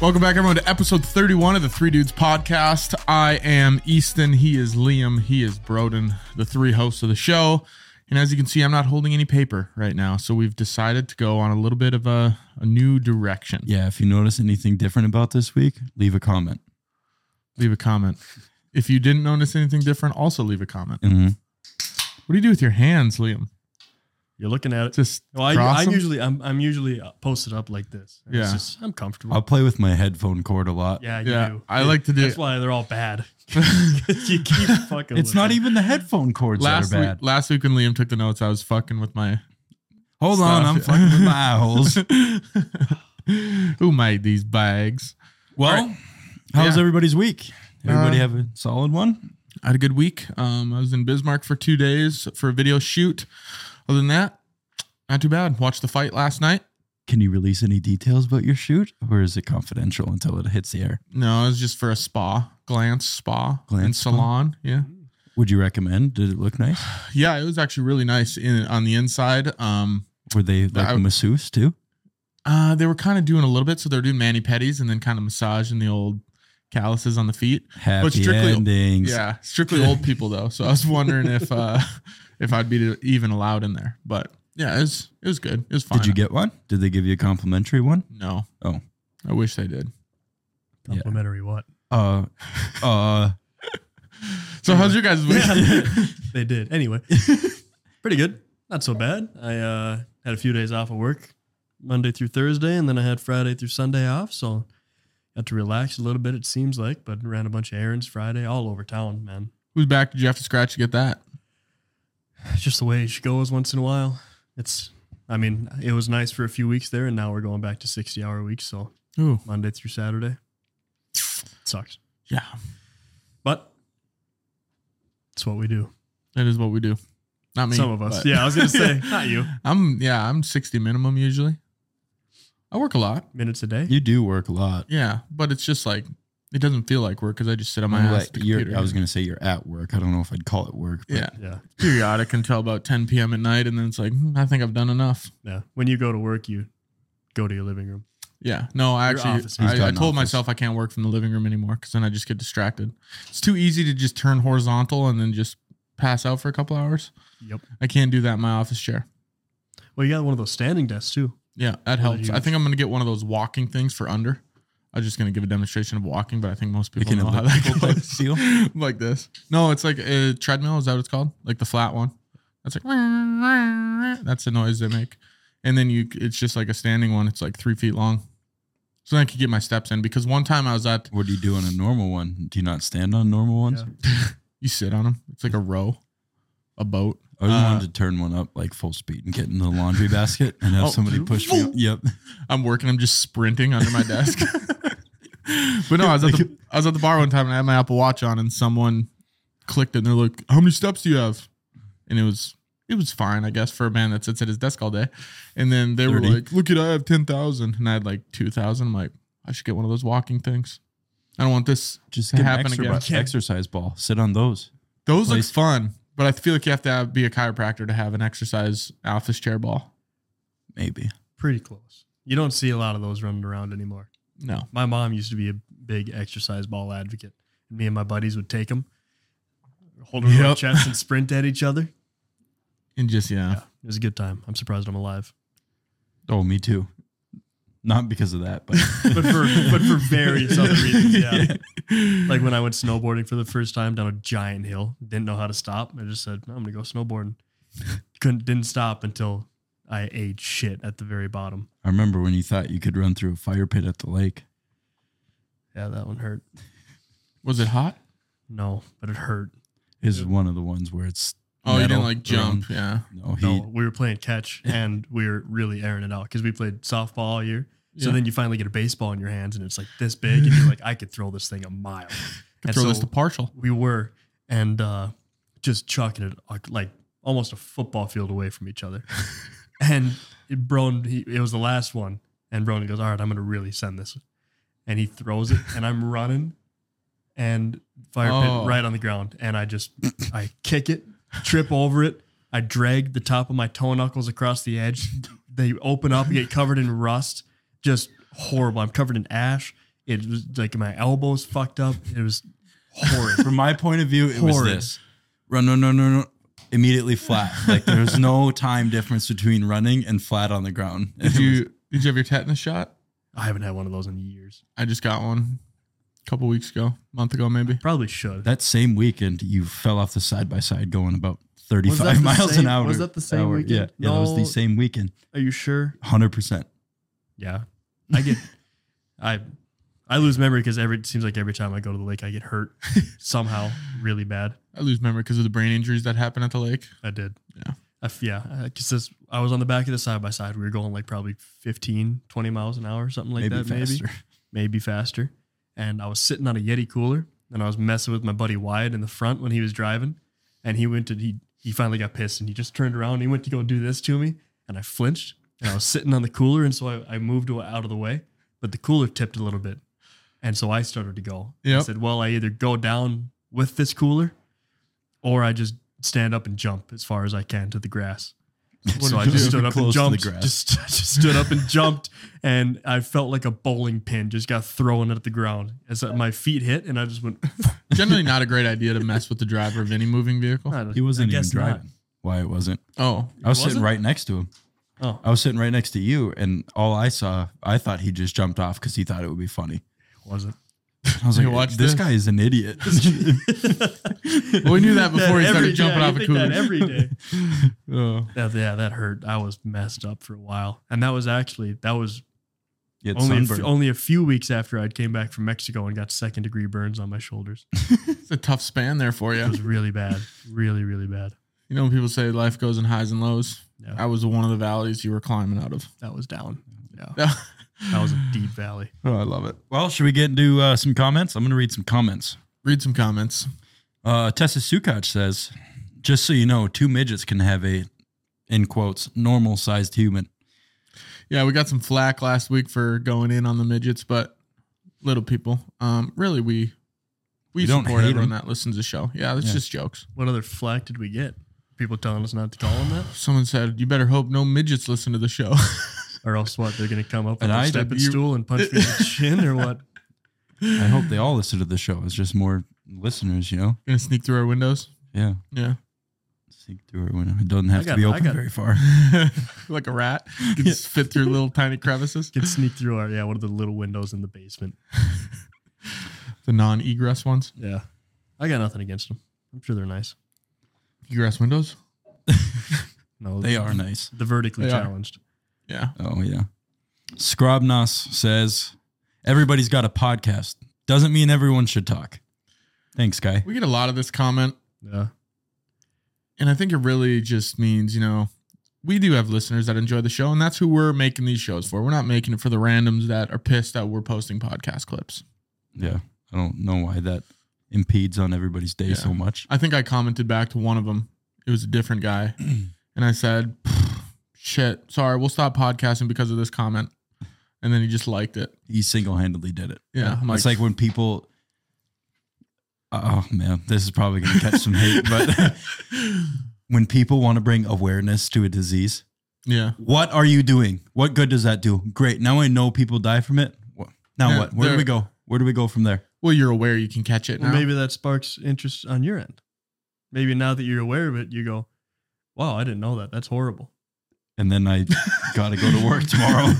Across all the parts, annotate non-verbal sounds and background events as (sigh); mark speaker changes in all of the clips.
Speaker 1: Welcome back, everyone, to episode 31 of the Three Dudes podcast. I am Easton. He is Liam. He is Broden, the three hosts of the show. And as you can see, I'm not holding any paper right now. So we've decided to go on a little bit of a, a new direction.
Speaker 2: Yeah, if you notice anything different about this week, leave a comment.
Speaker 1: Leave a comment. If you didn't notice anything different, also leave a comment. What do you do with your hands, Liam?
Speaker 3: You're looking at it.
Speaker 1: Just
Speaker 3: Well, I,
Speaker 1: cross
Speaker 3: I
Speaker 1: them? (laughs)
Speaker 3: usually I'm, I'm usually posted up like this. It's
Speaker 1: Yeah.
Speaker 3: just- I'm comfortable.
Speaker 2: I'll play with my headphone cord a lot.
Speaker 3: yeah, you
Speaker 1: yeah,
Speaker 3: do.
Speaker 1: I like to do-
Speaker 3: That's why they're all
Speaker 1: (laughs)
Speaker 3: bad. (laughs) you keep fucking.
Speaker 2: It's not
Speaker 3: looking.
Speaker 2: even the headphone cords
Speaker 1: last
Speaker 2: that are
Speaker 1: week,
Speaker 2: bad.
Speaker 1: last week when Liam took the notes, I was fucking with my (laughs)
Speaker 2: Hold on,
Speaker 1: Stop. (laughs)
Speaker 2: I'm fucking with my eye holes.
Speaker 1: who made these bags.
Speaker 2: Well, how was
Speaker 1: Yeah.
Speaker 2: everybody's week? Everybody
Speaker 1: Uh,
Speaker 2: have a solid one?
Speaker 1: I had a good week. Um, I was in Bismarck for two days for a video shoot. Other than that, not too bad. Watched the fight last night.
Speaker 2: Can you release any details about your shoot, or is it confidential until it hits the air?
Speaker 1: No, it was just for a spa, glance spa and
Speaker 2: Glance spa?
Speaker 1: salon. Yeah.
Speaker 2: Would you recommend? Did it look nice?
Speaker 1: Yeah, it was actually really nice in on the inside. Um, (sighs)
Speaker 2: Were they like
Speaker 1: I-
Speaker 2: a masseuse too?
Speaker 1: Uh, they were kind of doing a little bit, so they were doing mani pedis and then kind of massaging the old calluses on the feet.
Speaker 2: Happy
Speaker 1: strictly-
Speaker 2: endings.
Speaker 1: Yeah, strictly old people though. So I was wondering if uh, (laughs) if I'd be even allowed in there. But yeah, it was it was good. It was fine.
Speaker 2: Did you get one? Did they give you a complimentary one?
Speaker 1: No.
Speaker 2: Oh.
Speaker 1: I wish they did.
Speaker 3: complimentary. What
Speaker 2: Uh,
Speaker 1: (laughs)
Speaker 2: uh,
Speaker 1: So how's your guys' (laughs) week?
Speaker 3: they
Speaker 1: (laughs)
Speaker 3: did anyway. Pretty good. Not so bad. I uh, had a few days off of work, Monday through Thursday, and then I had Friday through Sunday off. So got to relax a little bit. It seems like, but ran a bunch of errands Friday all over town, man.
Speaker 1: Who's back? Did you have to scratch to get that?
Speaker 3: It's just the way it goes once in a while. It's, I mean, it was nice for a few weeks there, and now we're going back to 60 hour weeks. So
Speaker 1: Ooh.
Speaker 3: Monday through Saturday. Sucks.
Speaker 1: Yeah.
Speaker 3: But it's what we do.
Speaker 1: That is what we do. Not me.
Speaker 3: Some of us.
Speaker 1: but-
Speaker 3: Yeah, I was going to
Speaker 1: (laughs)
Speaker 3: say, not you.
Speaker 1: I'm yeah, I'm 60 minimum usually. I work a lot.
Speaker 3: Minutes a day.
Speaker 2: you do work a lot.
Speaker 1: Yeah, but it's just like it doesn't feel like work because I just sit on my
Speaker 2: Well,
Speaker 1: ass. at the
Speaker 2: like, you're-
Speaker 1: computer.
Speaker 2: I was gonna say you're at work. I don't know if I'd call it work. But
Speaker 1: yeah,
Speaker 3: Yeah.
Speaker 1: periodic until about 10 p.m. at night, and then it's like hmm, I think I've done enough.
Speaker 3: Yeah. When you go to work, you go to your living room.
Speaker 1: Yeah, no, I
Speaker 3: Your
Speaker 1: actually
Speaker 3: office.
Speaker 2: He's got
Speaker 1: I, I
Speaker 2: an
Speaker 1: told
Speaker 2: office.
Speaker 1: myself I can't work from the living room anymore because then I just get distracted. It's too easy to just turn horizontal and then just pass out for a couple hours.
Speaker 3: Yep.
Speaker 1: I can't do that in my office chair.
Speaker 3: Well, you got one of those standing desks too.
Speaker 1: Yeah, that
Speaker 3: Well,
Speaker 1: helps.
Speaker 3: you-
Speaker 1: I think I'm gonna get one of those walking things for under. I was just gonna give a demonstration of walking, but I think most people
Speaker 2: an
Speaker 1: know how that
Speaker 2: elliptical type
Speaker 1: goes.
Speaker 2: deal?
Speaker 1: (laughs) like this. No, it's like a treadmill. Is that what it's called? Like the flat one. That's like that's the noise they make. And then you, it's just like a standing one. It's like three feet long. So then I could get my steps in because one time I was at
Speaker 2: What do you do on a normal one? Do you not stand on normal ones?
Speaker 3: Yeah.
Speaker 1: you sit on them. It's like a row, a boat.
Speaker 2: I just
Speaker 1: Uh,
Speaker 2: wanted to turn one up like full speed and get in the
Speaker 3: (laughs)
Speaker 2: laundry basket and have
Speaker 1: Oh.
Speaker 2: somebody push me. Up. Yep.
Speaker 1: I'm working. I'm just sprinting under my desk. but no, I was at the I was at the bar one time and I had my Apple Watch on, and someone clicked it and they're like, "How many steps do you have?" And it was it was fine, I guess, for a man that sits at his desk all day. And then they were
Speaker 2: 30.
Speaker 1: like, "Look at I have ten thousand, and I had like two thousand. I'm like, I should get one of those walking things. I don't want this.
Speaker 2: (laughs) Just
Speaker 1: To
Speaker 2: get an
Speaker 1: happen
Speaker 2: extra-
Speaker 1: again.
Speaker 3: Yeah.
Speaker 2: exercise ball. Sit on those.
Speaker 1: Those look
Speaker 2: Place-
Speaker 1: fun, but I feel like you have to have, be a chiropractor to have an exercise office chair ball.
Speaker 2: Maybe.
Speaker 3: Pretty close. You don't see a lot of those running around anymore.
Speaker 1: No,
Speaker 3: My mom used to be a big exercise ball advocate. Me and my buddies would take them, hold them on our
Speaker 1: Yep.
Speaker 3: chests, and sprint at each other.
Speaker 1: and just yeah.
Speaker 3: Yeah, it was a good time. I'm surprised I'm alive,
Speaker 2: Oh, me too. Not because of that, but
Speaker 3: (laughs)
Speaker 2: (laughs)
Speaker 3: but for but for various other reasons. Yeah,
Speaker 1: (laughs)
Speaker 3: like when I went snowboarding for the first time down a giant hill, didn't know how to stop. I just said, "No, I'm gonna go snowboarding." Couldn't didn't stop until I ate shit at the very bottom.
Speaker 2: I remember when you thought you could run through a fire pit at the lake.
Speaker 3: Yeah, that one hurt.
Speaker 1: Was it hot?
Speaker 3: No, but it hurt.
Speaker 2: Is one of the ones where it's
Speaker 1: Oh, you
Speaker 2: metal
Speaker 1: didn't like jump. Yeah.
Speaker 2: around. No, he.
Speaker 3: No, we were playing catch and we were really airing it out because we played softball all year. So
Speaker 1: Yeah.
Speaker 3: then you finally get a baseball in your hands and it's like this big, and you're like, I could throw this thing a mile.
Speaker 1: Could
Speaker 3: And
Speaker 1: throw this
Speaker 3: so-
Speaker 1: to
Speaker 3: (laughs)
Speaker 1: partial.
Speaker 3: we were and uh just chucking it like- like almost a football field away from each other (laughs) and it, Brown he, it was the last one and Brown goes all right I'm gonna really send this and he throws it and I'm running and fire
Speaker 1: Oh.
Speaker 3: pit right on the ground and I just I kick it trip over it I drag the top of my toe knuckles across the (laughs) edge they open up and get covered in rust just horrible I'm covered in ash It was like my elbows fucked up. It was horrid.
Speaker 2: (laughs) From my point of view, it was
Speaker 3: Horrid.
Speaker 2: this run, no, no, no, no. Immediately flat. Like there's no time difference between running and flat on the
Speaker 3: (laughs)
Speaker 2: ground.
Speaker 1: Did you did you have your tetanus shot?
Speaker 3: I haven't had one of those in years.
Speaker 1: I just got one a couple weeks ago, month ago maybe.
Speaker 3: Probably should.
Speaker 2: that same weekend you fell off the side by side going about
Speaker 3: Was that
Speaker 2: 35
Speaker 3: the
Speaker 2: miles
Speaker 3: same-
Speaker 2: an hour.
Speaker 3: was that the same
Speaker 2: hour.
Speaker 3: weekend?
Speaker 2: Yeah, yeah, that was
Speaker 3: No.
Speaker 2: the same weekend.
Speaker 3: Are you sure?
Speaker 2: Hundred percent.
Speaker 3: Yeah, I get, (laughs) I, I lose memory because every it seems like every time I go to the lake, I get hurt somehow really bad.
Speaker 1: I lose memory because of the brain injuries that happen at the lake.
Speaker 3: I did.
Speaker 1: Yeah.
Speaker 3: I f- yeah. Because this, I was on the back of the side by side. We were going like probably 15, 20 miles an hour, something like
Speaker 2: maybe
Speaker 3: that.
Speaker 2: faster.
Speaker 3: (laughs) Maybe, maybe faster. And I was sitting on a Yeti cooler, and I was messing with my buddy Wyatt in the front when he was driving, and he went to he he finally got pissed and he just turned around and he went to go do this to me, and I flinched and I was sitting on the cooler, and so I, I moved out of the way, but the cooler tipped a little bit, and so I started to go. I
Speaker 1: Yep.
Speaker 3: said, "Well, I either go down with this cooler, or I just stand up and jump as far as I can to the grass." so
Speaker 1: did
Speaker 3: I
Speaker 1: you
Speaker 3: just
Speaker 1: do?
Speaker 3: stood up and
Speaker 2: Close to the
Speaker 3: jumped.
Speaker 2: grass.
Speaker 3: Just, (laughs) just stood up and jumped, and I felt like a bowling pin just got thrown at the ground as my feet hit, and I just went.
Speaker 1: Generally, not a great idea to mess with the driver of any moving vehicle.
Speaker 3: "Ah,
Speaker 2: He wasn't
Speaker 3: I
Speaker 2: even
Speaker 3: guess not."
Speaker 2: driving. Why it wasn't.
Speaker 1: Oh,
Speaker 2: I was
Speaker 3: wasn't?
Speaker 2: sitting right next to him.
Speaker 3: Oh,
Speaker 2: I was sitting right next to you, and all I saw, I thought he just jumped off because he thought it would be funny.
Speaker 3: it wasn't.
Speaker 2: I was
Speaker 1: Hey,
Speaker 2: like,
Speaker 1: watch
Speaker 2: this,
Speaker 1: this.
Speaker 2: guy is an
Speaker 3: (laughs)
Speaker 2: idiot.
Speaker 1: well, we knew that before he started jumping
Speaker 3: yeah,
Speaker 1: off the
Speaker 3: you think that
Speaker 1: cooler.
Speaker 3: every day.
Speaker 1: Oh.
Speaker 3: That- yeah, that hurt. I was messed up for a while, and that was actually that was
Speaker 2: He had
Speaker 3: only a,
Speaker 2: sunburn.
Speaker 3: few- only a few weeks after I came back from Mexico and got second degree burns on my shoulders.
Speaker 1: It's a tough span there for
Speaker 3: It
Speaker 1: you.
Speaker 3: was really bad, really really bad.
Speaker 1: You know, when people say life goes in highs and lows.
Speaker 3: Yeah.
Speaker 1: I was one of the valleys you were climbing out of. (laughs)
Speaker 3: That was down. Yeah, that
Speaker 1: that
Speaker 3: was a deep valley.
Speaker 1: Oh, I love it.
Speaker 2: well, should we get into uh, some comments? I'm going to read some comments.
Speaker 1: Read some comments.
Speaker 2: Uh, Tessa Sukach says, just so you know, two midgets can have a, in quotes, normal sized human.
Speaker 1: Yeah, we got some flack last week for going in on the midgets, but little people. Um, really, we we
Speaker 2: You don't
Speaker 1: support
Speaker 2: hate
Speaker 1: everyone
Speaker 2: 'em.
Speaker 1: that listens to the show. Yeah, it's
Speaker 2: Yeah.
Speaker 1: just jokes.
Speaker 3: What other flack did we get? People telling us not to call them that,
Speaker 1: Someone said, "You better hope no midgets listen to the show." (laughs)
Speaker 3: or else what? They're gonna come up with
Speaker 2: And
Speaker 3: a
Speaker 2: I-
Speaker 3: stepping
Speaker 1: you-
Speaker 3: stool and punch me in the
Speaker 2: (laughs)
Speaker 3: chin, or what?
Speaker 2: I hope they all listen to the show. It's just more listeners, you know?
Speaker 1: Gonna sneak through our windows.
Speaker 2: Yeah.
Speaker 1: Yeah, (laughs)
Speaker 2: Sneak through it when it doesn't have
Speaker 3: I
Speaker 2: to be
Speaker 3: got- I
Speaker 2: open
Speaker 3: got-
Speaker 2: very far.
Speaker 1: like a rat. Can just fit through little tiny crevices.
Speaker 3: Can sneak through our yeah one of the little windows in the basement.
Speaker 1: The non-egress ones.
Speaker 3: Yeah, I got nothing against them. I'm sure they're nice.
Speaker 1: Egress windows.
Speaker 3: No,
Speaker 2: They are nice.
Speaker 3: the vertically
Speaker 1: They are.
Speaker 3: challenged.
Speaker 1: Yeah.
Speaker 2: Oh, yeah. Scrobnos says, everybody's got a podcast. Doesn't mean everyone should talk. Thanks, guy.
Speaker 1: We get a lot of this comment
Speaker 3: Yeah,
Speaker 1: And I think it really just means, you know, we do have listeners that enjoy the show, and that's who we're making these shows for. We're not making it for the randoms that are pissed that we're posting podcast clips.
Speaker 2: Yeah. I don't know why that impedes on everybody's day
Speaker 1: Yeah.
Speaker 2: so much.
Speaker 1: I think I commented back to one of them. It was a different (clears throat) guy. and I said, "Pfft, shit, sorry, we'll stop podcasting because of this comment. And then he just liked it.
Speaker 2: He single handedly did it.
Speaker 1: Yeah. I'm
Speaker 2: it's like when people. Oh man, this is probably gonna catch some hate,
Speaker 1: (laughs)
Speaker 2: (laughs) but when people want to bring awareness to a disease,
Speaker 1: yeah.
Speaker 2: what are you doing? What good does that do? Great. Now I know people die from it. Wha- Now
Speaker 1: Yeah,
Speaker 2: what? Where do
Speaker 1: there-
Speaker 2: we go? Where do we go from there?
Speaker 1: Well, you're aware you can catch it
Speaker 3: well,
Speaker 1: now.
Speaker 3: maybe that sparks interest on your end. Maybe now that you're aware of it, you go, "Wow, I didn't know that. That's horrible."
Speaker 2: And then
Speaker 1: (laughs)
Speaker 2: I got to go to work tomorrow.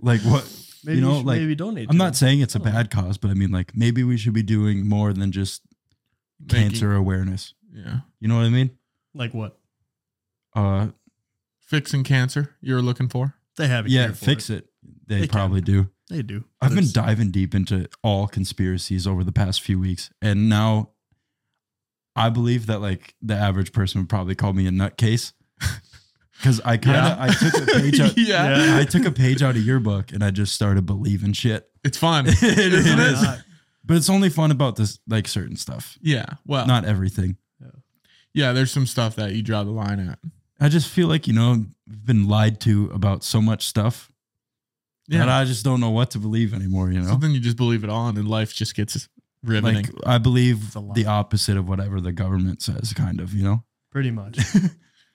Speaker 2: like what?
Speaker 3: Maybe
Speaker 2: You
Speaker 3: you
Speaker 2: know,
Speaker 3: should-
Speaker 2: like,
Speaker 3: maybe donate.
Speaker 2: I'm
Speaker 3: to
Speaker 2: not
Speaker 3: them.
Speaker 2: saying it's a
Speaker 3: I don't know.
Speaker 2: bad cause, but I mean like maybe we should be doing more than just
Speaker 1: Making-
Speaker 2: cancer awareness.
Speaker 1: Yeah.
Speaker 2: You know what I mean?
Speaker 3: like what
Speaker 2: Uh,
Speaker 1: Fixing cancer you were looking for.
Speaker 3: they have. A
Speaker 2: yeah,
Speaker 3: cure for
Speaker 2: fix it. They,
Speaker 3: They can.
Speaker 2: probably do.
Speaker 3: They do.
Speaker 2: I've been
Speaker 3: There's-
Speaker 2: diving deep into all conspiracies over the past few weeks, and now I believe that like the average person would probably call me a
Speaker 3: (laughs)
Speaker 2: nutcase because I kind of
Speaker 3: Yeah.
Speaker 2: I took a page out.
Speaker 1: yeah.
Speaker 3: (laughs) Yeah.
Speaker 2: I took a page out of your book and I just started believing shit.
Speaker 1: It's fun.
Speaker 2: (laughs) It
Speaker 1: Isn't
Speaker 3: Why
Speaker 1: it?
Speaker 3: not?
Speaker 2: But it's only fun about this, like certain stuff,
Speaker 1: Yeah.
Speaker 3: Oh.
Speaker 1: Well,
Speaker 2: not everything.
Speaker 1: yeah, there's some stuff that you draw the line at.
Speaker 2: I just feel like, you know, I've been lied to about so much stuff
Speaker 1: Yeah.
Speaker 2: that I just don't know what to believe anymore, you know?
Speaker 1: So then you just believe it all, and then life just gets riveting.
Speaker 2: like I believe
Speaker 3: It's a lie.
Speaker 2: the opposite of whatever the government says, kind of, you know.
Speaker 3: (laughs)
Speaker 2: (laughs)
Speaker 3: Pretty much.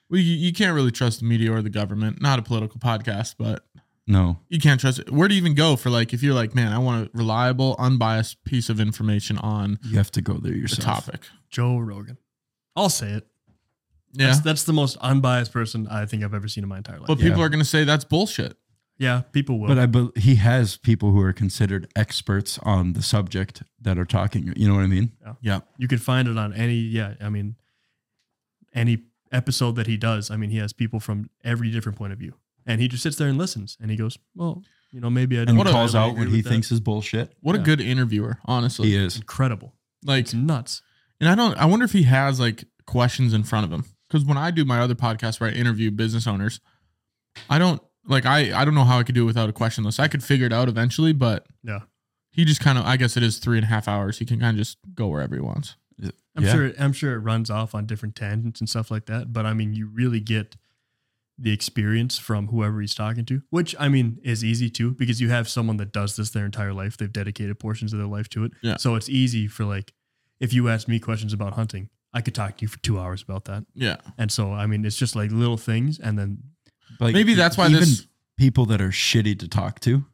Speaker 1: well, you, you can't really trust the media or the government. Not a political podcast, but
Speaker 2: No.
Speaker 1: You can't trust it. Where do you even go for like if you're like, man, I want a reliable, unbiased piece of information on
Speaker 2: You have to go there
Speaker 1: the
Speaker 2: yourself.
Speaker 1: topic?
Speaker 3: Joe Rogan. I'll say it.
Speaker 1: Yeah.
Speaker 3: That's, that's the most unbiased person I think I've ever seen in my entire life.
Speaker 1: but
Speaker 2: Yeah.
Speaker 1: people are gonna say that's bullshit.
Speaker 3: yeah, people will.
Speaker 2: But I bel he has people who are considered experts on the subject that are talking. You know what I mean?
Speaker 1: Yeah.
Speaker 3: you can find it on any yeah i mean any episode that he does i mean he has people from every different point of view and he just sits there and listens and he goes well you know maybe i
Speaker 2: And
Speaker 3: don't
Speaker 1: What a-
Speaker 2: calls
Speaker 3: really
Speaker 2: out
Speaker 3: agree
Speaker 2: when
Speaker 3: with
Speaker 2: he
Speaker 3: that."
Speaker 2: thinks is bullshit.
Speaker 1: What a
Speaker 3: Yeah.
Speaker 1: good interviewer, honestly.
Speaker 2: He is.
Speaker 3: incredible
Speaker 1: Like
Speaker 3: it's nuts
Speaker 1: And I don't. I wonder if he has like questions in front of him because when I do my other podcast where I interview business owners, I don't like. I I don't know how I could do it without a question list. I could figure it out eventually, but
Speaker 3: Yeah.
Speaker 1: he just kind of. I guess it is three and a half hours. He can kind of just go wherever he wants.
Speaker 3: i'm
Speaker 2: Yeah.
Speaker 3: sure i'm sure it runs off on different tangents and stuff like that but i mean you really get the experience from whoever he's talking to which i mean is easy too because you have someone that does this their entire life they've dedicated portions of their life to it
Speaker 1: Yeah.
Speaker 3: so it's easy for like if you ask me questions about hunting i could talk to you for two hours about that
Speaker 1: Yeah,
Speaker 3: And so, I mean, it's just like little things. And then,
Speaker 2: Like e-,
Speaker 1: maybe that's why
Speaker 2: even
Speaker 1: this.
Speaker 2: people that are shitty to talk to,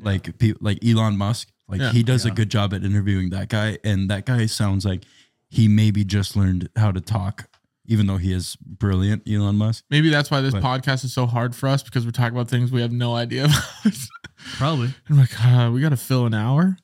Speaker 2: like pe- like Elon Musk, like
Speaker 1: Yeah.
Speaker 2: he does a
Speaker 3: Yeah.
Speaker 2: good job at interviewing that guy, and that guy sounds like he maybe just learned how to talk, even though he is brilliant. Elon Musk.
Speaker 1: Maybe that's why this
Speaker 2: But-
Speaker 1: podcast is so hard for us because we're talking about things we have no idea about. (laughs)
Speaker 3: probably
Speaker 1: I'm like, uh, we got to fill an hour.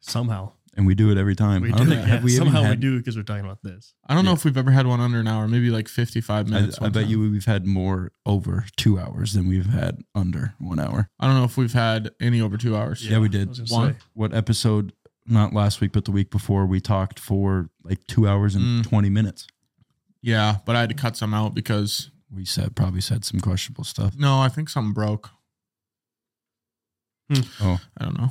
Speaker 3: somehow
Speaker 2: And we do it every time. I
Speaker 3: we do.
Speaker 2: don't
Speaker 3: it.
Speaker 2: think have
Speaker 3: Yeah,
Speaker 2: we even
Speaker 3: somehow we
Speaker 2: had-
Speaker 3: do because we're talking about this.
Speaker 1: I don't know
Speaker 2: Yeah.
Speaker 1: if we've ever had one under an hour. Maybe like 55
Speaker 2: I,
Speaker 1: minutes.
Speaker 2: I
Speaker 1: one
Speaker 2: bet
Speaker 1: time.
Speaker 2: you we've had more over two hours than we've had under one hour.
Speaker 1: I don't know if we've had any over two hours.
Speaker 2: Yeah, we did.
Speaker 3: I was gonna
Speaker 1: One.
Speaker 3: say.
Speaker 2: What episode? Not last week, but the week before, we talked for like two hours and
Speaker 1: Mm.
Speaker 2: twenty minutes.
Speaker 1: Yeah, but I had to cut some out because
Speaker 2: We said probably said some questionable stuff.
Speaker 1: No, I think something broke.
Speaker 3: Hmm.
Speaker 2: Oh.
Speaker 1: I don't know.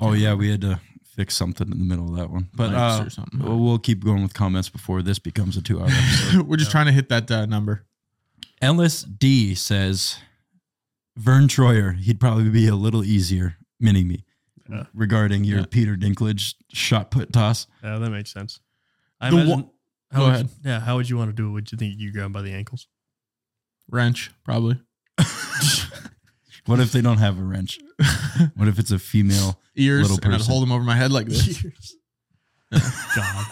Speaker 2: Oh yeah, we had to fix something in the middle of that one. But
Speaker 1: Lights
Speaker 2: uh,
Speaker 1: or something.
Speaker 2: we'll, we'll keep going with comments before this becomes a two-hour (laughs) episode.
Speaker 1: (laughs) We're just
Speaker 3: Yeah.
Speaker 1: trying to hit that uh, number.
Speaker 2: Ellis D says, Vern Troyer, he'd probably be a little easier mini me
Speaker 3: Yeah.
Speaker 2: regarding your
Speaker 1: Yeah.
Speaker 2: Peter Dinklage shot put toss.
Speaker 3: Yeah, that makes sense. I
Speaker 1: The
Speaker 3: imagine,
Speaker 1: one-
Speaker 3: how
Speaker 1: Go
Speaker 3: would
Speaker 1: ahead.
Speaker 3: You, yeah, how would you want to do it? Would you think you grab him by
Speaker 1: (laughs)
Speaker 3: the ankles?
Speaker 1: Wrench, probably.
Speaker 2: What if they don't have a wrench? (laughs) What if it's a female?
Speaker 1: Ears,
Speaker 2: Little
Speaker 1: and I'd
Speaker 2: person.
Speaker 1: hold them over my head like
Speaker 2: (laughs)
Speaker 1: this.
Speaker 3: (laughs) God,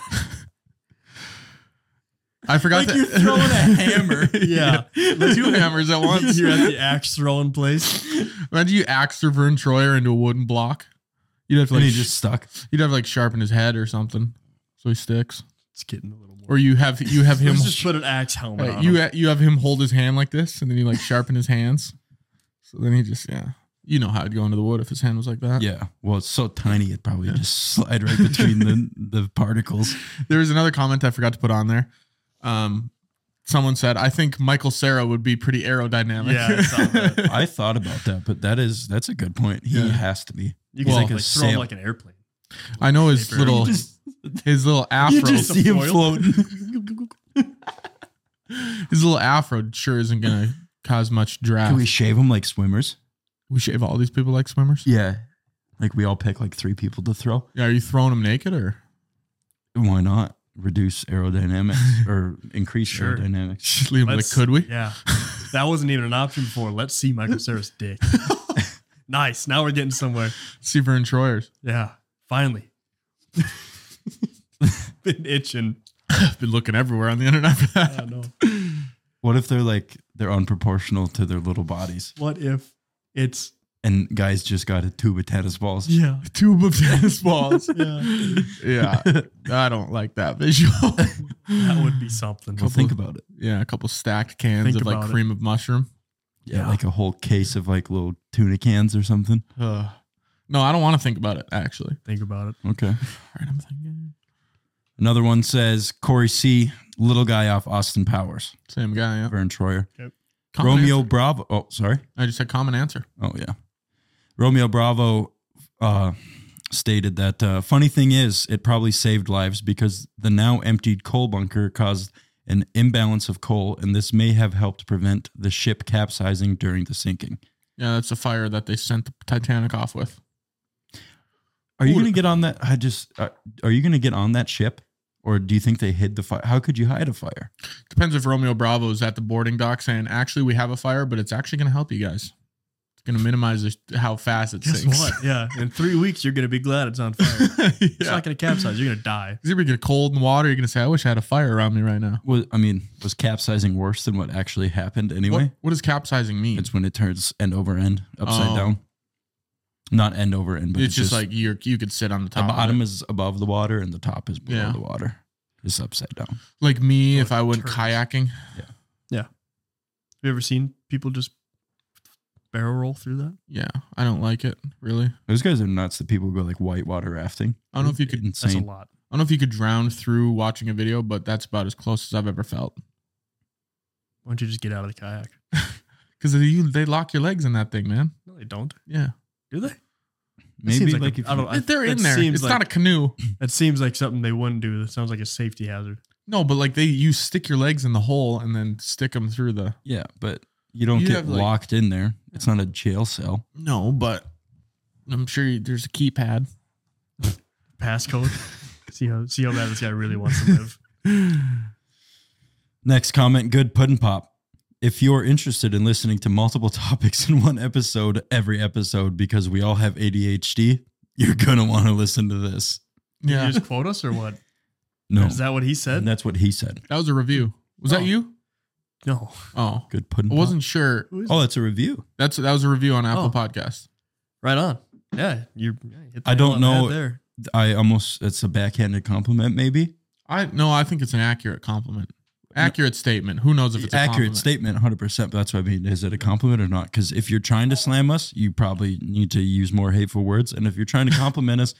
Speaker 1: (laughs) I forgot
Speaker 2: Like
Speaker 1: that. (laughs)
Speaker 2: you're throwing a (laughs) hammer.
Speaker 3: (laughs) Yeah.
Speaker 1: The two hammers at (laughs) once.
Speaker 2: (laughs)
Speaker 3: you're at the axe throwing place.
Speaker 1: Imagine you axe or Vern Troyer into a wooden block. You'd have to
Speaker 2: And
Speaker 1: like,
Speaker 2: he just stuck.
Speaker 1: you'd have to like sharpen his head or something, so he sticks.
Speaker 3: It's getting a little more.
Speaker 1: Or you have you have
Speaker 2: (laughs)
Speaker 1: him
Speaker 3: Let's just put an axe helmet
Speaker 1: uh,
Speaker 3: on.
Speaker 1: you
Speaker 3: him.
Speaker 1: ha- you have him hold his hand like this, and then you
Speaker 2: (laughs)
Speaker 1: like sharpen his hands. So then he just yeah, you know how he'd go into the wood if his hand was like that.
Speaker 2: Yeah. Well, it's so tiny, it'd probably just slide right between (laughs) the, the particles.
Speaker 1: There was another comment I forgot to put on there. Um, someone said, "I think Michael Sarah would be pretty aerodynamic."
Speaker 3: Yeah, I saw
Speaker 1: (laughs)
Speaker 3: that.
Speaker 2: I thought about that, but that is that's a good point. He
Speaker 1: Yeah.
Speaker 2: has to be.
Speaker 3: you can
Speaker 2: well,
Speaker 3: like,
Speaker 2: like a
Speaker 3: throw him
Speaker 2: sail.
Speaker 3: like an airplane.
Speaker 1: I know his
Speaker 3: Paper.
Speaker 1: little his little
Speaker 2: (laughs) You
Speaker 1: afro.
Speaker 2: just see him (laughs) floating.
Speaker 1: (laughs) his little afro sure isn't gonna cause much draft.
Speaker 2: Can we
Speaker 1: We,
Speaker 2: shave him like swimmers?
Speaker 1: shave all these people like swimmers.
Speaker 2: Yeah. Like we all pick like three people to throw.
Speaker 1: Yeah, are you throwing them naked or?
Speaker 2: Why not reduce aerodynamics (laughs) or increase
Speaker 3: Sure.
Speaker 2: aerodynamics?
Speaker 1: Just leave 'em like,
Speaker 3: (laughs) Let's-
Speaker 1: could we?
Speaker 3: Yeah. That wasn't even an option before. Let's see Michael Sarah's
Speaker 1: (laughs)
Speaker 3: dick. nice. Now we're getting somewhere.
Speaker 1: See Vern Troyer's.
Speaker 3: Yeah.
Speaker 1: (laughs)
Speaker 3: Finally. (laughs) Been itching.
Speaker 1: I've been looking everywhere on the internet for
Speaker 3: I
Speaker 1: that.
Speaker 2: Um,
Speaker 3: don't know.
Speaker 2: What if they're like they're unproportional to their little bodies
Speaker 3: What if it's
Speaker 2: and guys just got a tube of tennis balls?
Speaker 3: yeah.
Speaker 1: (laughs) Tube of tennis
Speaker 2: (laughs)
Speaker 1: balls.
Speaker 3: Yeah.
Speaker 1: yeah, I don't like that visual.
Speaker 3: (laughs) That would be something.
Speaker 2: Well, think about it.
Speaker 1: Yeah, a couple stacked cans
Speaker 3: Think
Speaker 1: of like
Speaker 3: about it.
Speaker 1: cream of mushroom.
Speaker 2: Yeah,
Speaker 3: Yeah.
Speaker 2: like a whole case of like little tuna cans or something.
Speaker 1: Ugh. No, I don't want to think about it. Actually,
Speaker 3: think about it.
Speaker 2: Okay.
Speaker 1: all right, I'm thinking
Speaker 2: Another one says Corey C, little guy off Austin Powers,
Speaker 1: same guy. Yeah.
Speaker 2: Vern Troyer.
Speaker 1: Common
Speaker 2: Romeo
Speaker 1: answer.
Speaker 2: Bravo. Oh, sorry.
Speaker 1: I just said common answer.
Speaker 2: Oh yeah. Romeo Bravo uh, stated that uh, funny thing is, it probably saved lives because the now emptied coal bunker caused an imbalance of coal, and this may have helped prevent the ship capsizing during the sinking.
Speaker 1: Yeah, that's the fire that they sent the Titanic off with.
Speaker 2: Are you
Speaker 1: Ooh.
Speaker 2: going to get on that? I just uh, are you going to get on that ship, or do you think they hid the fire? How could you hide a fire?
Speaker 1: Depends if Romeo Bravo is at the boarding dock saying, "Actually, we have a fire, but it's actually going to help you guys." It's gonna minimize the- how fast it
Speaker 3: Guess
Speaker 1: sinks.
Speaker 3: what?
Speaker 1: (laughs)
Speaker 3: Yeah. In three weeks, you're gonna be glad it's on fire. It's
Speaker 1: yeah.
Speaker 3: not gonna capsize. You're gonna die.
Speaker 1: You're gonna get cold in water. You're gonna say, "I wish I had a fire around me right now."
Speaker 2: Was, I mean, was capsizing worse than what actually happened anyway?
Speaker 1: What, what does capsizing mean? It's,
Speaker 2: It's when it turns end over end, upside
Speaker 1: Oh.
Speaker 2: down. Not end over end, but it's,
Speaker 1: just, like you are you could sit on the
Speaker 2: the
Speaker 1: top. of
Speaker 2: bottom
Speaker 1: it.
Speaker 2: is above the water and the top is below
Speaker 1: Yeah.
Speaker 2: the water. It's upside down.
Speaker 1: like me if
Speaker 3: Like
Speaker 1: I went
Speaker 3: turtles.
Speaker 1: kayaking.
Speaker 3: Have you ever seen people just barrel roll through that?
Speaker 1: Yeah, I don't like it really. I
Speaker 2: Those guys are nuts. The people who go like whitewater rafting.
Speaker 1: don't know if you could.
Speaker 3: That's a
Speaker 2: insane.
Speaker 3: lot.
Speaker 1: I don't know if you could drown through watching a video, but that's about as close as I've ever felt.
Speaker 3: Why don't you just get out of the kayak?
Speaker 1: Because they, you- they lock your legs in that thing, man.
Speaker 3: No, they don't.
Speaker 1: Yeah,
Speaker 3: Do they?
Speaker 2: Maybe
Speaker 3: seems
Speaker 2: like,
Speaker 3: like a-
Speaker 2: if
Speaker 3: I
Speaker 2: you-
Speaker 3: don't- I-
Speaker 1: they're
Speaker 3: that
Speaker 1: in there.
Speaker 3: seems
Speaker 1: It's
Speaker 3: like-
Speaker 1: not a canoe.
Speaker 3: That seems like something they wouldn't do. That sounds like a safety hazard.
Speaker 1: No, but like they, you stick your legs in the hole and then stick them through the.
Speaker 2: yeah, but you don't
Speaker 1: You
Speaker 2: get
Speaker 1: have, like-
Speaker 2: locked in there. It's not a jail cell.
Speaker 1: No, but I'm sure you, there's a keypad.
Speaker 3: Passcode. see how see how bad this guy really wants to live.
Speaker 2: Next comment, good puddin' pop. If you're interested in listening to multiple (laughs) topics in one episode, every episode, because we all have ADHD, you're gonna want to listen to this.
Speaker 3: Did
Speaker 1: Yeah,
Speaker 3: you just quote us or what? Is
Speaker 2: No,
Speaker 3: that what he said?
Speaker 2: and that's what he said.
Speaker 1: that was a review. Was
Speaker 3: Oh.
Speaker 1: that you?
Speaker 3: No.
Speaker 1: Oh,
Speaker 2: Good puddin'.
Speaker 1: I wasn't sure.
Speaker 3: Who is
Speaker 2: Oh, it's a review.
Speaker 1: That's that was a review on
Speaker 3: Oh.
Speaker 1: Apple Podcast.
Speaker 3: Right on. Yeah, you. yeah, you hit the
Speaker 2: I
Speaker 3: nail
Speaker 2: don't
Speaker 3: on the head
Speaker 2: know-
Speaker 3: There.
Speaker 2: I almost. It's a backhanded compliment, maybe.
Speaker 1: I no, I think it's an accurate compliment, accurate statement. Who knows if it's
Speaker 2: Accurate
Speaker 1: a compliment?
Speaker 2: statement, 100. percent But that's what I mean. Is it a compliment or not? Because if you're trying to slam us, you probably need to use more hateful words. And if you're trying to compliment us,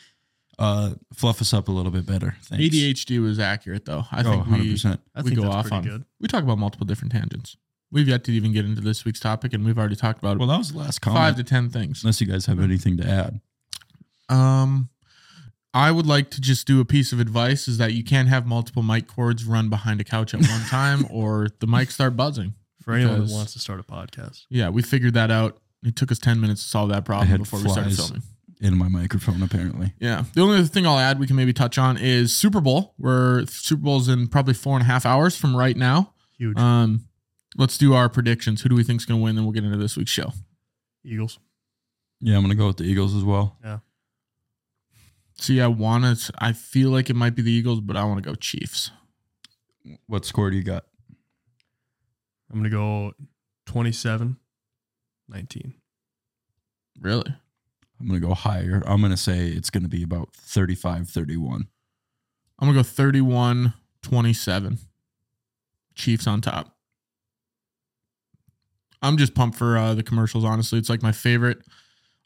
Speaker 2: uh, fluff us up a little bit better. Thanks.
Speaker 1: ADHD was accurate though. I
Speaker 2: oh,
Speaker 1: think
Speaker 2: 100
Speaker 1: we
Speaker 2: percent.
Speaker 3: I
Speaker 1: we
Speaker 3: think
Speaker 1: go
Speaker 3: that's
Speaker 1: off
Speaker 3: pretty
Speaker 1: on.
Speaker 3: good.
Speaker 1: We talk about multiple different tangents. We've yet to even get into this week's topic, and we've already talked about
Speaker 2: Well, that was the last comment.
Speaker 1: five to ten things.
Speaker 2: unless you guys have anything to add.
Speaker 1: Um, I would like to just do a piece of advice: is that you can't have multiple mic cords run behind a couch at
Speaker 2: (laughs)
Speaker 1: one time, or the mics start buzzing.
Speaker 3: For anyone
Speaker 1: Because-
Speaker 3: that wants to start a podcast,
Speaker 1: Yeah, we figured that out. It took us ten minutes to solve that
Speaker 2: I
Speaker 1: problem
Speaker 2: had
Speaker 1: before we started
Speaker 2: flies.
Speaker 1: filming.
Speaker 2: In my microphone, apparently.
Speaker 1: Yeah. The only other thing I'll add we can maybe touch on is Super Bowl. Where Super Bowl's in probably four and a half hours from right now.
Speaker 3: huge
Speaker 1: Um, let's do our predictions. Who do we think's going to win? Then we'll get into this week's show.
Speaker 3: Eagles.
Speaker 2: Yeah, I'm gonna go with the Eagles as well.
Speaker 1: See, I want to. I feel like it might be the Eagles, but I want to go Chiefs.
Speaker 2: What score do you got?
Speaker 3: I'm gonna go 27, 19.
Speaker 1: Really?
Speaker 2: I'm gonna go higher. I'm gonna say it's gonna be about 35, 31.
Speaker 1: I'm going to go 31 27. Chiefs on top. I'm just pumped for uh, the commercials, honestly. It's like my favorite.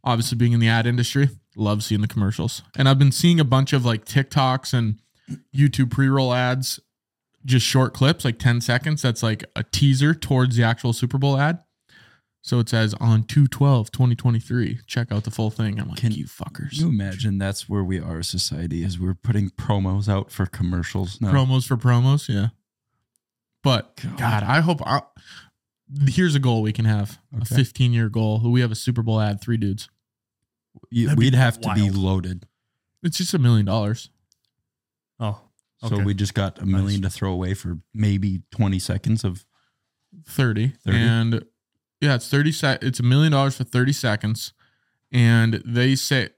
Speaker 1: Obviously, being in the ad industry, love seeing the commercials. And I've been seeing a bunch of like TikToks and YouTube pre roll ads, just short clips, like 10 seconds. That's like a teaser towards the actual Super Bowl ad. So it says on 212 2023, check out the full thing. I'm like,
Speaker 2: Can-
Speaker 1: you fuckers.
Speaker 2: Can you imagine that's where we are as society is we're putting promos out for commercials now.
Speaker 1: promos for promos. Yeah. But
Speaker 2: God.
Speaker 1: God, I hope. I, here's a goal we can have a
Speaker 2: Okay.
Speaker 1: 15 year goal. We have a Super Bowl ad, three dudes.
Speaker 2: You-
Speaker 3: That'd be
Speaker 2: we'd have to be
Speaker 3: wild.
Speaker 2: loaded.
Speaker 1: It's just a million dollars.
Speaker 3: Oh,
Speaker 2: So
Speaker 3: Okay.
Speaker 2: we just got a
Speaker 3: Nice.
Speaker 2: million to throw away for maybe 20 seconds of
Speaker 1: 30,
Speaker 2: 30?
Speaker 1: and yeah it's 30 sec- it's a million dollars for 30 seconds and they say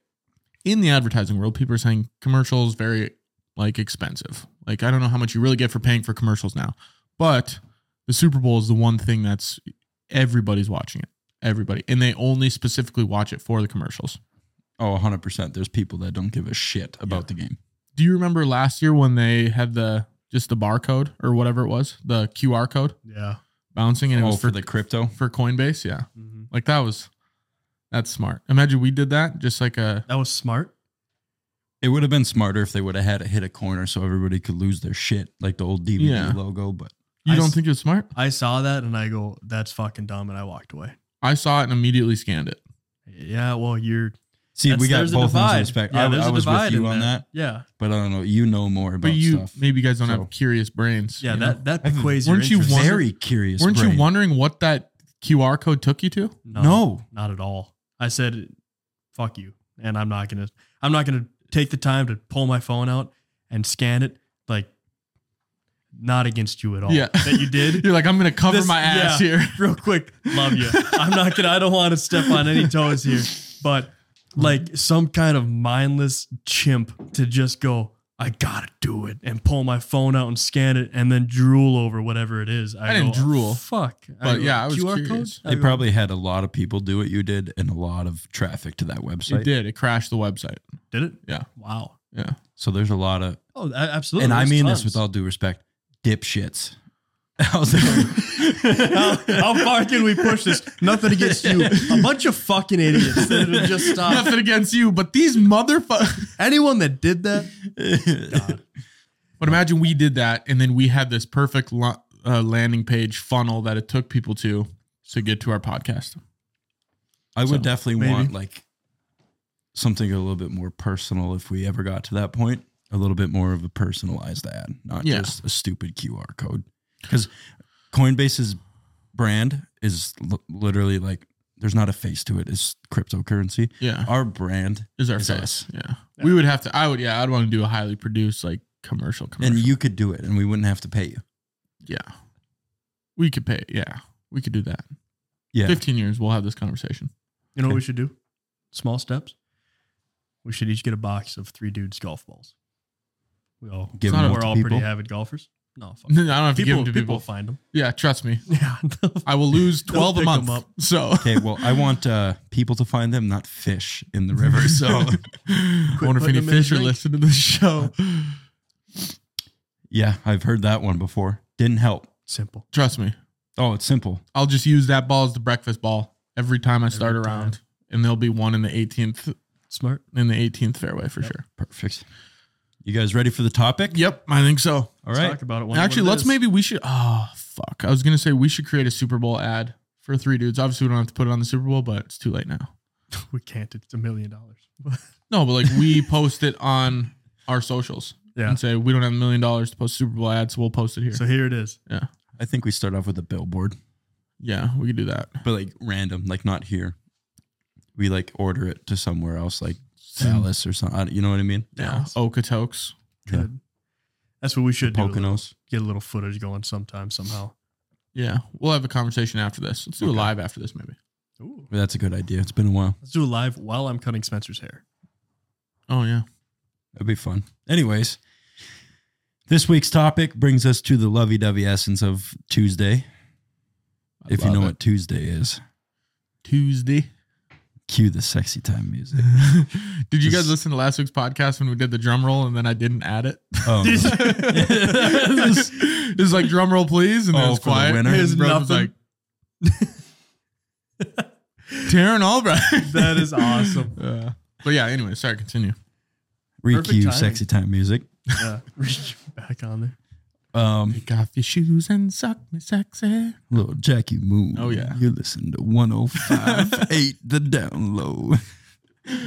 Speaker 1: in the advertising world people are saying commercials very like expensive like i don't know how much you really get for paying for commercials now but the super bowl is the one thing that's everybody's watching it everybody and they only specifically watch it for the commercials
Speaker 2: oh 100%. There's people that don't give a shit about the game.
Speaker 1: do you remember last year when they had the just the barcode or whatever it was the qr code
Speaker 3: yeah.
Speaker 1: bouncing and it
Speaker 2: oh,
Speaker 1: was
Speaker 2: for the crypto.
Speaker 1: for coinbase yeah
Speaker 3: Mhm.
Speaker 1: Like that was that's smart. Imagine we did that just like a
Speaker 3: That was smart.
Speaker 2: It would have been smarter if they would have had it hit a corner so everybody could lose their shit, like the old DVD
Speaker 1: Yeah.
Speaker 2: logo. But
Speaker 1: you
Speaker 3: I
Speaker 1: don't
Speaker 3: s-
Speaker 1: think it's smart?
Speaker 3: I saw that and I go, "That's fucking dumb," and I walked away.
Speaker 1: I saw it and immediately scanned it.
Speaker 3: Yeah. Well, you're.
Speaker 2: see,
Speaker 3: that's-
Speaker 2: we got
Speaker 3: there's a
Speaker 2: both ends of
Speaker 3: divide.
Speaker 2: the spectrum.
Speaker 3: Yeah,
Speaker 2: I,
Speaker 3: there's
Speaker 2: I
Speaker 3: a
Speaker 2: was
Speaker 3: divide
Speaker 2: with you
Speaker 3: in
Speaker 2: on
Speaker 3: there.
Speaker 2: that,
Speaker 3: Yeah.
Speaker 2: but I don't know. You know more about
Speaker 1: But you
Speaker 2: stuff.
Speaker 1: maybe you guys don't
Speaker 2: So-
Speaker 1: have curious brains.
Speaker 3: Yeah.
Speaker 1: you know?
Speaker 3: that that
Speaker 2: I've-
Speaker 3: equates.
Speaker 1: weren't you
Speaker 3: your interest.
Speaker 1: wonder-
Speaker 2: Very curious.
Speaker 1: weren't
Speaker 2: brain.
Speaker 1: you wondering what that QR code took you to?
Speaker 2: No.
Speaker 3: not at all. I said, "Fuck you," and I'm not gonna. I'm not gonna take the time to pull my phone out and scan it. Like, not against you at all.
Speaker 1: Yeah.
Speaker 3: That you
Speaker 1: (laughs)
Speaker 3: did.
Speaker 1: You're like, I'm gonna cover
Speaker 3: This-
Speaker 1: my ass
Speaker 2: (laughs)
Speaker 3: yeah.
Speaker 1: here.
Speaker 3: Real quick, love you. I'm not gonna. I don't want to step on any toes here, but like some kind of mindless chimp to just go, I gotta do it, and pull my phone out and scan it, and then drool over whatever it is.
Speaker 1: I didn't
Speaker 3: go, "Oh,
Speaker 1: drool.
Speaker 3: Fuck.
Speaker 1: But
Speaker 3: go,
Speaker 1: yeah, I was
Speaker 3: "QR code?"
Speaker 1: curious.
Speaker 3: I
Speaker 2: They
Speaker 3: go,
Speaker 2: probably had a lot of people do what you did and a lot of traffic to that website.
Speaker 1: It did. It crashed the
Speaker 3: (laughs)
Speaker 1: website.
Speaker 3: did it.
Speaker 1: Yeah.
Speaker 3: Wow.
Speaker 1: Yeah.
Speaker 2: So there's a lot of,
Speaker 3: Oh, a- absolutely.
Speaker 2: and I
Speaker 3: There's
Speaker 2: mean this
Speaker 3: tons.
Speaker 2: with all due respect, dipshits. (laughs) I was
Speaker 3: (laughs)
Speaker 2: like,
Speaker 3: how, (laughs) how far can we push this? Nothing against you. A bunch of fucking idiots that have just stopped.
Speaker 1: Nothing against you, but these motherfuckers.
Speaker 3: Anyone that did that,
Speaker 1: (laughs)
Speaker 2: (laughs)
Speaker 1: But imagine we did that, and then we had this perfect lo- uh, landing page funnel that it took people to to get to our podcast.
Speaker 2: I would
Speaker 1: So,
Speaker 2: definitely
Speaker 3: maybe.
Speaker 2: want like something a little bit more personal if we ever got to that point. A little bit more of a personalized ad, not
Speaker 1: Yeah.
Speaker 2: just a stupid QR code. Because Coinbase's brand is li- literally like there's not a face to it. It's cryptocurrency.
Speaker 1: Yeah,
Speaker 2: Our brand,
Speaker 1: is our
Speaker 2: It's
Speaker 1: face.
Speaker 2: us.
Speaker 1: Yeah. we would have to. I would. Yeah, I'd want to do a highly produced like commercial. commercial.
Speaker 2: and you could do it, and we wouldn't have to pay you.
Speaker 1: yeah, we could pay. Yeah, we could do that.
Speaker 2: Yeah,
Speaker 1: Fifteen years, we'll have this conversation. (laughs)
Speaker 3: you know what we should do? Small steps. We should each get a box of three dudes golf balls. We all
Speaker 2: Give
Speaker 1: them
Speaker 3: we're
Speaker 2: to
Speaker 3: all
Speaker 2: people?
Speaker 3: pretty avid golfers. No, fuck.
Speaker 1: I don't have to give
Speaker 3: people,
Speaker 1: them to
Speaker 3: people
Speaker 1: people.
Speaker 3: find them.
Speaker 1: Yeah, trust me.
Speaker 3: (laughs) Yeah,
Speaker 1: I will lose
Speaker 3: (laughs) They'll
Speaker 1: twelve a
Speaker 3: pick 'em
Speaker 1: month.
Speaker 3: up.
Speaker 1: So (laughs)
Speaker 2: Okay, well, I want uh, people to find them, not fish in
Speaker 1: (laughs)
Speaker 2: the river. (laughs) So,
Speaker 1: I wonder if
Speaker 3: putting
Speaker 1: any
Speaker 3: them in the
Speaker 1: fish are
Speaker 3: drink.
Speaker 1: listening to the
Speaker 3: (laughs)
Speaker 1: show.
Speaker 2: yeah, I've heard that one before. Didn't help.
Speaker 3: simple.
Speaker 1: Trust me.
Speaker 2: Oh, it's simple.
Speaker 1: I'll just use that ball as the breakfast ball every time I start
Speaker 3: Every time.
Speaker 1: around, and there'll be one in the 18th
Speaker 3: Smart.
Speaker 1: in the 18th fairway for
Speaker 3: Yep.
Speaker 1: sure.
Speaker 2: Perfect. You guys ready for the topic?
Speaker 1: Yep, I think so.
Speaker 2: All
Speaker 3: Let's
Speaker 2: right.
Speaker 3: Talk about it. Wonder
Speaker 1: Actually,
Speaker 3: what it
Speaker 1: let's
Speaker 3: is.
Speaker 1: maybe we should. Oh fuck! I was gonna say we should create a Super Bowl ad for three dudes. Obviously, we don't have to put it on the Super Bowl, but it's too late now.
Speaker 3: we can't. It's a million dollars. (laughs)
Speaker 1: No, but like
Speaker 2: (laughs)
Speaker 1: we post it on our socials
Speaker 3: Yeah.
Speaker 1: and say we don't have a million dollars to post Super Bowl ads, so we'll post it here.
Speaker 3: so here it is.
Speaker 2: I think we start off with a billboard,
Speaker 1: yeah, we could do that.
Speaker 2: but like random, like not here. We like order it to somewhere else, like
Speaker 1: Hmm.
Speaker 2: Dallas or something. You know what I mean?
Speaker 1: Yeah,
Speaker 3: Dallas.
Speaker 1: Okotoks.
Speaker 2: Yeah.
Speaker 3: Good. That's what we should do. a little-
Speaker 2: Poconos.
Speaker 3: Get a little footage going sometime somehow.
Speaker 1: Yeah, we'll have a conversation after this. Let's do
Speaker 2: Okay.
Speaker 1: a live after this, maybe.
Speaker 3: Ooh.
Speaker 2: That's a good idea. It's been a while.
Speaker 3: Let's do a live while I'm cutting Spencer's hair.
Speaker 1: Oh yeah,
Speaker 2: That'd be fun. Anyways, this week's topic brings us to the lovey dovey essence of Tuesday.
Speaker 1: I
Speaker 2: if you
Speaker 1: love
Speaker 2: know
Speaker 1: it.
Speaker 2: what Tuesday is,
Speaker 1: Tuesday.
Speaker 2: cue the sexy time music.
Speaker 1: (laughs) Did you guys
Speaker 2: Just-
Speaker 1: listen to last week's podcast when we did the drum roll and then I didn't add it?
Speaker 2: Oh,
Speaker 1: (laughs)
Speaker 2: no.
Speaker 1: it was like drum roll, please, and then
Speaker 2: Oh,
Speaker 1: it was
Speaker 2: for the
Speaker 1: quiet.
Speaker 2: winner?
Speaker 1: And
Speaker 3: There's
Speaker 1: Brad was
Speaker 3: nothing.
Speaker 1: Taryn Albright.
Speaker 3: (laughs) That is awesome.
Speaker 1: Uh, but (laughs) yeah. Anyway, sorry. Continue.
Speaker 2: Recue
Speaker 3: timing.
Speaker 2: sexy time music.
Speaker 3: Yeah. (laughs) Reach back on there.
Speaker 2: Um,
Speaker 1: Take off your shoes and suck me sexy.
Speaker 2: little Jackie Moon.
Speaker 1: Oh, yeah.
Speaker 2: You listen to (laughs) 1058 the download.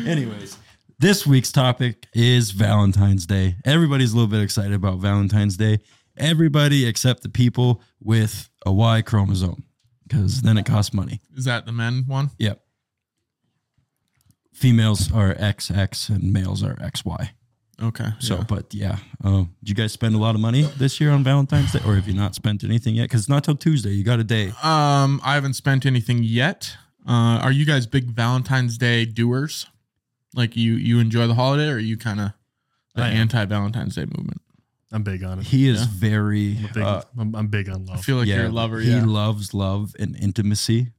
Speaker 2: Anyways, this week's topic is Valentine's Day. Everybody's a little bit excited about Valentine's Day. Everybody except the people with a Y chromosome. Because then it costs money.
Speaker 1: Is that the men one?
Speaker 2: Yep. Females are XX and males are XY.
Speaker 1: Okay.
Speaker 2: So,
Speaker 1: yeah.
Speaker 2: but yeah, uh, did you guys spend a lot of money this year on Valentine's Day, or have you not spent anything yet? Because it's not till Tuesday. You got a day.
Speaker 1: Um, I haven't spent anything yet. Uh, are you guys big Valentine's Day doers? Like you, you enjoy the holiday, or are you kind of the
Speaker 3: I am.
Speaker 1: anti Valentine's Day movement?
Speaker 3: I'm big on it.
Speaker 2: He is
Speaker 1: Yeah.
Speaker 2: very.
Speaker 3: I'm a big,
Speaker 2: uh,
Speaker 3: I'm, I'm big on
Speaker 1: I
Speaker 3: love.
Speaker 1: feel like you're a lover.
Speaker 2: He
Speaker 1: Yeah,
Speaker 2: loves love and intimacy.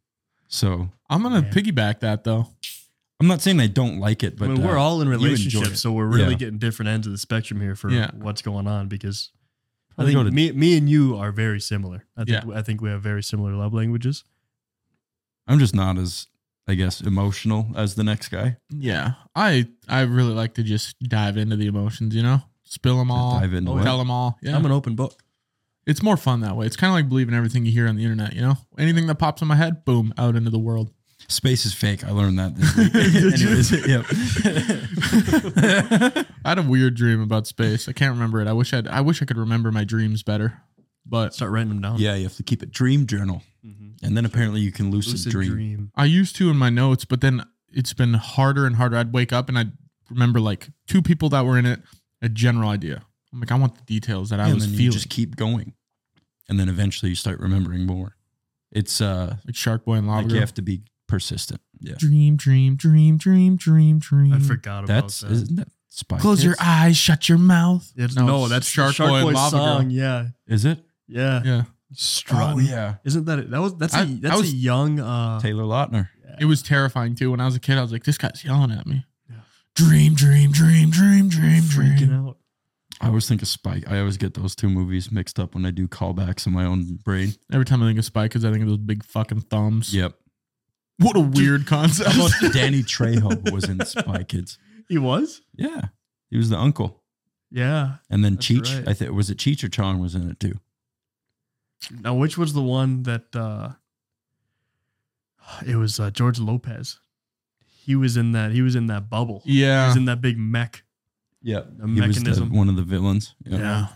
Speaker 2: So
Speaker 1: I'm gonna
Speaker 3: Yeah.
Speaker 1: piggyback that though.
Speaker 2: I'm not saying I don't like it,
Speaker 3: I
Speaker 2: but
Speaker 3: mean, we're
Speaker 2: uh,
Speaker 3: all in
Speaker 2: enjoy it.
Speaker 3: relationships, so we're really
Speaker 2: Yeah.
Speaker 3: getting different ends of the spectrum here for
Speaker 1: Yeah.
Speaker 3: what's going on because I
Speaker 2: Probably
Speaker 3: think
Speaker 2: go to-
Speaker 3: me, me and you are very similar. I think I think we have very similar love languages.
Speaker 2: I'm just not as, I guess, emotional as the next guy.
Speaker 1: Yeah, I I really like to just dive into the emotions. You know, spill them all,
Speaker 2: dive into
Speaker 1: tell
Speaker 2: it.
Speaker 1: them all. Yeah,
Speaker 3: I'm an open book.
Speaker 1: it's more fun that way. It's kind of like believing everything you hear on the internet. You know, anything that pops in my head, boom, out into the world.
Speaker 2: Space is fake. I learned that this week. (laughs) Anyways, yep.
Speaker 1: I had a weird dream about space. I can't remember it. I wish I'd, I wish I could remember my dreams better. But
Speaker 3: Start writing them (laughs) down.
Speaker 2: yeah, you have to keep it dream journal,
Speaker 3: Mhm.
Speaker 2: and then apparently you can lucid,
Speaker 3: Lucid
Speaker 2: dream.
Speaker 3: dream.
Speaker 1: I used to in my notes, but then it's been harder and harder. I'd wake up and I'd remember like two people that were in it, a general idea. I'm like, I want the details that I
Speaker 2: and
Speaker 1: was
Speaker 2: then
Speaker 1: feeling.
Speaker 2: you just keep going, and then eventually you start remembering more. It's uh,
Speaker 1: like Shark Boy and Lava
Speaker 2: like you
Speaker 1: Girl.
Speaker 2: have to be persistent. Yeah,
Speaker 1: Dream, dream, dream, dream, dream, dream.
Speaker 3: I forgot about
Speaker 2: that's
Speaker 3: that.
Speaker 2: isn't that Spy
Speaker 1: Close
Speaker 2: Kids?
Speaker 1: your eyes, shut your mouth.
Speaker 3: It's-
Speaker 1: No,
Speaker 3: no,
Speaker 1: it's
Speaker 3: that's
Speaker 1: Shark
Speaker 3: Shark,
Speaker 1: Boy and
Speaker 3: Boy's
Speaker 1: Lava Girl.
Speaker 3: song. Yeah,
Speaker 2: Is it?
Speaker 3: yeah.
Speaker 1: Yeah,
Speaker 3: Strut.
Speaker 2: Oh, yeah,
Speaker 3: Isn't that that was that's
Speaker 1: I-
Speaker 3: a
Speaker 1: that
Speaker 3: that's
Speaker 1: was-
Speaker 3: a young uh
Speaker 2: Taylor Lautner.
Speaker 1: it was terrifying too. When I was a kid, I was like, this guy's yelling at me.
Speaker 3: Yeah.
Speaker 1: Dream, dream, dream, dream, dream,
Speaker 3: freaking
Speaker 1: dream.
Speaker 3: out.
Speaker 2: I always think of Spike. I always get those two movies mixed up when I do callbacks in my own brain.
Speaker 1: Every time I think of Spike, because I think of those big fucking thumbs.
Speaker 2: Yep.
Speaker 1: What a weird concept. (laughs)
Speaker 2: How about Danny Trejo was in Spy Kids?
Speaker 3: He was.
Speaker 2: Yeah, he was the uncle.
Speaker 3: Yeah.
Speaker 2: And then
Speaker 3: That's
Speaker 2: Cheech,
Speaker 3: right.
Speaker 2: I think was it Cheech or Chong was in it too.
Speaker 3: Now, which was the one that uh it was uh, George Lopez. He was in that. He was in that bubble. He
Speaker 1: yeah.
Speaker 3: was in that big mech.
Speaker 2: Yeah,
Speaker 3: A
Speaker 2: he was the-
Speaker 3: mechanism.
Speaker 2: one of the villains. Yeah.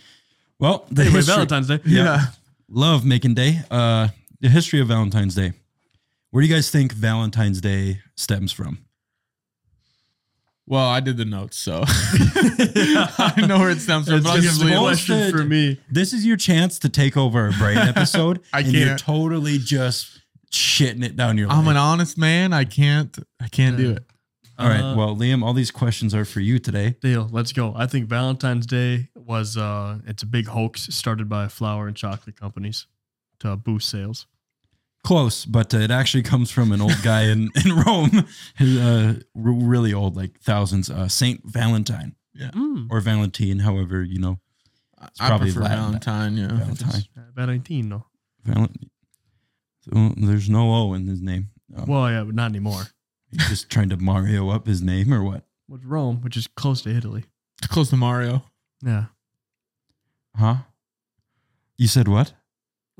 Speaker 2: (laughs) Well, the
Speaker 3: Anyway,
Speaker 2: history-
Speaker 3: Valentine's Day.
Speaker 1: yeah.
Speaker 3: (laughs)
Speaker 2: love making day. Uh, the history of Valentine's Day. Where do you guys think Valentine's Day stems from?
Speaker 1: Well, I did the notes,
Speaker 3: (laughs)
Speaker 1: so (laughs) I know where it stems from.
Speaker 3: That's
Speaker 1: But I'll give
Speaker 3: just a
Speaker 1: Leo.
Speaker 2: most-
Speaker 3: question for me.
Speaker 2: This is your chance to take over a brain episode,
Speaker 1: I
Speaker 2: and you're
Speaker 1: can't.
Speaker 2: totally just shitting it down your.
Speaker 1: I'm
Speaker 2: leg.
Speaker 1: an honest man. I can't. I can't do
Speaker 3: Yeah.
Speaker 1: it.
Speaker 2: All right,
Speaker 3: Uh,
Speaker 2: well, Liam, all these questions are for you today.
Speaker 3: Deal. Let's go. I think Valentine's Day was uh it's a big hoax started by flour and chocolate companies to boost sales.
Speaker 2: Close, but uh, it actually comes from an old guy in, (laughs) in Rome, who's, uh, r- really old, like thousands, uh, Saint Valentine
Speaker 3: Mm.
Speaker 2: or Valentine, however you know.
Speaker 1: I
Speaker 2: probably
Speaker 1: prefer
Speaker 2: Latin.
Speaker 1: Valentine. Yeah.
Speaker 2: Valentine.
Speaker 3: Valentino.
Speaker 2: Valentine. So, there's no O in his name. Um,
Speaker 3: Well, yeah, but not anymore.
Speaker 2: you just trying to Mario up his name or what?
Speaker 3: With Rome, which is close to Italy.
Speaker 1: It's Close to Mario.
Speaker 3: Yeah.
Speaker 2: Huh? You said what?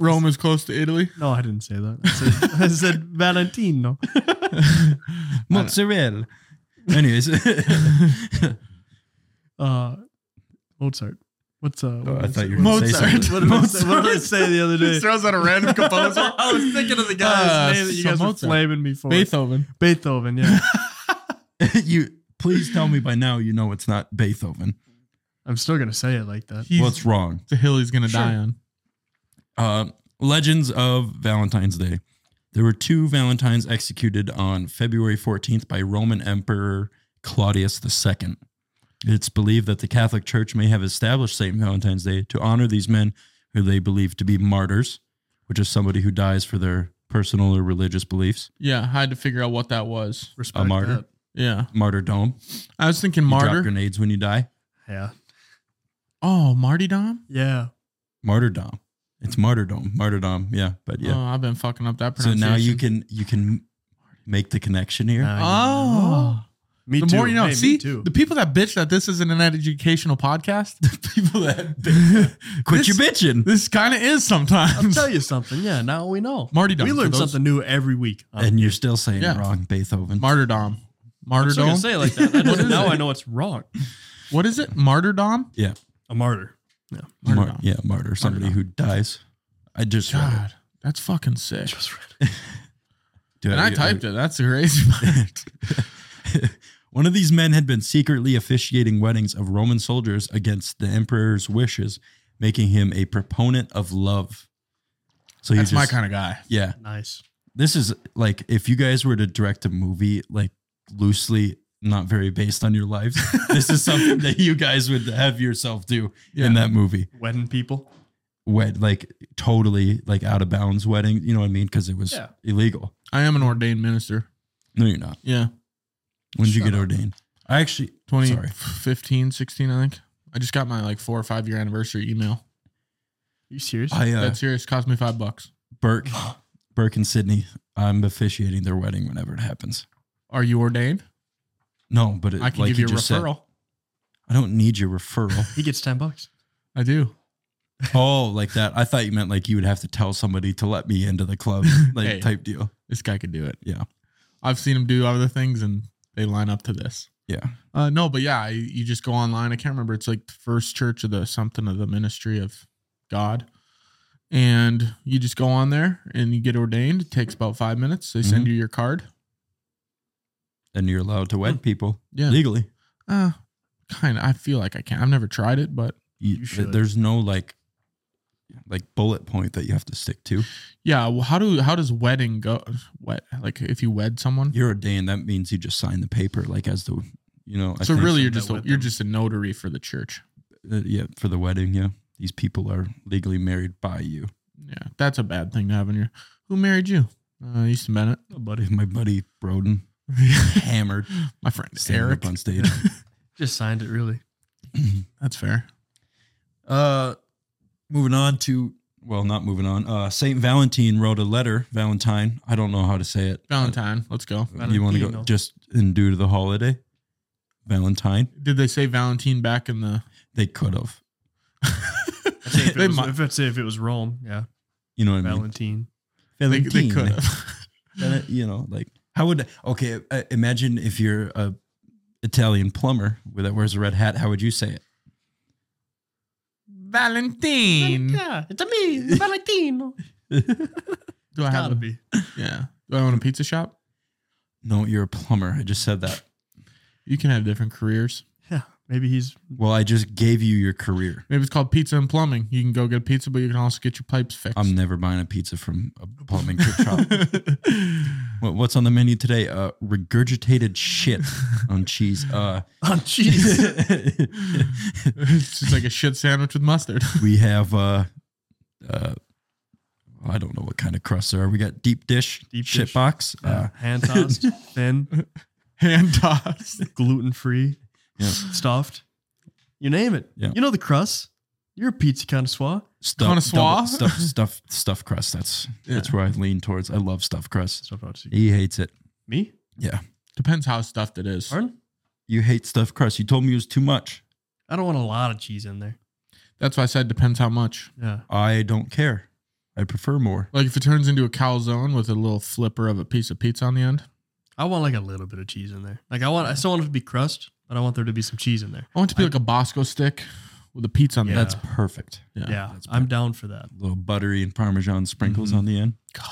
Speaker 1: Rome is close to Italy.
Speaker 3: No, I didn't say that. I said, (laughs) I said Valentino.
Speaker 1: I-
Speaker 2: Mozzarella. Anyways, (laughs)
Speaker 3: Uh, Mozart. What's uh?
Speaker 2: Oh,
Speaker 3: what
Speaker 2: I
Speaker 3: did
Speaker 2: thought
Speaker 3: say-
Speaker 2: you were gonna
Speaker 1: say
Speaker 3: Mozart.
Speaker 1: something.
Speaker 3: (laughs) What did, I say, what did I
Speaker 1: Mozart. (laughs)
Speaker 3: say the other
Speaker 1: Just
Speaker 3: day?
Speaker 1: throws out a random composer.
Speaker 3: I was thinking of the guy's name that you
Speaker 1: some
Speaker 3: guys were
Speaker 1: Mozart.
Speaker 3: flaming me for.
Speaker 1: Beethoven.
Speaker 3: Beethoven, yeah. (laughs)
Speaker 2: you please tell me by now you know it's not Beethoven.
Speaker 3: I'm still gonna say it like that.
Speaker 1: He's
Speaker 2: well, it's wrong.
Speaker 1: the hill he's gonna
Speaker 2: Sure.
Speaker 1: die on.
Speaker 2: Uh, legends of Valentine's Day. There were two Valentines executed on February 14th by Roman Emperor Claudius II. It's believed that the Catholic Church may have established St. Valentine's Day to honor these men who they believe to be martyrs, which is somebody who dies for their personal or religious beliefs.
Speaker 1: Yeah, I had to figure out what that was.
Speaker 3: Respect
Speaker 2: martyr?
Speaker 3: that.
Speaker 1: Yeah,
Speaker 2: Martyrdom.
Speaker 1: I was thinking
Speaker 2: You drop
Speaker 1: martyr.
Speaker 2: grenades when you die.
Speaker 3: Yeah.
Speaker 1: Oh, Marty Dom.
Speaker 3: Yeah.
Speaker 2: Martyrdom. It's martyrdom. Martyrdom. Yeah. But yeah.
Speaker 1: Oh, I've been fucking up that
Speaker 2: so
Speaker 1: pronunciation.
Speaker 2: now you can you can make the connection here.
Speaker 3: Uh,
Speaker 1: Oh,
Speaker 3: Me
Speaker 1: the
Speaker 3: too.
Speaker 1: more you know.
Speaker 3: Hey,
Speaker 1: See,
Speaker 3: me too.
Speaker 1: the (laughs) people that bitch that this isn't an educational podcast. (laughs) The people that
Speaker 2: Quit
Speaker 1: this-
Speaker 2: your bitching.
Speaker 1: This kind of is
Speaker 3: I'll
Speaker 1: sometimes.
Speaker 3: tell you something. Yeah, now we know.
Speaker 1: Marty Dom.
Speaker 3: we
Speaker 1: for
Speaker 3: learn
Speaker 1: those-
Speaker 3: something new every week. on
Speaker 2: And you're still saying
Speaker 1: Uh, Yeah.
Speaker 2: it wrong, Beethoven.
Speaker 1: Martyrdom.
Speaker 3: I'm still
Speaker 1: Martyrdom.
Speaker 3: gonna say it like that. I
Speaker 1: What
Speaker 3: just,
Speaker 1: is
Speaker 3: now
Speaker 1: it?
Speaker 3: I know it's wrong.
Speaker 1: What is it? Martyrdom.
Speaker 2: yeah,
Speaker 3: A martyr.
Speaker 2: Mar-
Speaker 1: Martyrdom.
Speaker 2: yeah, martyr, somebody
Speaker 1: Martyrdom.
Speaker 2: who dies. I just read it.
Speaker 1: God, that's fucking sick.
Speaker 3: Just read.
Speaker 2: Dude,
Speaker 1: And I typed it. That's the crazy (laughs) part.
Speaker 2: One of these men had been secretly officiating weddings of Roman soldiers against the emperor's wishes, making him a proponent of love. So he
Speaker 1: That's
Speaker 2: just,
Speaker 1: my kind of guy.
Speaker 2: Yeah,
Speaker 3: Nice.
Speaker 2: this is like if you guys were to direct a movie, like loosely, not very based on
Speaker 1: (laughs)
Speaker 2: your lives. this is something that you guys would have yourself do in that movie.
Speaker 3: Wedding people.
Speaker 2: wed like totally like out of bounds wedding. You know what I mean? Because it was
Speaker 3: Yeah.
Speaker 2: illegal.
Speaker 1: I am an ordained minister.
Speaker 2: No, you're not.
Speaker 1: Yeah.
Speaker 2: When did you
Speaker 3: Shut
Speaker 2: get
Speaker 3: up.
Speaker 2: ordained? I actually
Speaker 1: 2015, 16, I think. I just got my like four or five year anniversary email.
Speaker 3: you serious?
Speaker 2: I uh,
Speaker 1: That's serious. Cost me five bucks. (gasps)
Speaker 2: Burke, Burke and Sydney. I'm officiating their wedding whenever it happens.
Speaker 1: Are you ordained?
Speaker 2: No, but it,
Speaker 1: I can
Speaker 2: like
Speaker 1: give you a
Speaker 2: just said,
Speaker 1: referral.
Speaker 2: I don't need your referral.
Speaker 1: (laughs)
Speaker 3: he gets ten bucks.
Speaker 1: I do.
Speaker 2: oh, like that. I thought you meant like you would have to tell somebody to let me into
Speaker 1: (laughs)
Speaker 2: the club, like
Speaker 1: Hey.
Speaker 2: type deal.
Speaker 1: This guy could do it.
Speaker 2: Yeah.
Speaker 1: I've seen him do other things and they line up to this.
Speaker 2: Yeah.
Speaker 1: Uh, no, but yeah, you, you just go online. I can't remember. It's like the first church of the something of the ministry of God. And you just go on there and you get ordained. It takes about five minutes. They
Speaker 2: Mm-hmm.
Speaker 1: send you your card.
Speaker 2: And you're allowed to wed people
Speaker 1: Yeah.
Speaker 2: legally.
Speaker 1: Uh, kind of. I feel like I can. I've never tried it, but
Speaker 2: You-
Speaker 3: You should.
Speaker 2: there's no like like bullet point that you have to stick to.
Speaker 1: yeah. Well, how do how does wedding go? Wet like if you wed someone.
Speaker 2: You're ordained. That means you just sign the paper, like as the you know. I
Speaker 1: so
Speaker 2: think-
Speaker 1: really, you're
Speaker 3: that
Speaker 1: just a,
Speaker 3: with
Speaker 1: you're
Speaker 3: them.
Speaker 1: just a notary for the church.
Speaker 2: Uh, yeah, for the wedding. Yeah, these people are legally married by you.
Speaker 1: Yeah, that's a bad thing to have in your. Who married you? Uh, Easton Bennett. (laughs)
Speaker 2: My buddy, my buddy Broden, hammered,
Speaker 1: My friend
Speaker 2: standing
Speaker 1: Eric.
Speaker 2: up on
Speaker 1: (laughs)
Speaker 2: stage.
Speaker 3: Just signed it, (laughs) really.
Speaker 1: That's fair.
Speaker 2: Uh, moving on to well, not moving on. Uh, Saint Valentine wrote a letter. Valentine. I don't know how to say it.
Speaker 1: Valentine. Let's go.
Speaker 2: Uh, you want to go
Speaker 3: Valentino.
Speaker 2: just in due to the holiday? Valentine.
Speaker 1: Did they say Valentine back in the?
Speaker 2: They could have.
Speaker 3: I'd say
Speaker 1: (laughs)
Speaker 3: if,
Speaker 1: They
Speaker 3: it was,
Speaker 1: might-
Speaker 3: if, I'd say if it was Rome, yeah,
Speaker 2: You know what I mean?
Speaker 3: Valentine.
Speaker 1: They, they
Speaker 2: Valentine.
Speaker 1: could have. (laughs)
Speaker 2: And it- you know, like how would okay? uh, Imagine if you're a Italian plumber with- that wears a red hat. How would you say it?
Speaker 1: Valentine.
Speaker 3: it's a me, (laughs) Valentino.
Speaker 1: Do I have
Speaker 3: Gotta
Speaker 1: a,
Speaker 3: be.
Speaker 1: Yeah. Do I own a pizza shop?
Speaker 2: No, you're a plumber. I just said that.
Speaker 1: You can have different careers.
Speaker 3: Yeah, maybe he's (laughs)
Speaker 2: Well, I just gave you your career.
Speaker 1: Maybe it's called pizza and plumbing. You can go get a pizza, but you can also get your pipes fixed. (laughs)
Speaker 2: I'm never buying a pizza from a plumbing shop. What, what's on the menu today? Uh, regurgitated shit on cheese. Uh,
Speaker 3: on cheese.
Speaker 1: it's just like a shit sandwich with mustard. (laughs)
Speaker 2: we have. Uh, uh, I don't know what kind of crust there. are. We got deep dish,
Speaker 3: Deep
Speaker 2: shit
Speaker 3: dish.
Speaker 2: box. Uh,
Speaker 3: Hand tossed, thin,
Speaker 1: Hand tossed.
Speaker 3: gluten free,
Speaker 2: Yeah.
Speaker 3: stuffed. You name it.
Speaker 2: Yeah.
Speaker 3: You know the crust. You're a pizza connoisseur.
Speaker 2: stuff,
Speaker 1: Connoisseur?
Speaker 2: double, stuff, stuff, stuff crust. That's
Speaker 1: Yeah.
Speaker 2: that's where I lean towards. I love stuff crust.
Speaker 3: Stuff out
Speaker 2: He hates it.
Speaker 3: Me?
Speaker 2: Yeah,
Speaker 1: Depends how stuffed it is.
Speaker 3: Pardon?
Speaker 2: you hate stuff crust. You told me it was too much.
Speaker 3: I don't want a lot of cheese in there.
Speaker 1: That's why I said depends how much.
Speaker 3: Yeah.
Speaker 2: I don't care. I prefer more.
Speaker 1: Like if it turns into a calzone with a little flipper of a piece of pizza on the end.
Speaker 3: I want like a little bit of cheese in there. Like I want I still want it to be crust, but I want there to be some cheese in there.
Speaker 1: I want it to be like a Bosco stick with a pizza on the
Speaker 3: Yeah.
Speaker 1: end.
Speaker 2: That's perfect.
Speaker 1: Yeah,
Speaker 3: Yeah.
Speaker 2: that's
Speaker 3: I'm down for that.
Speaker 2: A little buttery and parmesan sprinkles
Speaker 1: Mhm.
Speaker 2: on the end.
Speaker 1: God.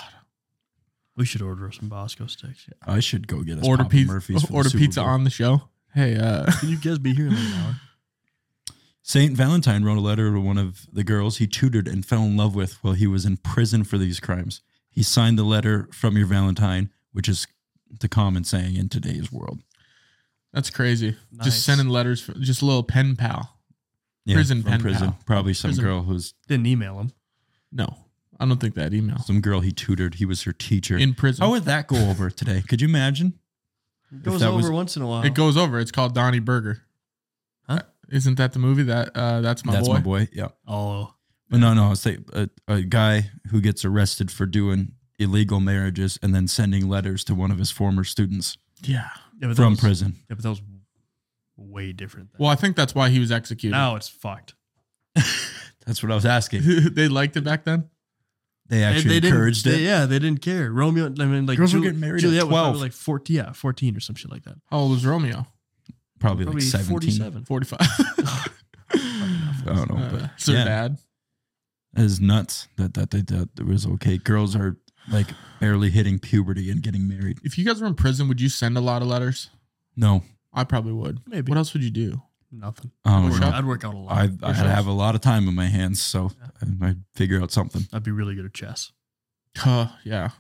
Speaker 3: We should order some Bosco sticks.
Speaker 2: I should go get us
Speaker 1: Order
Speaker 2: Papa
Speaker 1: pizza
Speaker 2: Murphy's for the
Speaker 1: order
Speaker 2: Super
Speaker 1: pizza
Speaker 2: Bowl.
Speaker 1: on the show. Hey,
Speaker 2: (laughs)
Speaker 1: uh
Speaker 3: Can you guys be here in like an hour?
Speaker 2: Saint Valentine wrote a letter to one of the girls he tutored and fell in love with while he was in prison for these crimes. He signed the letter from your Valentine, which is the common saying in today's world.
Speaker 1: that's crazy.
Speaker 3: Nice.
Speaker 1: Just sending letters for just a little pen pal. Prison
Speaker 2: from
Speaker 1: pen pal.
Speaker 2: Probably some
Speaker 1: Prison-
Speaker 2: girl who's
Speaker 3: Didn't email him.
Speaker 1: No. I don't think that email.
Speaker 2: some girl he tutored. He was her teacher.
Speaker 1: In prison.
Speaker 3: Oh,
Speaker 2: How would that go over today? Could you imagine?
Speaker 3: It goes
Speaker 2: that
Speaker 3: over
Speaker 2: was-
Speaker 3: once in a while.
Speaker 1: It goes over. It's called Donnie Burger.
Speaker 3: uh, Huh?
Speaker 1: Isn't that the movie that uh, that's my
Speaker 2: That's
Speaker 1: boy?
Speaker 2: my boy. Yeah.
Speaker 3: oh,
Speaker 2: But no, no, it's like a, a guy who gets arrested for doing illegal marriages and then sending letters to one of his former students
Speaker 1: Yeah.
Speaker 3: yeah, but that
Speaker 2: from
Speaker 3: was- (laughs)
Speaker 2: prison.
Speaker 3: Yeah, but that was way different. Than
Speaker 1: Well, I think that's why he was executed.
Speaker 3: now it's fucked.
Speaker 2: That's what I was asking.
Speaker 1: (laughs) they liked it back then.
Speaker 2: They actually
Speaker 3: didn't-
Speaker 2: encouraged it.
Speaker 3: they- yeah, they didn't care. Romeo, I mean, like
Speaker 2: Girls were getting married at
Speaker 3: Juliet was probably
Speaker 2: 12.
Speaker 3: like fourteen, yeah, fourteen or some shit like that.
Speaker 1: How old was Romeo?
Speaker 2: Probably,
Speaker 3: Probably
Speaker 2: like 17.
Speaker 3: forty-seven. (laughs)
Speaker 1: Forty-five. (laughs)
Speaker 2: I don't know. But
Speaker 1: Uh, so
Speaker 2: yeah,
Speaker 1: bad.
Speaker 2: it is nuts that, that they that it was okay. Girls are like barely hitting puberty and getting married.
Speaker 1: If you guys were in prison, would you send a lot of letters?
Speaker 2: No.
Speaker 1: I probably would.
Speaker 3: Maybe
Speaker 1: What else would you do?
Speaker 3: nothing.
Speaker 2: I don't
Speaker 1: Work
Speaker 2: know.
Speaker 1: out.
Speaker 3: I'd work out a lot.
Speaker 2: Oh, um, I,
Speaker 3: I'd,
Speaker 2: I have a lot of time on my hands, so I I'd figure out something.
Speaker 3: be really good at chess.
Speaker 1: Huh, yeah.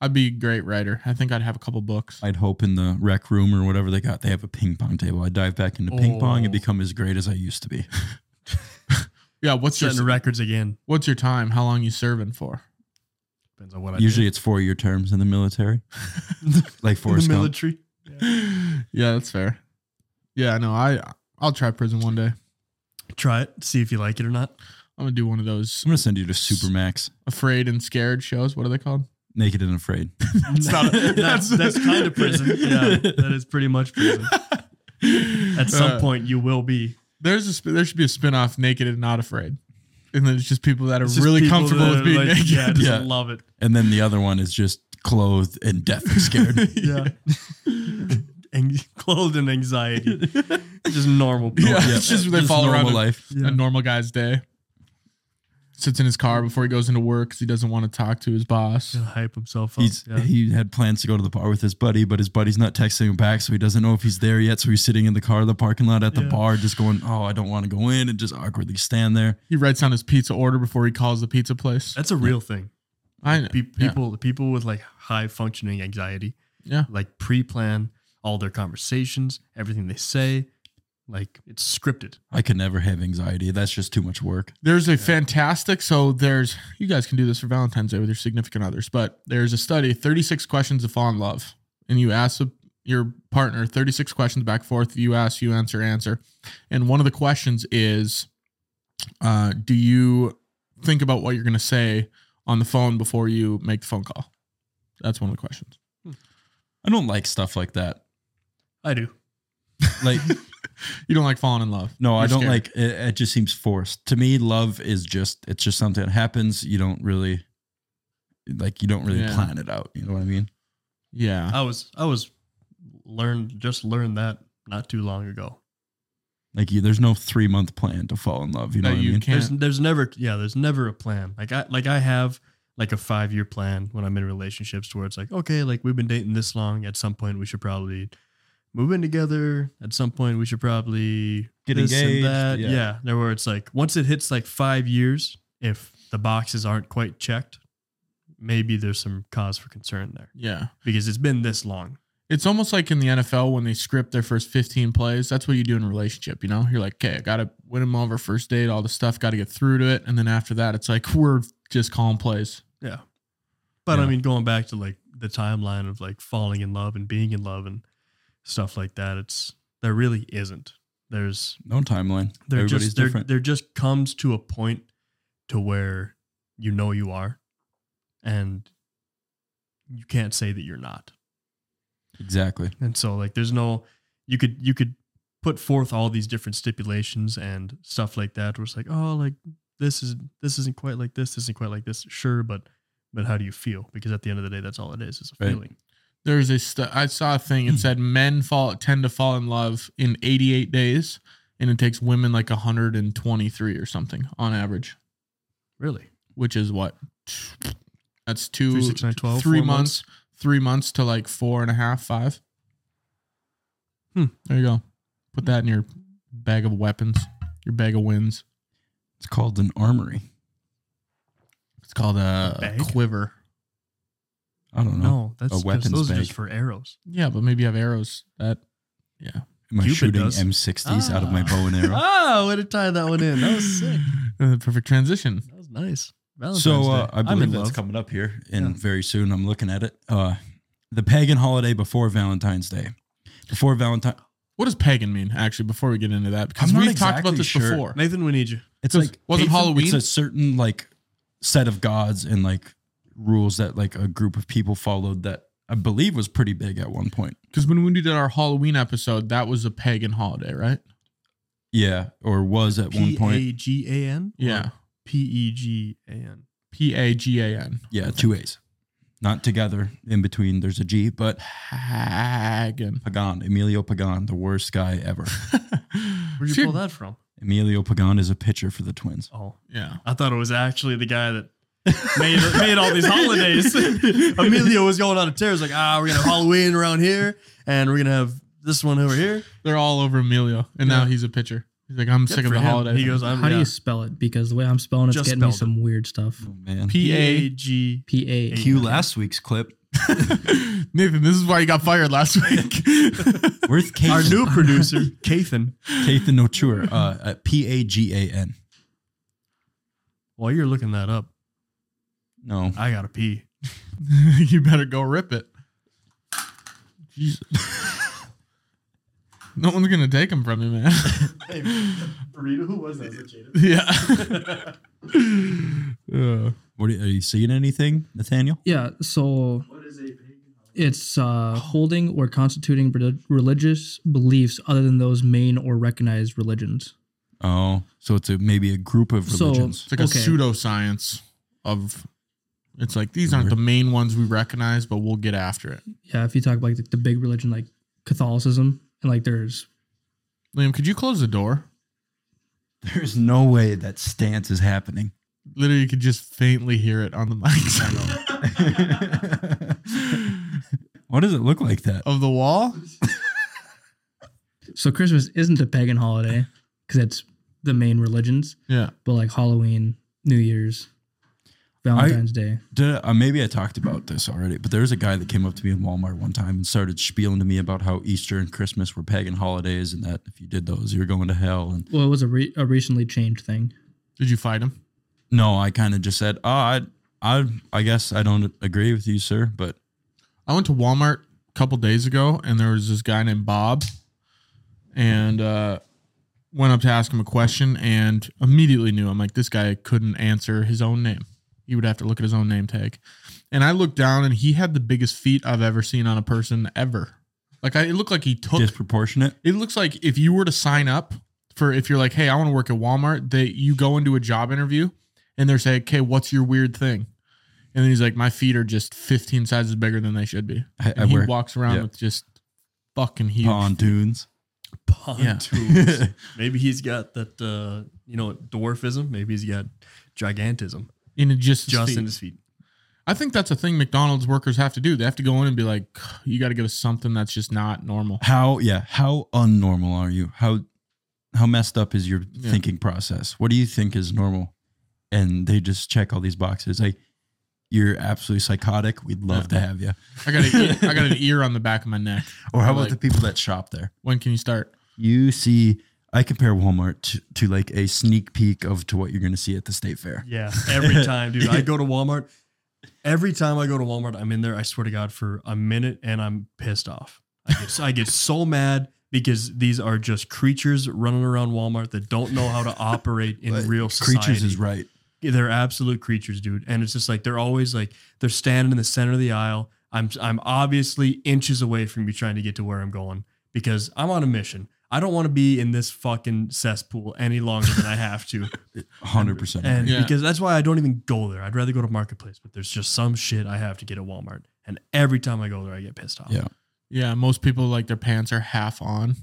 Speaker 1: I'd be a great writer. I think I'd have a couple books.
Speaker 2: I'd hope in the rec room or whatever they got, they have a ping pong table. I'd dive back into ping pong and
Speaker 3: Oh.
Speaker 2: become as great as I used to be.
Speaker 1: Yeah. What's your
Speaker 3: Setting records again
Speaker 1: What's your time? How long you serving for?
Speaker 3: depends on what I (laughs)
Speaker 2: Usually it's four year terms in the military, like
Speaker 3: do. (laughs) in the
Speaker 2: Forrest Gump.
Speaker 3: military.
Speaker 1: (laughs) yeah, that's fair. Yeah, no, I I'll try prison one day.
Speaker 3: Try it, see if you like it or not.
Speaker 1: I'm gonna do one of those
Speaker 2: I'm gonna send you to Supermax,
Speaker 1: afraid and scared shows. What are they called?
Speaker 2: Naked and Afraid.
Speaker 3: That's,
Speaker 1: not-
Speaker 3: that's,
Speaker 1: that's-
Speaker 3: kind of prison. Yeah, that is pretty much prison. (laughs) At some
Speaker 1: Uh,
Speaker 3: point, you will be.
Speaker 1: there's a sp- there should be a spin-off naked and not afraid. And then it's just people that are
Speaker 3: It's just
Speaker 1: really
Speaker 3: people
Speaker 1: comfortable
Speaker 3: that
Speaker 1: with
Speaker 3: are
Speaker 1: being
Speaker 3: like,
Speaker 1: naked.
Speaker 3: Yeah, just (laughs)
Speaker 2: Yeah.
Speaker 3: love
Speaker 1: (laughs)
Speaker 3: it.
Speaker 2: And then the other one is just clothed and deaf
Speaker 1: (laughs)
Speaker 2: and scared.
Speaker 3: (laughs)
Speaker 2: Oh,
Speaker 3: Yeah. (laughs) Ang- clothed
Speaker 1: (laughs)
Speaker 3: in anxiety. just normal people.
Speaker 1: Yeah. It's just they follow around
Speaker 2: normal
Speaker 1: and-
Speaker 2: life.
Speaker 3: Yeah.
Speaker 1: A normal guy's day. sits in his car before he goes into work because he doesn't want to talk to his boss.
Speaker 3: Gonna hype himself up.
Speaker 2: He's,
Speaker 3: yeah.
Speaker 2: He had plans to go to the bar with his buddy, but his buddy's not texting him back, so he doesn't know if he's there yet. So he's sitting in the car, the parking lot at the
Speaker 3: Yeah.
Speaker 2: bar, just going, "Oh, I don't want to go in," and just awkwardly stand there.
Speaker 1: He writes down his pizza order before he calls the pizza place.
Speaker 3: That's a real thing.
Speaker 1: I know.
Speaker 3: Pe- people, people with like high functioning anxiety,
Speaker 1: Yeah.
Speaker 3: like pre-plan all their conversations, everything they say, like it's scripted.
Speaker 2: I could never have anxiety. That's just too much work.
Speaker 1: There's a fantastic, so there's, you guys can do this for Valentine's Day with your significant others, but there's a study 36 questions to fall in love. And you ask the- your partner 36 questions back and forth. You ask, you answer, answer. And one of the questions is uh, Do you think about what you're going to say on the phone before you make the phone call? That's one of the
Speaker 2: (laughs)
Speaker 1: questions.
Speaker 2: I don't like stuff like that.
Speaker 3: I do.
Speaker 1: (laughs)
Speaker 2: Like,
Speaker 1: You don't like falling in love.
Speaker 2: no, I
Speaker 1: You're
Speaker 2: don't
Speaker 1: scared.
Speaker 2: like. It, it just seems forced to me. Love is just it's just something that happens. You don't really like. You don't really
Speaker 1: Yeah.
Speaker 2: plan it out. You know what I mean?
Speaker 1: Yeah.
Speaker 3: I was, I was learned just learned that not too long ago.
Speaker 2: Like, you, there's no three month plan to fall in love. You know
Speaker 1: that
Speaker 2: what
Speaker 1: you
Speaker 2: I mean?
Speaker 1: can't.
Speaker 3: There's there's never yeah, there's never a plan. Like I like I have like a five year plan when I'm in relationships to where it's like, okay, like we've been dating this long, at some point we should probably move in together. At some point we should probably
Speaker 2: Get
Speaker 3: this
Speaker 2: engaged,
Speaker 3: and that.
Speaker 2: yeah.
Speaker 3: Yeah. There where it's like once it hits like five years, if the boxes aren't quite checked, maybe there's some cause for concern there.
Speaker 1: Yeah.
Speaker 3: Because it's been this long.
Speaker 1: It's almost like in the NFL when they script their first 15 plays. That's what you do in a relationship, you know? You're like, okay, I got to win them over first date, all the stuff, got to get through to it. And then after that, it's like, we're just calling plays.
Speaker 3: Yeah. But
Speaker 2: Yeah.
Speaker 3: I mean, going back to like the timeline of like falling in love and being in love and stuff like that, it's there really isn't. There's
Speaker 2: No timeline.
Speaker 3: there
Speaker 2: Everybody's
Speaker 3: just there,
Speaker 2: different.
Speaker 3: there just comes to a point to where you know you are and you can't say that you're not.
Speaker 2: exactly.
Speaker 3: And so like there's no you could you could put forth all these different stipulations and stuff like that where it's like, oh like this is this isn't quite like this, this isn't quite like this. Sure, but but how do you feel? Because at the end of the day that's all it is, is a
Speaker 2: Right.
Speaker 3: feeling.
Speaker 1: There's a st- I saw a thing.
Speaker 3: Hmm.
Speaker 1: It said men fall tend to fall in love in 88 days, and it takes women like 123 or something on average,
Speaker 3: Really?
Speaker 1: which is what that's two,
Speaker 3: Three, six, nine, 12,
Speaker 1: three
Speaker 3: four
Speaker 1: months, three months to like four and a half, five.
Speaker 3: Hmm.
Speaker 1: There you go. Put that in your bag of weapons, your bag of wins.
Speaker 2: It's called an armory.
Speaker 1: It's called a,
Speaker 3: A
Speaker 1: a
Speaker 3: bag?
Speaker 1: quiver.
Speaker 2: I don't know.
Speaker 3: No, that's
Speaker 2: A
Speaker 3: 'cause
Speaker 2: weapons
Speaker 3: those are
Speaker 2: bank.
Speaker 3: just for arrows.
Speaker 1: Yeah, but maybe you have arrows. That yeah.
Speaker 2: Am I
Speaker 3: Cupid
Speaker 2: shooting
Speaker 3: does.
Speaker 2: M60s out of my
Speaker 3: Ah.
Speaker 2: bow
Speaker 3: (laughs)
Speaker 2: and arrow?
Speaker 3: Ah, way to tie that one in. That was sick.
Speaker 1: Uh, Perfect transition.
Speaker 3: That was nice. Valentine's
Speaker 2: so uh,
Speaker 3: Day.
Speaker 2: I
Speaker 3: I'm
Speaker 2: believe
Speaker 3: in
Speaker 2: that's
Speaker 3: love.
Speaker 2: coming up here, and
Speaker 3: Yeah.
Speaker 2: very soon I'm looking at it. Uh, the pagan holiday before Valentine's Day. Before Valentine,
Speaker 1: What does pagan mean? Actually, before we get into that, because
Speaker 2: I'm not
Speaker 1: we've talked
Speaker 2: exactly
Speaker 1: about this
Speaker 2: sure.
Speaker 1: before.
Speaker 3: Nathan, we need you.
Speaker 2: it's
Speaker 1: Because
Speaker 2: like
Speaker 1: wasn't
Speaker 2: pagan-
Speaker 1: Halloween-
Speaker 2: It's a certain like set of gods and like rules that like a group of people followed that I believe was pretty big at one point.
Speaker 1: Because when we did our Halloween episode, that was a pagan holiday, right?
Speaker 2: Yeah, or was at one
Speaker 3: P
Speaker 2: point.
Speaker 3: A G A N? or
Speaker 1: Yeah,
Speaker 3: P E G A N.
Speaker 1: P A G A N.
Speaker 2: Yeah, two A's, not together. In between, there's a G, but
Speaker 1: Pagan.
Speaker 2: Pagan, Emilio Pagan, the worst guy ever.
Speaker 3: Where'd you
Speaker 1: Should-
Speaker 3: pull that from?
Speaker 2: Emilio Pagan is a pitcher for the Twins.
Speaker 3: Oh,
Speaker 1: Yeah.
Speaker 3: I thought it was actually the guy that (laughs) made made all
Speaker 1: (laughs)
Speaker 3: these holidays. Emilio was going on a tear. He's like, ah, we're gonna have Halloween around here, and we're gonna have this one over here.
Speaker 1: They're all over Emilio, and now he's a pitcher. He's like, I'm sick of
Speaker 3: for
Speaker 1: the
Speaker 3: him.
Speaker 1: holiday.
Speaker 3: He goes, I'm
Speaker 4: How do you spell it? Because the way I'm spelling it's
Speaker 3: Um, Just
Speaker 4: getting me
Speaker 3: spelled Mm.
Speaker 4: some weird stuff.
Speaker 2: Oh man.
Speaker 1: P
Speaker 3: A
Speaker 1: A.
Speaker 3: G?
Speaker 4: P A.
Speaker 2: Cue last week's clip.
Speaker 1: (laughs) Nathan, this is why you got fired last week. (laughs)
Speaker 2: Where's
Speaker 3: Our
Speaker 2: Kathan? (laughs)
Speaker 3: new producer, Kathan.
Speaker 2: Kathan Nochur, uh, at P A G A N.
Speaker 3: While you're looking that up,
Speaker 2: No,
Speaker 3: I gotta pee.
Speaker 1: you better go rip it. Jesus. (laughs) no one's gonna take him from you, (laughs) man.
Speaker 3: Hey, (laughs) burrito, who was that? Was it Jada?
Speaker 1: yeah. Uh,
Speaker 2: what are you, are you seeing anything, Nathaniel?
Speaker 4: Yeah. So it's uh, holding or constituting reli- religious beliefs other than those main or recognized religions.
Speaker 2: Oh, so it's a, maybe a group of
Speaker 4: So-
Speaker 2: religions.
Speaker 1: It's
Speaker 2: (laughs)
Speaker 1: like
Speaker 4: Okay.
Speaker 1: a pseudoscience of. It's like these aren't the main ones we recognize, but we'll get after it.
Speaker 4: Yeah. If you talk about like the, the big religion like Catholicism and like there's
Speaker 1: Liam, could you close the door?
Speaker 2: There's no way that stance is happening.
Speaker 1: literally you could just faintly hear it on the mic
Speaker 2: (laughs) what does it look like that?
Speaker 1: of the wall.
Speaker 4: So Christmas isn't a pagan holiday because that's the main religions,
Speaker 1: Yeah.
Speaker 4: but like Halloween, New Year's, Valentine's Day.
Speaker 2: Did I, uh, maybe I talked about this already, but there was a guy that came up to me in Walmart one time and started spieling to me about how Easter and Christmas were pagan holidays and that if you did those, you were going to hell. And
Speaker 4: Well, it was a, re- a recently changed thing.
Speaker 1: Did you fight him?
Speaker 2: no, I kind of just said, "Oh, I, I, I guess I don't agree with you, sir." But
Speaker 1: I went to Walmart a couple days ago, and there was this guy named Bob, and uh, went up to ask him a question, and immediately knew I'm like, this guy couldn't answer his own name. He would have to look at his own name tag, and I looked down, and he had the biggest feet I've ever seen on a person ever. Like I, it looked like he took.
Speaker 2: disproportionate.
Speaker 1: It looks like if you were to sign up for, if you're like, hey, I want to work at Walmart, that you go into a job interview, and they're saying, okay, what's your weird thing? And then he's like, my feet are just 15 sizes bigger than they should be.
Speaker 2: I, I
Speaker 1: And he
Speaker 2: wear
Speaker 1: walks around
Speaker 2: yeah.
Speaker 1: with just fucking huge.
Speaker 2: pontoons.
Speaker 3: Pontoons. (laughs) Maybe he's got that, uh, you know, dwarfism. Maybe he's got gigantism
Speaker 1: And it just,
Speaker 3: just
Speaker 1: just
Speaker 3: in his feet.
Speaker 1: I think that's a thing McDonald's workers have to do. They have to go in and be like, you got to give us something that's just not normal.
Speaker 2: How yeah? How unnormal are you? How how messed up is your
Speaker 1: Yeah.
Speaker 2: thinking process? What do you think is normal? And they just check all these boxes. Like you're absolutely psychotic. We'd love to have you.
Speaker 1: I got a, I got an ear on the back of my neck.
Speaker 2: Or how about
Speaker 1: Like-
Speaker 2: the people that shop there?
Speaker 1: When can you start?
Speaker 2: You see, I compare Walmart to, to like a sneak peek of to what you're going to see at the state fair.
Speaker 3: Yeah, (laughs) every time, dude. I go to Walmart. Every time I go to Walmart, I'm in there. I swear to God, for a minute, and I'm pissed off. I get, I get so mad because these are just creatures running around Walmart that don't know how to operate in
Speaker 2: But
Speaker 3: real society.
Speaker 2: Creatures is right.
Speaker 3: They're absolute creatures, dude. And it's just like they're always like they're standing in the center of the aisle. I'm I'm obviously inches away from you trying to get to where I'm going because I'm on a mission. I don't want to be in this fucking cesspool any longer than I have to.
Speaker 2: 100%.
Speaker 3: And
Speaker 1: Yeah.
Speaker 3: because that's why I don't even go there. I'd rather go to Marketplace, but there's just some shit I have to get at Walmart. And every time I go there, I get pissed off.
Speaker 2: Yeah.
Speaker 1: Yeah, most people like their pants are half on.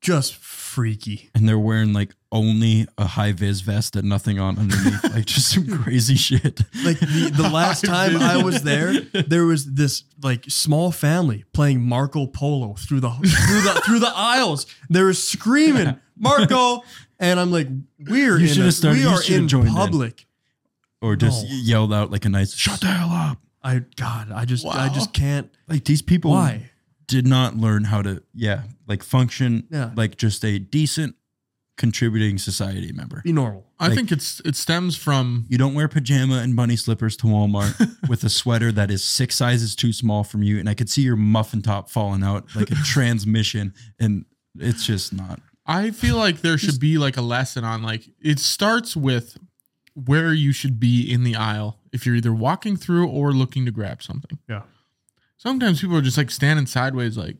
Speaker 3: Just freaky.
Speaker 2: and they're wearing like only a high vis vest and nothing on underneath. like just
Speaker 3: (laughs)
Speaker 2: some crazy shit.
Speaker 3: Like the, the last time I was there, there was this like small family playing Marco Polo through the through the through the aisles. They were screaming Marco, and I'm like, we're
Speaker 2: You
Speaker 3: in
Speaker 2: should
Speaker 3: a-
Speaker 2: have started-
Speaker 3: we
Speaker 2: you
Speaker 3: are
Speaker 2: should have
Speaker 3: in
Speaker 2: joined in.
Speaker 3: public.
Speaker 2: or just
Speaker 3: No.
Speaker 2: yelled out like a nice, shut the hell up.
Speaker 3: I God, I just I
Speaker 1: Wow.
Speaker 3: just can't.
Speaker 2: Like these people
Speaker 3: Why?
Speaker 2: did not learn how to, yeah, like function
Speaker 3: Yeah.
Speaker 2: like just a decent contributing society member.
Speaker 3: Be normal.
Speaker 1: I
Speaker 2: Like-
Speaker 1: think it's it stems from
Speaker 2: You don't wear pajama and bunny slippers
Speaker 1: (laughs)
Speaker 2: to Walmart with a sweater that is six sizes too small from you, and I could see your muffin top falling out
Speaker 1: (laughs)
Speaker 2: like a transmission, and it's just not.
Speaker 1: I feel like there should be like a lesson on like it starts with where you should be in the aisle if you're either walking through or looking to grab something.
Speaker 3: Yeah.
Speaker 1: Sometimes people are just like standing sideways like,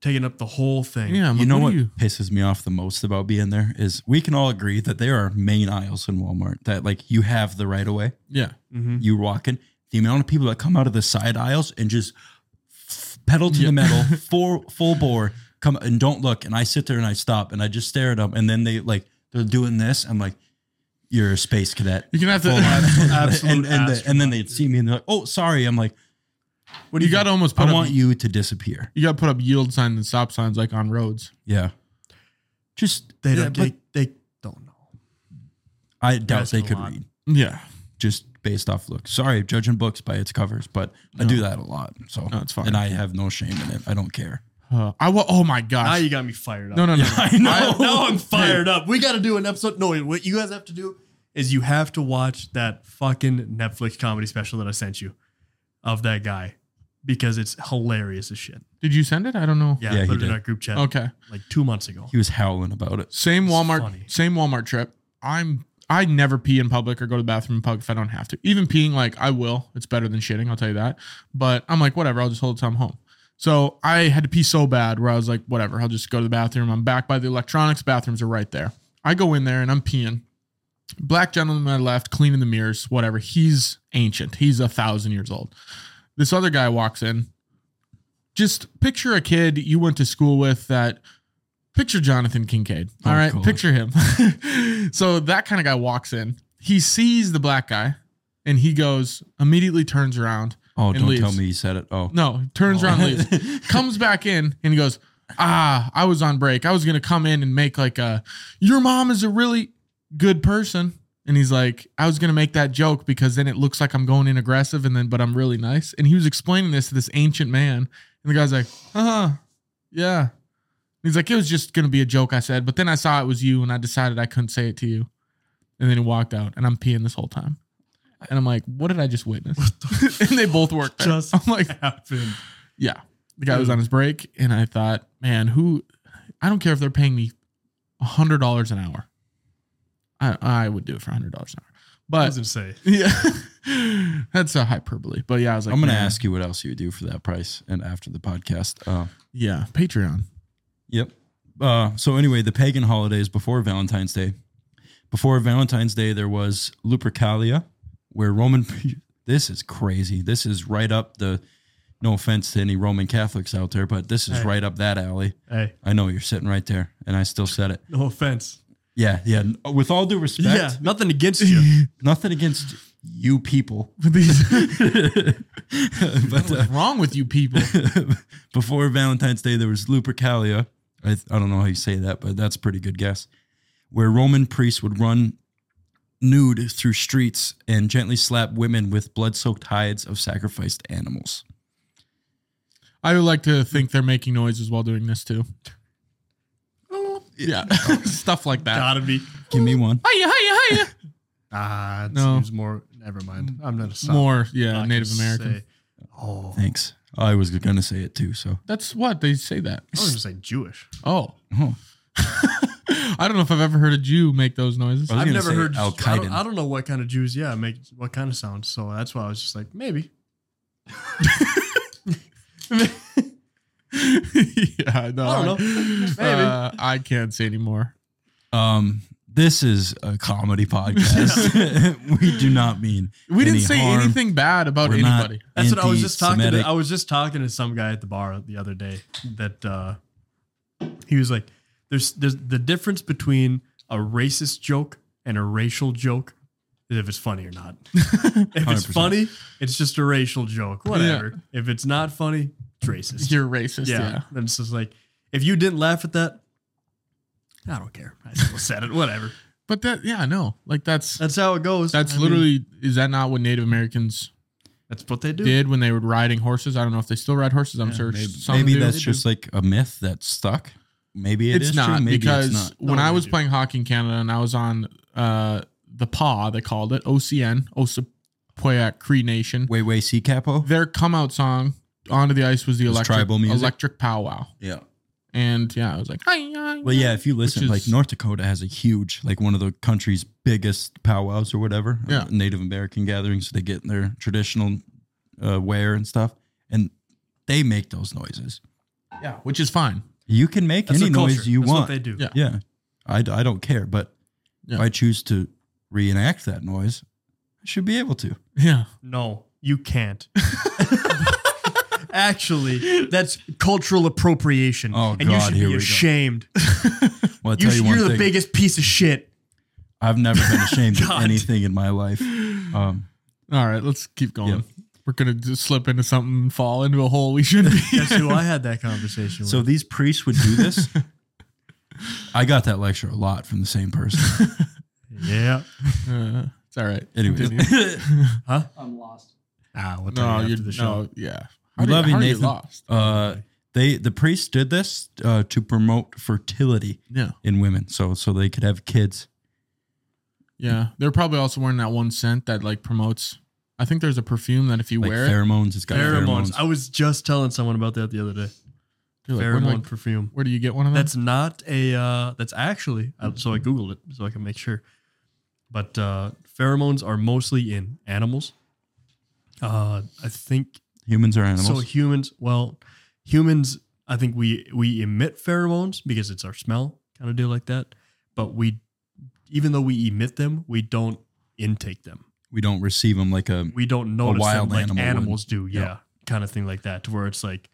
Speaker 3: Taking up the whole thing.
Speaker 1: yeah, I'm
Speaker 2: you
Speaker 1: like,
Speaker 2: know
Speaker 1: what
Speaker 2: what
Speaker 1: are you-
Speaker 2: pisses me off the most about being there is we can all agree that there are main aisles in Walmart that like you have the right of way,
Speaker 1: Yeah.
Speaker 3: Mhm.
Speaker 2: you walk in. The amount of people that come out of the side aisles and just f- pedal to
Speaker 1: Yeah.
Speaker 2: the metal, full full bore, come and don't look. And I sit there and I stop and I just stare at them, and then they like they're doing this. I'm like, you're a space cadet.
Speaker 1: You're gonna have to (laughs)
Speaker 2: Full on.
Speaker 3: absolute
Speaker 2: (laughs) and, and, the- and then
Speaker 3: astronaut,
Speaker 2: they'd
Speaker 3: dude.
Speaker 2: see me and they're like, oh, sorry. I'm like,
Speaker 1: What do you, got to almost put
Speaker 2: I
Speaker 1: up,
Speaker 2: want you to disappear.
Speaker 1: You got to put up yield signs and stop signs like on roads.
Speaker 2: Yeah. Just
Speaker 3: They
Speaker 2: yeah,
Speaker 3: don't.
Speaker 2: but
Speaker 3: they, they don't know.
Speaker 2: I doubt
Speaker 3: That's
Speaker 2: they
Speaker 3: a
Speaker 2: could
Speaker 3: lot.
Speaker 2: read
Speaker 1: Yeah,
Speaker 2: just based off look. Sorry, judging books by its covers, but I do that a lot. So
Speaker 1: No, it's fine.
Speaker 2: And I have no shame in it. I don't care.
Speaker 1: uh, I wa- Oh my
Speaker 3: Now
Speaker 1: gosh!
Speaker 3: Ah, you got me fired up.
Speaker 1: no, no, no. no.
Speaker 2: (laughs) I
Speaker 3: I, now
Speaker 2: (laughs)
Speaker 3: I'm fired up. We got to do an episode. No, what you guys have to do is you have to watch that fucking Netflix comedy special that I sent you of that guy because it's hilarious as shit.
Speaker 1: Did you send it? I don't know.
Speaker 3: Yeah,
Speaker 2: Yeah,
Speaker 3: I
Speaker 2: he
Speaker 3: put it
Speaker 2: did.
Speaker 3: in our group chat
Speaker 1: Okay.
Speaker 3: like two months ago. (laughs)
Speaker 2: He was howling about it.
Speaker 1: Same
Speaker 3: It's
Speaker 1: Walmart.
Speaker 3: funny.
Speaker 1: Same Walmart trip. I'm. I never pee in public or go to the bathroom in public if I don't have to. Even peeing, like I will. It's better than shitting. I'll tell you that. But I'm like, whatever. I'll just hold it till I'm home. So I had to pee so bad where I was like, whatever. I'll just go to the bathroom. I'm back by the electronics. Bathrooms are right there. I go in there and I'm peeing. Black gentleman on my left, cleaning the mirrors, whatever. He's ancient. He's a thousand years old. This other guy walks in. Just picture a kid you went to school with that picture Jonathan Kincaid. All
Speaker 2: Oh,
Speaker 1: right, (laughs)
Speaker 2: God.
Speaker 1: picture him. so that kind of guy walks in. he sees the black guy and he goes, immediately turns around.
Speaker 2: Oh,
Speaker 1: And
Speaker 2: don't tell
Speaker 1: leaves.
Speaker 2: me you said it. Oh,
Speaker 1: No, turns around, and leaves.
Speaker 2: (laughs)
Speaker 1: comes back in and he goes, Ah, I was on break. I was gonna come in and make like a your mom is a really good person. And he's like, I was gonna make that joke because then it looks like I'm going in aggressive and then but I'm really nice. And he was explaining this to this ancient man, and the guy's like, uh huh, yeah. And he's like, it was just gonna be a joke I said, but then I saw it was you and I decided I couldn't say it to you. And then he walked out and I'm peeing this whole time. And I'm like, what did I just witness? (laughs) and they both worked. there.
Speaker 3: Just
Speaker 1: I'm like,
Speaker 3: happened.
Speaker 1: yeah. The guy was on his break, and I thought, man, who? I don't care if they're paying me hundred dollars an hour. I I would do it for hundred dollars an hour,
Speaker 3: I was
Speaker 1: but
Speaker 3: gonna say
Speaker 1: (laughs) yeah, that's a hyperbole. But yeah, I was like,
Speaker 2: I'm gonna
Speaker 1: man,
Speaker 2: ask you what else you would do for that price and after the podcast. Uh,
Speaker 1: Yeah, Patreon.
Speaker 2: Yep. Uh, so anyway, the pagan holidays before Valentine's Day. Before Valentine's Day, there was Lupercalia, where Roman. (laughs) This is crazy. This is right up the. No offense to any Roman Catholics out there, but this is
Speaker 3: Hey.
Speaker 2: right up that alley.
Speaker 3: hey,
Speaker 2: I know you're sitting right there, and I still said it.
Speaker 3: no offense.
Speaker 2: Yeah, yeah. With all due respect,
Speaker 3: Yeah, nothing
Speaker 1: (laughs)
Speaker 3: against you.
Speaker 2: nothing against you
Speaker 3: (laughs)
Speaker 2: people. but uh, (laughs)
Speaker 1: What's wrong with you people?
Speaker 2: before Valentine's Day, there was Lupercalia. I, I don't know how you say that, but that's a pretty good guess. Where Roman priests would run nude through streets and gently slap women with blood soaked hides of sacrificed animals.
Speaker 1: I would like to think they're making noises while doing this too. (laughs) Yeah, stuff like that.
Speaker 3: Gotta be.
Speaker 2: Give me one.
Speaker 1: Hiya, hiya, hiya.
Speaker 3: Ah, it
Speaker 1: No.
Speaker 3: seems more. Never mind. I'm gonna stop.
Speaker 1: More, yeah,
Speaker 3: Fucking
Speaker 1: Native American.
Speaker 3: say- oh, I
Speaker 2: Thanks. I was going to say it too. So,
Speaker 1: That's what they say that.
Speaker 3: was gonna say Jewish.
Speaker 1: Oh.
Speaker 2: Oh.
Speaker 1: (laughs) I don't know if I've ever heard a Jew make those noises.
Speaker 2: I was
Speaker 3: I've
Speaker 2: gonna
Speaker 3: never
Speaker 2: say
Speaker 3: heard. I don't- I
Speaker 2: Al-Qaeda.
Speaker 3: don't, know what kind of Jews. Yeah, make what kind of sounds. So that's why I was just like, maybe.
Speaker 1: (laughs) yeah, no,
Speaker 3: I don't know. Maybe.
Speaker 1: Uh, I can't say anymore.
Speaker 2: um, this is a comedy
Speaker 3: (laughs)
Speaker 2: podcast. (laughs) we do not mean
Speaker 1: We
Speaker 2: any
Speaker 1: didn't say
Speaker 2: harm.
Speaker 1: anything bad about
Speaker 2: We're not
Speaker 1: anybody.
Speaker 3: That's what I was just talking. To,
Speaker 2: anti-Semitic.
Speaker 3: I was just talking to some guy at the bar the other day that uh, he was like, "There's there's the difference between a racist joke and a racial joke is if it's funny or not. (laughs) if it's
Speaker 2: 100%.
Speaker 3: funny, it's just a racial joke. Whatever. If it's not funny, it's racist.
Speaker 1: You're racist.
Speaker 3: yeah.
Speaker 1: Yeah.
Speaker 3: And it's just like if you didn't laugh at that, I don't care. I still said it. Whatever.
Speaker 1: But that, yeah, no, like that's
Speaker 3: That's how it goes.
Speaker 1: that's
Speaker 3: I mean,
Speaker 1: literally is that not what Native Americans
Speaker 3: that's what they do.
Speaker 1: did when they were riding horses? I don't know if they still ride horses. I'm
Speaker 3: Yeah,
Speaker 1: sure
Speaker 2: Maybe,
Speaker 1: some
Speaker 2: maybe
Speaker 1: do.
Speaker 2: that's just like a myth that's stuck. Maybe it
Speaker 1: it's
Speaker 2: is
Speaker 1: not
Speaker 2: true. Maybe
Speaker 1: because
Speaker 2: it's not.
Speaker 1: when
Speaker 3: No,
Speaker 1: I
Speaker 3: they
Speaker 1: was
Speaker 3: do.
Speaker 1: playing hockey in Canada and I was on uh the PA, they called it OCN, Osapoyak Cree Nation.
Speaker 2: Way, way, see capo.
Speaker 1: Their come out song onto the ice was the
Speaker 2: Was
Speaker 1: electric
Speaker 2: tribal music?
Speaker 1: electric powwow.
Speaker 2: Yeah.
Speaker 1: And yeah, I was like, hi, hi,
Speaker 2: Well, yeah, if you
Speaker 1: Which
Speaker 2: listen,
Speaker 1: is-
Speaker 2: like North Dakota has a huge, like one of the country's biggest powwows or whatever, uh,
Speaker 1: Yeah.
Speaker 2: Native American gatherings. They get in their traditional uh, wear and stuff, and they make those noises.
Speaker 1: yeah, which is fine.
Speaker 2: You can make
Speaker 3: That's
Speaker 2: any
Speaker 3: their
Speaker 2: noise
Speaker 3: culture.
Speaker 2: you
Speaker 3: That's
Speaker 2: want.
Speaker 3: What they do.
Speaker 1: Yeah.
Speaker 2: Yeah, I, I don't care, but
Speaker 1: Yeah.
Speaker 2: if I choose to reenact that noise, I should be able to.
Speaker 1: Yeah,
Speaker 3: No,
Speaker 1: (laughs)
Speaker 3: you can't. Actually, that's cultural appropriation.
Speaker 2: Oh,
Speaker 3: and you
Speaker 2: God,
Speaker 3: should
Speaker 2: here we
Speaker 3: be
Speaker 2: go.
Speaker 3: ashamed.
Speaker 2: Well, I'll
Speaker 3: You
Speaker 2: tell you,
Speaker 3: are
Speaker 2: one
Speaker 3: the
Speaker 2: thing.
Speaker 3: biggest piece of shit.
Speaker 2: I've never been
Speaker 1: (laughs)
Speaker 2: ashamed of
Speaker 3: God.
Speaker 2: anything in my life. Um,
Speaker 1: All right, let's keep going.
Speaker 2: Yeah.
Speaker 1: We're gonna just slip into something, and fall into a hole we shouldn't be.
Speaker 3: Guess who I had (laughs) that conversation
Speaker 2: so
Speaker 3: with?
Speaker 2: these priests would do this. I got that lecture a lot from the same person.
Speaker 1: (laughs)
Speaker 3: Yeah.
Speaker 1: uh, it's all right.
Speaker 2: Anyways,
Speaker 1: Continue.
Speaker 2: (laughs)
Speaker 4: I'm lost.
Speaker 3: Ah, what
Speaker 1: (laughs) no,
Speaker 3: after
Speaker 1: you
Speaker 3: the show?
Speaker 1: no, yeah.
Speaker 2: We
Speaker 1: do
Speaker 2: love you,
Speaker 1: how do
Speaker 2: Nathan.
Speaker 1: lost?
Speaker 2: uh, they the priests did this uh, to promote fertility
Speaker 1: Yeah,
Speaker 2: in women, so so they could have kids.
Speaker 1: yeah. They're probably also wearing that one scent that like promotes. I think there's a perfume that if you
Speaker 2: Like
Speaker 1: wear it,
Speaker 2: pheromones, it's got
Speaker 3: Pheromones.
Speaker 2: pheromones.
Speaker 3: I was just telling someone about that the other day.
Speaker 1: you're like, where, do I-
Speaker 3: Pheromone perfume.
Speaker 1: where do you get one of them?
Speaker 3: That's not a. Uh, that's actually. I, so I googled it so I can make sure. But uh, pheromones are mostly in animals. Uh, I think
Speaker 2: Humans are animals.
Speaker 3: So humans, well, humans, I think we we emit pheromones because it's our smell, kind of deal like that. But we, even though we emit them, we don't intake them.
Speaker 2: we don't receive them
Speaker 1: (laughs)
Speaker 2: like a.
Speaker 3: We don't notice
Speaker 2: wild
Speaker 3: them like
Speaker 2: animal would.
Speaker 3: animals do. Yeah,
Speaker 2: Yeah.
Speaker 3: kind of thing like that, to where it's like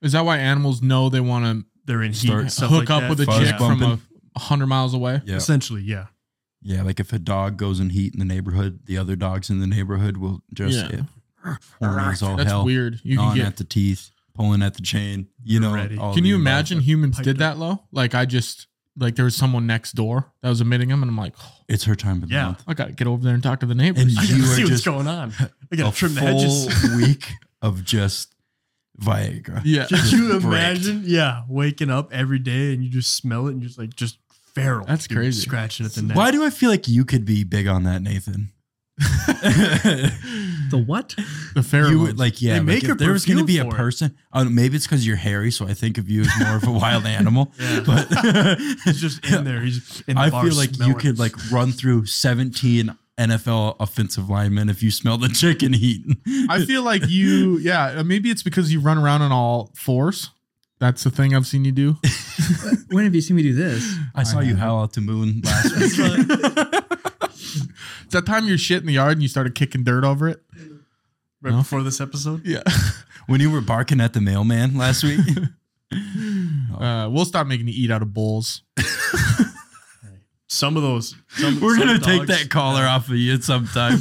Speaker 1: Is that why animals know they want
Speaker 3: they're in heat,
Speaker 2: Start
Speaker 3: and
Speaker 1: to
Speaker 3: stuff
Speaker 1: hook
Speaker 3: like
Speaker 1: up
Speaker 3: that.
Speaker 1: with a
Speaker 2: Fuzz
Speaker 1: chick from
Speaker 2: bumping.
Speaker 1: a hundred miles away?
Speaker 2: Yeah,
Speaker 3: Essentially, yeah.
Speaker 2: Yeah, like if a dog goes in heat in the neighborhood, the other dogs in the neighborhood will just
Speaker 1: Yeah.
Speaker 2: it, horny as all
Speaker 1: That's
Speaker 2: Oh, hell,
Speaker 1: weird. You can
Speaker 2: gnawing
Speaker 1: get
Speaker 2: at the teeth, pulling at the chain. You know,
Speaker 3: Ready.
Speaker 2: all
Speaker 1: Can
Speaker 2: the
Speaker 1: you
Speaker 2: above.
Speaker 1: imagine humans
Speaker 3: piped
Speaker 1: did that low? Like I just like there was someone next door that was emitting them, and I'm like, "Oh,
Speaker 2: It's her time of the
Speaker 3: Yeah.
Speaker 2: month.
Speaker 1: I gotta get over there and talk to the neighbors. (laughs)
Speaker 3: I
Speaker 2: And
Speaker 3: gotta
Speaker 2: You are
Speaker 3: see what's
Speaker 2: just (laughs)
Speaker 3: going on. I gotta
Speaker 2: a
Speaker 3: trim the
Speaker 2: full (laughs)
Speaker 3: hedges. (laughs)
Speaker 2: week of just Viagra.
Speaker 1: yeah,
Speaker 3: Could you
Speaker 2: bricked.
Speaker 3: imagine? Yeah, waking up every day and you just smell it and you're just like just feral.
Speaker 1: That's
Speaker 3: dude,
Speaker 1: crazy.
Speaker 3: Scratching at the neck.
Speaker 2: Why do I feel like you could be big on that,
Speaker 3: (laughs)
Speaker 2: Nathan?
Speaker 4: The what?
Speaker 1: the pheromones.
Speaker 2: you would like, yeah.
Speaker 3: They
Speaker 2: like,
Speaker 3: make
Speaker 2: if
Speaker 3: a
Speaker 2: there was going to
Speaker 3: perfume
Speaker 2: be a
Speaker 3: for it.
Speaker 2: person. Oh, maybe it's because you're hairy, so I think of you as more
Speaker 3: (laughs)
Speaker 2: of a wild animal.
Speaker 3: Yeah. (laughs)
Speaker 2: But
Speaker 3: He's just in there. He's in the
Speaker 2: I
Speaker 3: bar
Speaker 2: feel like you
Speaker 3: smelling.
Speaker 2: could like run through 17 NFL offensive linemen if you smell the chicken heat.
Speaker 1: I feel like
Speaker 2: (laughs)
Speaker 1: you. Yeah, uh, maybe it's because you run around on all fours. That's the thing I've seen you
Speaker 2: (laughs)
Speaker 1: do.
Speaker 4: When have you seen me do this?
Speaker 2: I saw you howl out to moon
Speaker 3: (laughs)
Speaker 2: last week.
Speaker 1: It's that time you're shit in the yard and you started kicking dirt over it.
Speaker 3: (laughs) right before this episode.
Speaker 1: Yeah.
Speaker 2: when you were barking at the mailman last
Speaker 3: (laughs)
Speaker 2: week. Oh.
Speaker 1: Uh, we'll stop making you eat out of
Speaker 2: (laughs)
Speaker 1: bowls.
Speaker 3: Some of those. Some,
Speaker 2: we're
Speaker 3: some
Speaker 2: gonna take
Speaker 3: dogs-
Speaker 2: that collar off of you
Speaker 3: (laughs)
Speaker 2: sometime.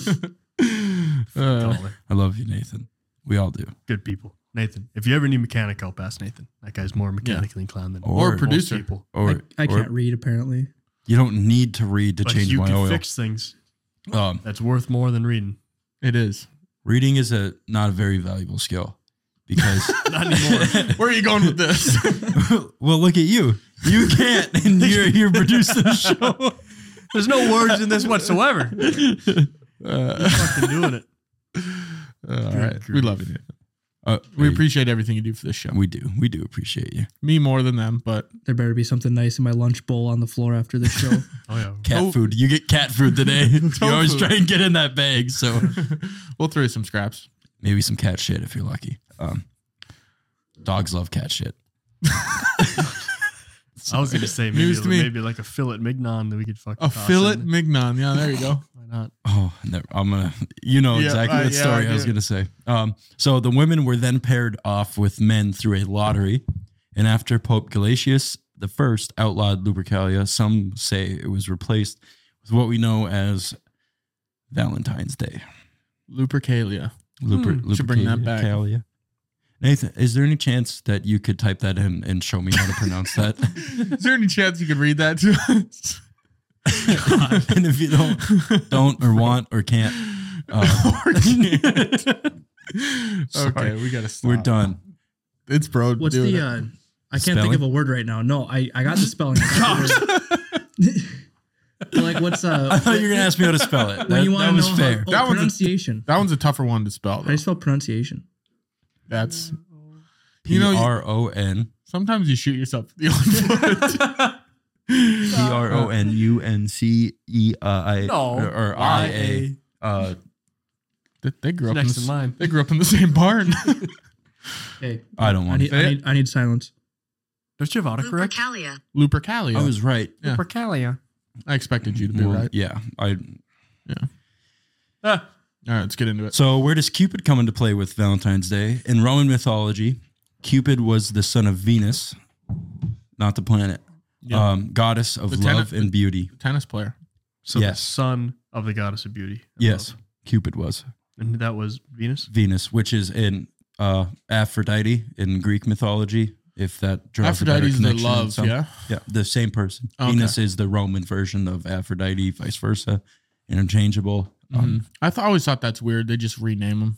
Speaker 1: Uh,
Speaker 3: Dollar.
Speaker 2: I love you, Nathan. We all do.
Speaker 3: Good people, Nathan. If you ever need mechanic help, ask Nathan. That guy's more mechanically inclined than
Speaker 1: or
Speaker 2: Or-
Speaker 1: a producer.
Speaker 3: most people.
Speaker 2: Or,
Speaker 4: I, I
Speaker 2: or
Speaker 4: can't read apparently.
Speaker 2: you don't need to read to
Speaker 3: But
Speaker 2: change
Speaker 3: you
Speaker 2: my
Speaker 3: can
Speaker 2: oil.
Speaker 3: fix things.
Speaker 2: um,
Speaker 3: That's worth more than reading. (laughs)
Speaker 1: It is.
Speaker 2: reading is a not a very valuable skill because
Speaker 3: (laughs) Not anymore.
Speaker 1: Where are you going with this?
Speaker 2: (laughs)
Speaker 1: (laughs)
Speaker 2: well, look at you. You can't,
Speaker 3: (laughs)
Speaker 2: and you're you're producing the show.
Speaker 3: There's no words in this
Speaker 2: (laughs)
Speaker 3: whatsoever.
Speaker 1: Uh, (laughs)
Speaker 3: Fucking doing it.
Speaker 1: all right. We love you. Nathan.
Speaker 2: Uh,
Speaker 1: We appreciate everything you do for this show.
Speaker 2: we do we do appreciate you.
Speaker 1: Me more than them, but
Speaker 4: There better be something nice in my lunch bowl on the floor after this
Speaker 2: (laughs)
Speaker 4: show.
Speaker 3: Oh yeah.
Speaker 2: Cat
Speaker 1: Oh.
Speaker 2: food. You get cat food
Speaker 3: (laughs)
Speaker 2: today. you always
Speaker 1: Tofu.
Speaker 2: try and get in that bag. So
Speaker 1: we'll throw you some scraps.
Speaker 2: maybe some cat shit if you're lucky. Um, dogs love cat shit. (laughs)
Speaker 3: I was gonna say maybe
Speaker 1: News to me.
Speaker 3: maybe like a fillet mignon that we could fucking
Speaker 1: A
Speaker 3: toss
Speaker 1: fillet
Speaker 3: in.
Speaker 1: mignon. Yeah, there you go.
Speaker 2: (laughs)
Speaker 3: Why not?
Speaker 2: Oh, never, I'm gonna. You know
Speaker 1: Yeah,
Speaker 2: exactly
Speaker 1: uh,
Speaker 2: what
Speaker 1: yeah,
Speaker 2: story
Speaker 1: I
Speaker 2: I was
Speaker 1: do.
Speaker 2: gonna say. Um, so the women were then paired off with men through a lottery, and after Pope Galatius the First outlawed Lupercalia, some say it was replaced with what we know as Valentine's Day.
Speaker 1: Lupercalia.
Speaker 2: Luper,
Speaker 1: Hmm, should bring that back.
Speaker 2: Lupercalia. Nathan, is there any chance that you could type that in and show me how to pronounce
Speaker 1: (laughs)
Speaker 2: that? (laughs)
Speaker 1: Is there any chance you could read that to us?
Speaker 2: and if you don't, don't or want or can't,
Speaker 1: (laughs)
Speaker 2: uh,
Speaker 1: Or can't. okay,
Speaker 2: Sorry.
Speaker 1: we gotta stop.
Speaker 2: we're done.
Speaker 1: It's bro.
Speaker 4: What's
Speaker 1: doing
Speaker 4: the?
Speaker 1: it.
Speaker 4: Uh, I can't think of a word right now. No, I, I got the spelling. I got the
Speaker 2: (laughs)
Speaker 4: word. (laughs) like what's uh?
Speaker 2: I thought you were gonna ask me how to spell it.
Speaker 4: when
Speaker 2: That,
Speaker 4: you want
Speaker 2: that
Speaker 4: to
Speaker 2: was
Speaker 4: know
Speaker 2: fair.
Speaker 4: How, oh,
Speaker 1: That one's a-
Speaker 4: pronunciation.
Speaker 1: that one's a tougher one to spell.
Speaker 4: How do
Speaker 1: Though.
Speaker 4: you spell pronunciation?
Speaker 1: That's
Speaker 2: P
Speaker 1: you know you-
Speaker 2: R O N
Speaker 1: sometimes you shoot yourself. in The own
Speaker 2: P (laughs) R O N U N C E I
Speaker 3: No.
Speaker 2: or, or I A. Uh,
Speaker 1: foot. they grew up. In
Speaker 3: Next
Speaker 1: the,
Speaker 3: in
Speaker 1: s-
Speaker 3: line.
Speaker 1: they grew up in the same barn.
Speaker 2: (laughs)
Speaker 4: Hey,
Speaker 2: I don't
Speaker 4: I
Speaker 2: want.
Speaker 4: need,
Speaker 2: to.
Speaker 1: say
Speaker 4: I
Speaker 1: it.
Speaker 4: need I need silence.
Speaker 3: Don't you have autocorrect?
Speaker 5: Lupercalia.
Speaker 1: Lupercalia.
Speaker 2: I
Speaker 1: I,
Speaker 2: was right.
Speaker 1: Yeah.
Speaker 3: Lupercalia.
Speaker 1: expected you to be
Speaker 2: Well,
Speaker 1: right.
Speaker 2: Yeah. I.
Speaker 3: Ah,
Speaker 1: All right, let's get into it.
Speaker 2: So where does Cupid come into play with Valentine's Day in Roman mythology? Cupid was the son of Venus, not the planet,
Speaker 1: Yeah.
Speaker 2: um, goddess of
Speaker 1: The Oh. tenant-
Speaker 2: love and beauty.
Speaker 1: Tennis player.
Speaker 3: so
Speaker 2: Yes.
Speaker 3: the son of the goddess of beauty. I
Speaker 2: Yes,
Speaker 3: love.
Speaker 2: Cupid was
Speaker 3: And that was Venus.
Speaker 2: Venus, which is in uh, Aphrodite in Greek mythology. If that draws
Speaker 1: Aphrodite
Speaker 2: Aphrodite's
Speaker 1: is the love. Yeah.
Speaker 2: Yeah, the same person.
Speaker 1: Okay.
Speaker 2: Venus is the Roman version of Aphrodite, vice versa, interchangeable. Um,
Speaker 1: Mhm. I th- always thought that's weird. They just rename them.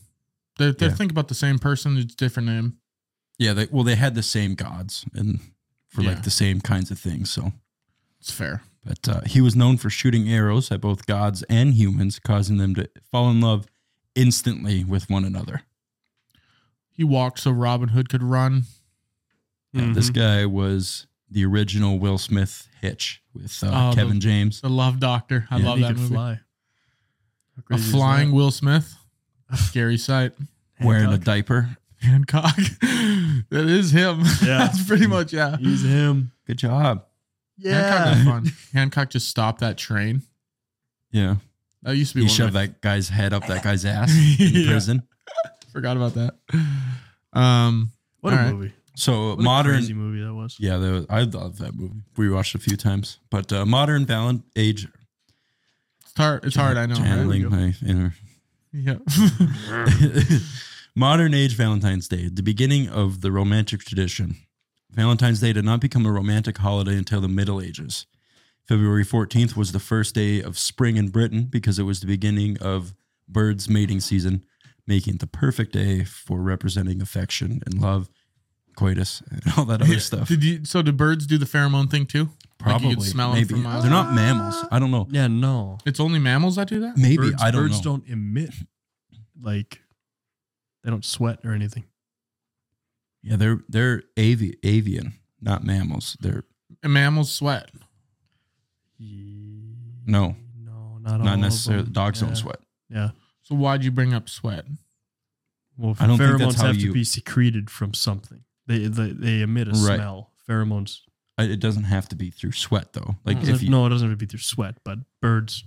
Speaker 1: They they
Speaker 2: Yeah.
Speaker 1: think about the same person. It's different name.
Speaker 2: yeah, they, well, they had the same gods and for
Speaker 1: Yeah.
Speaker 2: like the same kinds of things. So,
Speaker 1: It's fair.
Speaker 2: but uh, he was known for shooting arrows at both gods and humans, causing them to fall in love instantly with one another.
Speaker 1: He walked so Robin Hood could run.
Speaker 2: Yeah, this
Speaker 1: Mm-hmm.
Speaker 3: Mhm.
Speaker 2: guy was the original Will Smith Hitch with uh,
Speaker 1: Oh, the-
Speaker 2: Kevin James.
Speaker 1: The Love Doctor. I
Speaker 2: Yeah.
Speaker 1: love
Speaker 3: he
Speaker 1: that
Speaker 3: could
Speaker 1: movie.
Speaker 3: fly. How
Speaker 1: A
Speaker 3: crazy is
Speaker 1: flying
Speaker 3: that?
Speaker 1: Will Smith. Scary sight. (laughs)
Speaker 2: Wearing a
Speaker 3: Hancock.
Speaker 2: diaper.
Speaker 1: Hancock. (laughs) that is him. (laughs)
Speaker 3: Yeah.
Speaker 1: That's pretty much, yeah.
Speaker 3: He's him.
Speaker 2: Good job.
Speaker 1: Hancock was fun.
Speaker 2: (laughs)
Speaker 1: Hancock just stopped that train.
Speaker 2: Yeah.
Speaker 1: That used to be
Speaker 2: He
Speaker 1: one
Speaker 2: shoved
Speaker 1: of my-
Speaker 2: that guy's head up that guy's
Speaker 1: (laughs)
Speaker 2: ass in
Speaker 1: Yeah.
Speaker 2: prison.
Speaker 1: (laughs) Forgot about that. Um,
Speaker 3: What a
Speaker 1: All right.
Speaker 3: movie.
Speaker 2: So
Speaker 3: What
Speaker 2: modern
Speaker 3: a crazy movie that was.
Speaker 2: Yeah, that was, I love that movie. We watched it a few times, but uh, modern Valent age
Speaker 1: hard. It's hard. I know. right? Mm.
Speaker 2: Channeling my inner.
Speaker 1: (laughs)
Speaker 2: (laughs)
Speaker 1: Yeah.
Speaker 2: Modern age Valentine's Day, the beginning of the romantic tradition. Valentine's Day did not become a romantic holiday until the Middle Ages. February 14th was the first day of spring in Britain because it was the beginning of birds' mating season, making it the perfect day for representing affection and love, coitus, and all that other
Speaker 1: (laughs)
Speaker 2: stuff.
Speaker 1: Did you? So do birds do the pheromone thing too? Like you could smell them
Speaker 2: maybe.
Speaker 1: from miles.
Speaker 2: They're not mammals. I don't know.
Speaker 3: Yeah, no.
Speaker 1: It's only mammals that do that.
Speaker 2: Maybe
Speaker 3: birds,
Speaker 2: I don't
Speaker 3: birds
Speaker 2: know.
Speaker 3: don't emit like they don't sweat or anything.
Speaker 2: Yeah, they're they're avi- avian, not mammals. They're
Speaker 1: And mammals sweat.
Speaker 2: no,
Speaker 3: No, not all
Speaker 2: not
Speaker 3: of
Speaker 2: necessarily.
Speaker 3: them.
Speaker 2: Dogs
Speaker 3: Oh, Yeah,
Speaker 2: don't sweat.
Speaker 3: Yeah.
Speaker 1: So why'd you bring up sweat?
Speaker 3: Well,
Speaker 2: I don't think
Speaker 3: pheromones
Speaker 2: that's how
Speaker 3: have
Speaker 2: you-
Speaker 3: to be secreted from something. They they, they emit a
Speaker 2: Right.
Speaker 3: smell. Pheromones.
Speaker 2: I- It doesn't have to be through sweat though. Like
Speaker 1: Mm.
Speaker 2: if you
Speaker 3: no, it doesn't have to be through sweat, but birds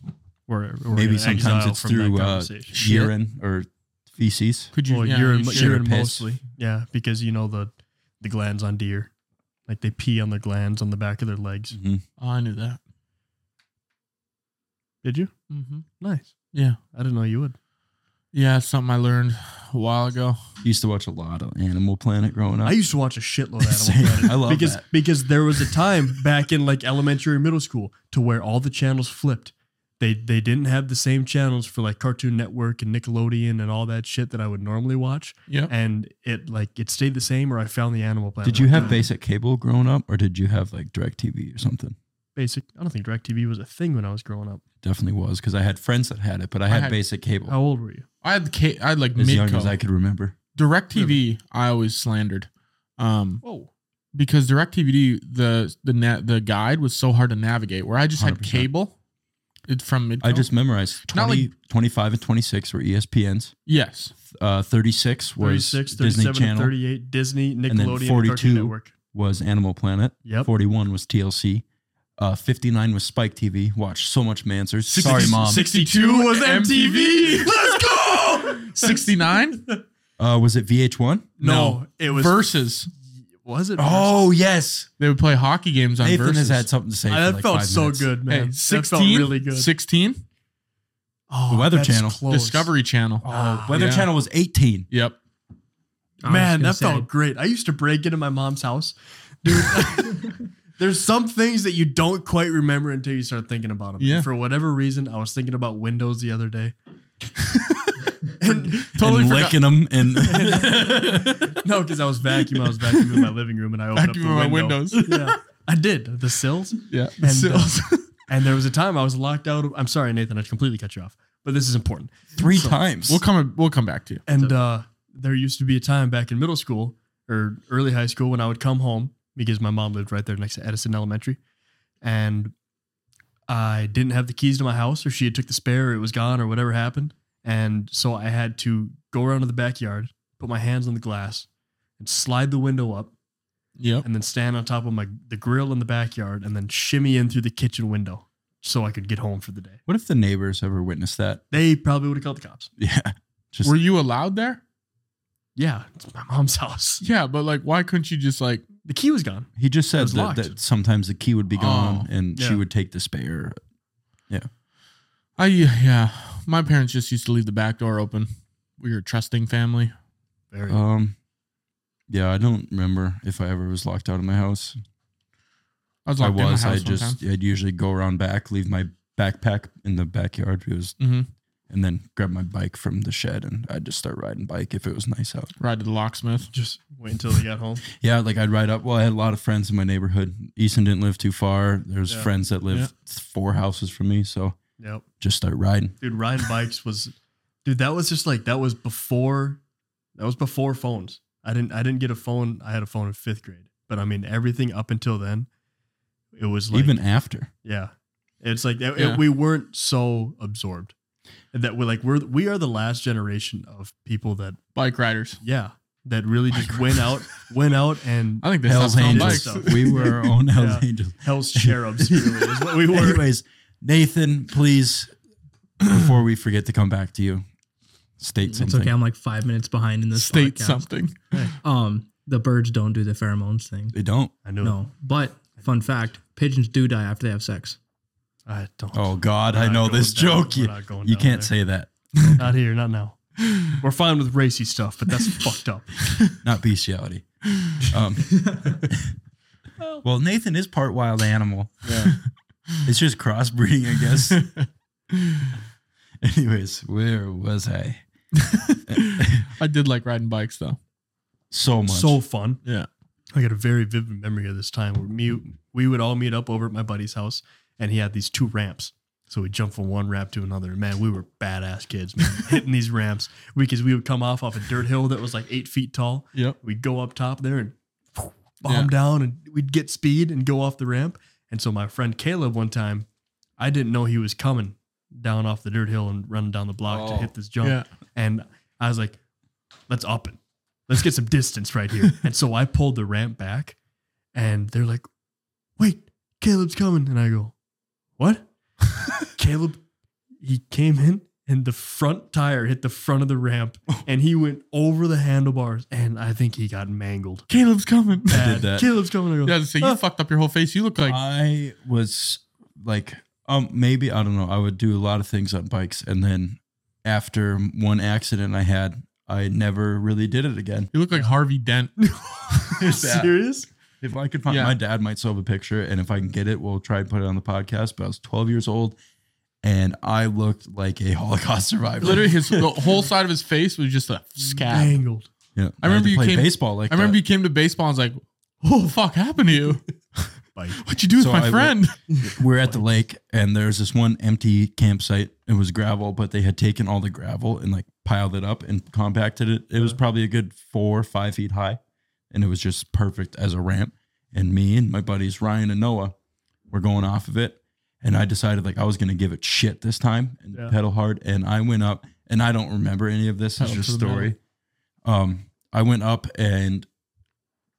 Speaker 3: were, were
Speaker 2: maybe
Speaker 3: in
Speaker 2: sometimes
Speaker 3: exile
Speaker 2: it's
Speaker 3: from that
Speaker 2: through uh,
Speaker 3: conversation.
Speaker 2: urine or feces.
Speaker 1: Could you?
Speaker 3: Well,
Speaker 1: yeah,
Speaker 3: urine,
Speaker 1: you should.
Speaker 3: urine
Speaker 2: Shit or piss.
Speaker 3: mostly. Yeah, because you know the the glands on deer, like they pee on their glands on the back of their legs.
Speaker 2: Mhm.
Speaker 1: Oh, I knew that.
Speaker 3: Did you?
Speaker 1: hmm
Speaker 3: Nice.
Speaker 1: Yeah.
Speaker 3: I didn't know you would.
Speaker 1: Yeah. It's something I learned a while ago.
Speaker 2: Used to watch a lot of Animal Planet growing up.
Speaker 3: I used to watch a shitload of
Speaker 2: Same.
Speaker 3: Animal Planet
Speaker 2: I love
Speaker 3: because
Speaker 2: that.
Speaker 3: because there was a time back in like elementary or middle school to where all the channels flipped. They they didn't have the same channels for like Cartoon Network and Nickelodeon and all that shit that I would normally watch,
Speaker 1: Yep.
Speaker 3: and it like it stayed the same. Or I found the Animal Planet.
Speaker 2: Did you
Speaker 3: one
Speaker 2: have
Speaker 3: time.
Speaker 2: basic cable growing up, or did you have like DirecTV or something?
Speaker 3: basic? I don't think Directv was a thing when I was growing up.
Speaker 2: Definitely was because I had friends that had it, but I had,
Speaker 1: had-
Speaker 2: basic cable
Speaker 3: How old were you?
Speaker 1: I had ca- I had like
Speaker 2: as young
Speaker 1: midco.
Speaker 2: as I could remember.
Speaker 1: Direct TV. I always slandered. Um,
Speaker 3: Oh,
Speaker 1: because Direct TV the the net the guide was so hard to navigate. Where I just had
Speaker 2: 100%.
Speaker 1: cable. It's from mid.
Speaker 2: I just memorized
Speaker 1: Not
Speaker 2: 20, 25 and 26 were E ESPNs.
Speaker 1: yes.
Speaker 2: Uh, 36 was
Speaker 3: 36,
Speaker 2: Disney
Speaker 3: 37,
Speaker 2: Channel,
Speaker 3: 38, Disney, Nickelodeon,
Speaker 2: then
Speaker 3: Cartoon
Speaker 2: 42.
Speaker 3: Network.
Speaker 2: was Animal Planet.
Speaker 3: Yep.
Speaker 2: 41 was TLC. Uh, 59 was Spike TV. Watched so much Mansers. Sorry, mom.
Speaker 1: 62 was MTV.
Speaker 3: Let's go.
Speaker 2: (laughs)
Speaker 1: 69?
Speaker 2: Uh, was it VH1?
Speaker 3: No, it was
Speaker 1: Versus.
Speaker 3: Was it?
Speaker 2: Oh, yes.
Speaker 1: They would play hockey games on
Speaker 2: Nathan
Speaker 1: versus.
Speaker 2: has had something to say.
Speaker 3: I-
Speaker 2: for
Speaker 3: that
Speaker 2: like
Speaker 3: felt
Speaker 2: five
Speaker 3: so
Speaker 2: minutes.
Speaker 3: good,
Speaker 1: Hey,
Speaker 3: man.
Speaker 1: 16,
Speaker 3: that felt really good.
Speaker 1: 16,
Speaker 3: Oh,
Speaker 2: The Weather
Speaker 3: that's
Speaker 2: Channel.
Speaker 3: close.
Speaker 1: Discovery Channel.
Speaker 3: Ah,
Speaker 2: Weather
Speaker 1: Yeah.
Speaker 2: Channel was 18.
Speaker 1: Yep.
Speaker 4: I was
Speaker 3: man,
Speaker 4: gonna
Speaker 3: that
Speaker 4: say,
Speaker 3: felt great. I used to break into my mom's house, dude. (laughs) There's some things that you don't quite remember until you start thinking about them.
Speaker 1: Yeah.
Speaker 3: For whatever reason, I was thinking about Windows the other day. and
Speaker 1: Totally
Speaker 2: and
Speaker 1: forgot.
Speaker 2: licking them. And
Speaker 3: (laughs) No, because I was vacuuming. I was vacuuming my living room, and I opened
Speaker 1: Vacuuming
Speaker 3: up
Speaker 1: my
Speaker 3: the window. (laughs)
Speaker 1: windows.
Speaker 3: yeah, I did the sills.
Speaker 1: (laughs) Yeah.
Speaker 3: And,
Speaker 1: So-
Speaker 3: uh, and there was a time I was locked out. Of, I'm sorry, Nathan. I completely cut you off, but this is important.
Speaker 2: three times.
Speaker 1: we'll come we'll come back to you.
Speaker 3: And uh, there used to be a time back in middle school or early high school when I would come home because my mom lived right there next to Edison Elementary, and I didn't have the keys to my house, or she had took the spare, or it was gone, or whatever happened, and so I had to go around to the backyard, put my hands on the glass, and slide the window up,
Speaker 1: Yep.
Speaker 3: and then stand on top of my the grill in the backyard, and then shimmy in through the kitchen window so I could get home for the day.
Speaker 2: what if the neighbors ever witnessed that? (laughs)
Speaker 3: They probably would have called the cops.
Speaker 2: Yeah. Just
Speaker 1: Were you allowed there?
Speaker 3: Yeah, it's my mom's (laughs) house.
Speaker 1: Yeah, but like why couldn't you just like
Speaker 3: The key was gone.
Speaker 2: he just
Speaker 3: It
Speaker 2: said
Speaker 3: was
Speaker 2: that,
Speaker 3: locked.
Speaker 2: that sometimes the key would be gone
Speaker 1: Oh,
Speaker 2: and she
Speaker 3: yeah.
Speaker 2: would take the spare.
Speaker 1: I yeah, my parents just used to leave the back door open. We were a trusting family.
Speaker 3: Very
Speaker 2: Um, yeah, I don't remember if I ever was locked out of my house.
Speaker 1: I was
Speaker 2: I
Speaker 1: locked in my
Speaker 2: was.
Speaker 1: house
Speaker 2: I
Speaker 1: one
Speaker 2: just I'd usually go around back, leave my backpack in the backyard. It was,
Speaker 1: time.
Speaker 2: and then grab my bike from the shed, and I'd just start riding bike if it was nice out.
Speaker 1: Mhm. Ride to the locksmith.
Speaker 3: Just wait until they
Speaker 2: (laughs)
Speaker 3: got home.
Speaker 2: Yeah, like I'd ride up. Well, I had a lot of friends in my neighborhood. Easton didn't live too far. There's
Speaker 3: Yeah.
Speaker 2: friends that live four houses from me, so
Speaker 3: Yep.
Speaker 2: just start riding.
Speaker 3: Dude, riding bikes was dude, that was just like that was before that was before phones. I didn't I didn't get a phone. I had a phone in fifth grade. But I mean everything up until then, it was like
Speaker 2: Even after,
Speaker 3: yeah. It's like it- it-
Speaker 1: Yeah.
Speaker 3: we weren't so absorbed. And that we're like we're we are the last generation of people that
Speaker 1: Bike riders.
Speaker 3: yeah, that really just went out went out
Speaker 2: (laughs)
Speaker 3: and
Speaker 1: I think they
Speaker 2: Hell's
Speaker 1: stopped on
Speaker 2: Angels.
Speaker 1: bikes.
Speaker 2: we were our own Hell's Angels.
Speaker 3: hell's cherubs really
Speaker 2: (laughs)
Speaker 3: is what we were.
Speaker 2: Anyways, Nathan, please, before we forget to come back to you, state
Speaker 4: It's
Speaker 2: something.
Speaker 4: okay. I'm like five minutes behind in
Speaker 1: (laughs)
Speaker 4: this
Speaker 1: State
Speaker 4: podcast.
Speaker 1: something.
Speaker 4: Um, the birds don't do the pheromones thing.
Speaker 2: They don't.
Speaker 3: I know.
Speaker 4: No, but fun fact: pigeons do die after they have sex.
Speaker 3: I don't.
Speaker 2: Oh God,
Speaker 3: We're
Speaker 2: I
Speaker 3: not
Speaker 2: know
Speaker 3: going
Speaker 2: this
Speaker 3: down-
Speaker 2: joke.
Speaker 3: we're
Speaker 2: You,
Speaker 3: not going
Speaker 2: you
Speaker 3: down
Speaker 2: can't
Speaker 3: there.
Speaker 2: say that.
Speaker 3: Not here, not now. We're fine with racy stuff, but that's fucked up.
Speaker 2: Not bestiality. Um, well, Nathan is part wild animal.
Speaker 1: Yeah.
Speaker 2: (laughs) It's just crossbreeding, I guess.
Speaker 1: (laughs)
Speaker 2: Anyways, where was I?
Speaker 1: I did like riding bikes though.
Speaker 2: So much.
Speaker 3: So fun.
Speaker 1: Yeah.
Speaker 3: I got a very vivid memory of this time where me we would all meet up over at my buddy's house, and he had these two ramps. So we jump from one ramp to another. Man, we were badass kids, man, hitting these ramps because we would come off off a dirt hill that was like eight feet tall.
Speaker 1: Yep.
Speaker 3: We'd go up top there and bomb
Speaker 1: Yeah.
Speaker 3: down, and we'd get speed and go off the ramp. And so my friend Caleb one time, I didn't know he was coming down off the dirt hill and running down the block to
Speaker 2: Oh,
Speaker 3: hit this jump. And I was like, let's up it. Let's get some distance
Speaker 2: (laughs)
Speaker 3: right here. and so I pulled the ramp back and they're like, wait, Caleb's coming. And I go,
Speaker 2: (laughs)
Speaker 3: what? Caleb, he came in and the front tire hit the front of the ramp
Speaker 2: Oh.
Speaker 3: and he went over the handlebars and I think he got mangled.
Speaker 1: Caleb's (laughs) coming.
Speaker 2: I did
Speaker 3: Bad.
Speaker 2: that.
Speaker 3: Caleb's coming. I go,
Speaker 1: Yeah, so you
Speaker 3: "Ah."
Speaker 1: fucked up your whole face. You look like
Speaker 2: I was like, um, maybe I don't know. I would do a lot of things on bikes, and then after one accident I had, I never really did it again.
Speaker 1: you look like Harvey (laughs) Dent.
Speaker 2: that.
Speaker 3: serious?
Speaker 2: If I could find
Speaker 1: Yeah.
Speaker 2: my dad might still have a picture, and if I can get it, we'll try and put it on the podcast. But I was 12 years old, and I looked like a (laughs) Holocaust survivor.
Speaker 1: Literally, his the whole side of his face was just a scab.
Speaker 3: Mangled.
Speaker 2: (laughs) yeah.
Speaker 1: I remember
Speaker 2: had to
Speaker 1: you
Speaker 2: play
Speaker 1: came-
Speaker 2: baseball like
Speaker 1: I remember
Speaker 2: that.
Speaker 1: you came to baseball and was like, "What the fuck happened to you?
Speaker 3: Bike.
Speaker 1: What'd you do with
Speaker 2: So
Speaker 1: my
Speaker 2: I would-
Speaker 1: friend?"
Speaker 2: we're at the lake and there's this one empty campsite. It was gravel, but they had taken all the gravel and like piled it up and compacted it. It was probably a good four or five feet high. And it was just perfect as a ramp. And me and my buddies, Ryan and Noah, were going off of it. And I decided like I was going to give it shit this time and
Speaker 3: Yeah.
Speaker 2: pedal hard. And I went up and I don't remember any of this. It's
Speaker 1: Pedal
Speaker 2: just
Speaker 1: to the metal.
Speaker 2: story. Um, I went up and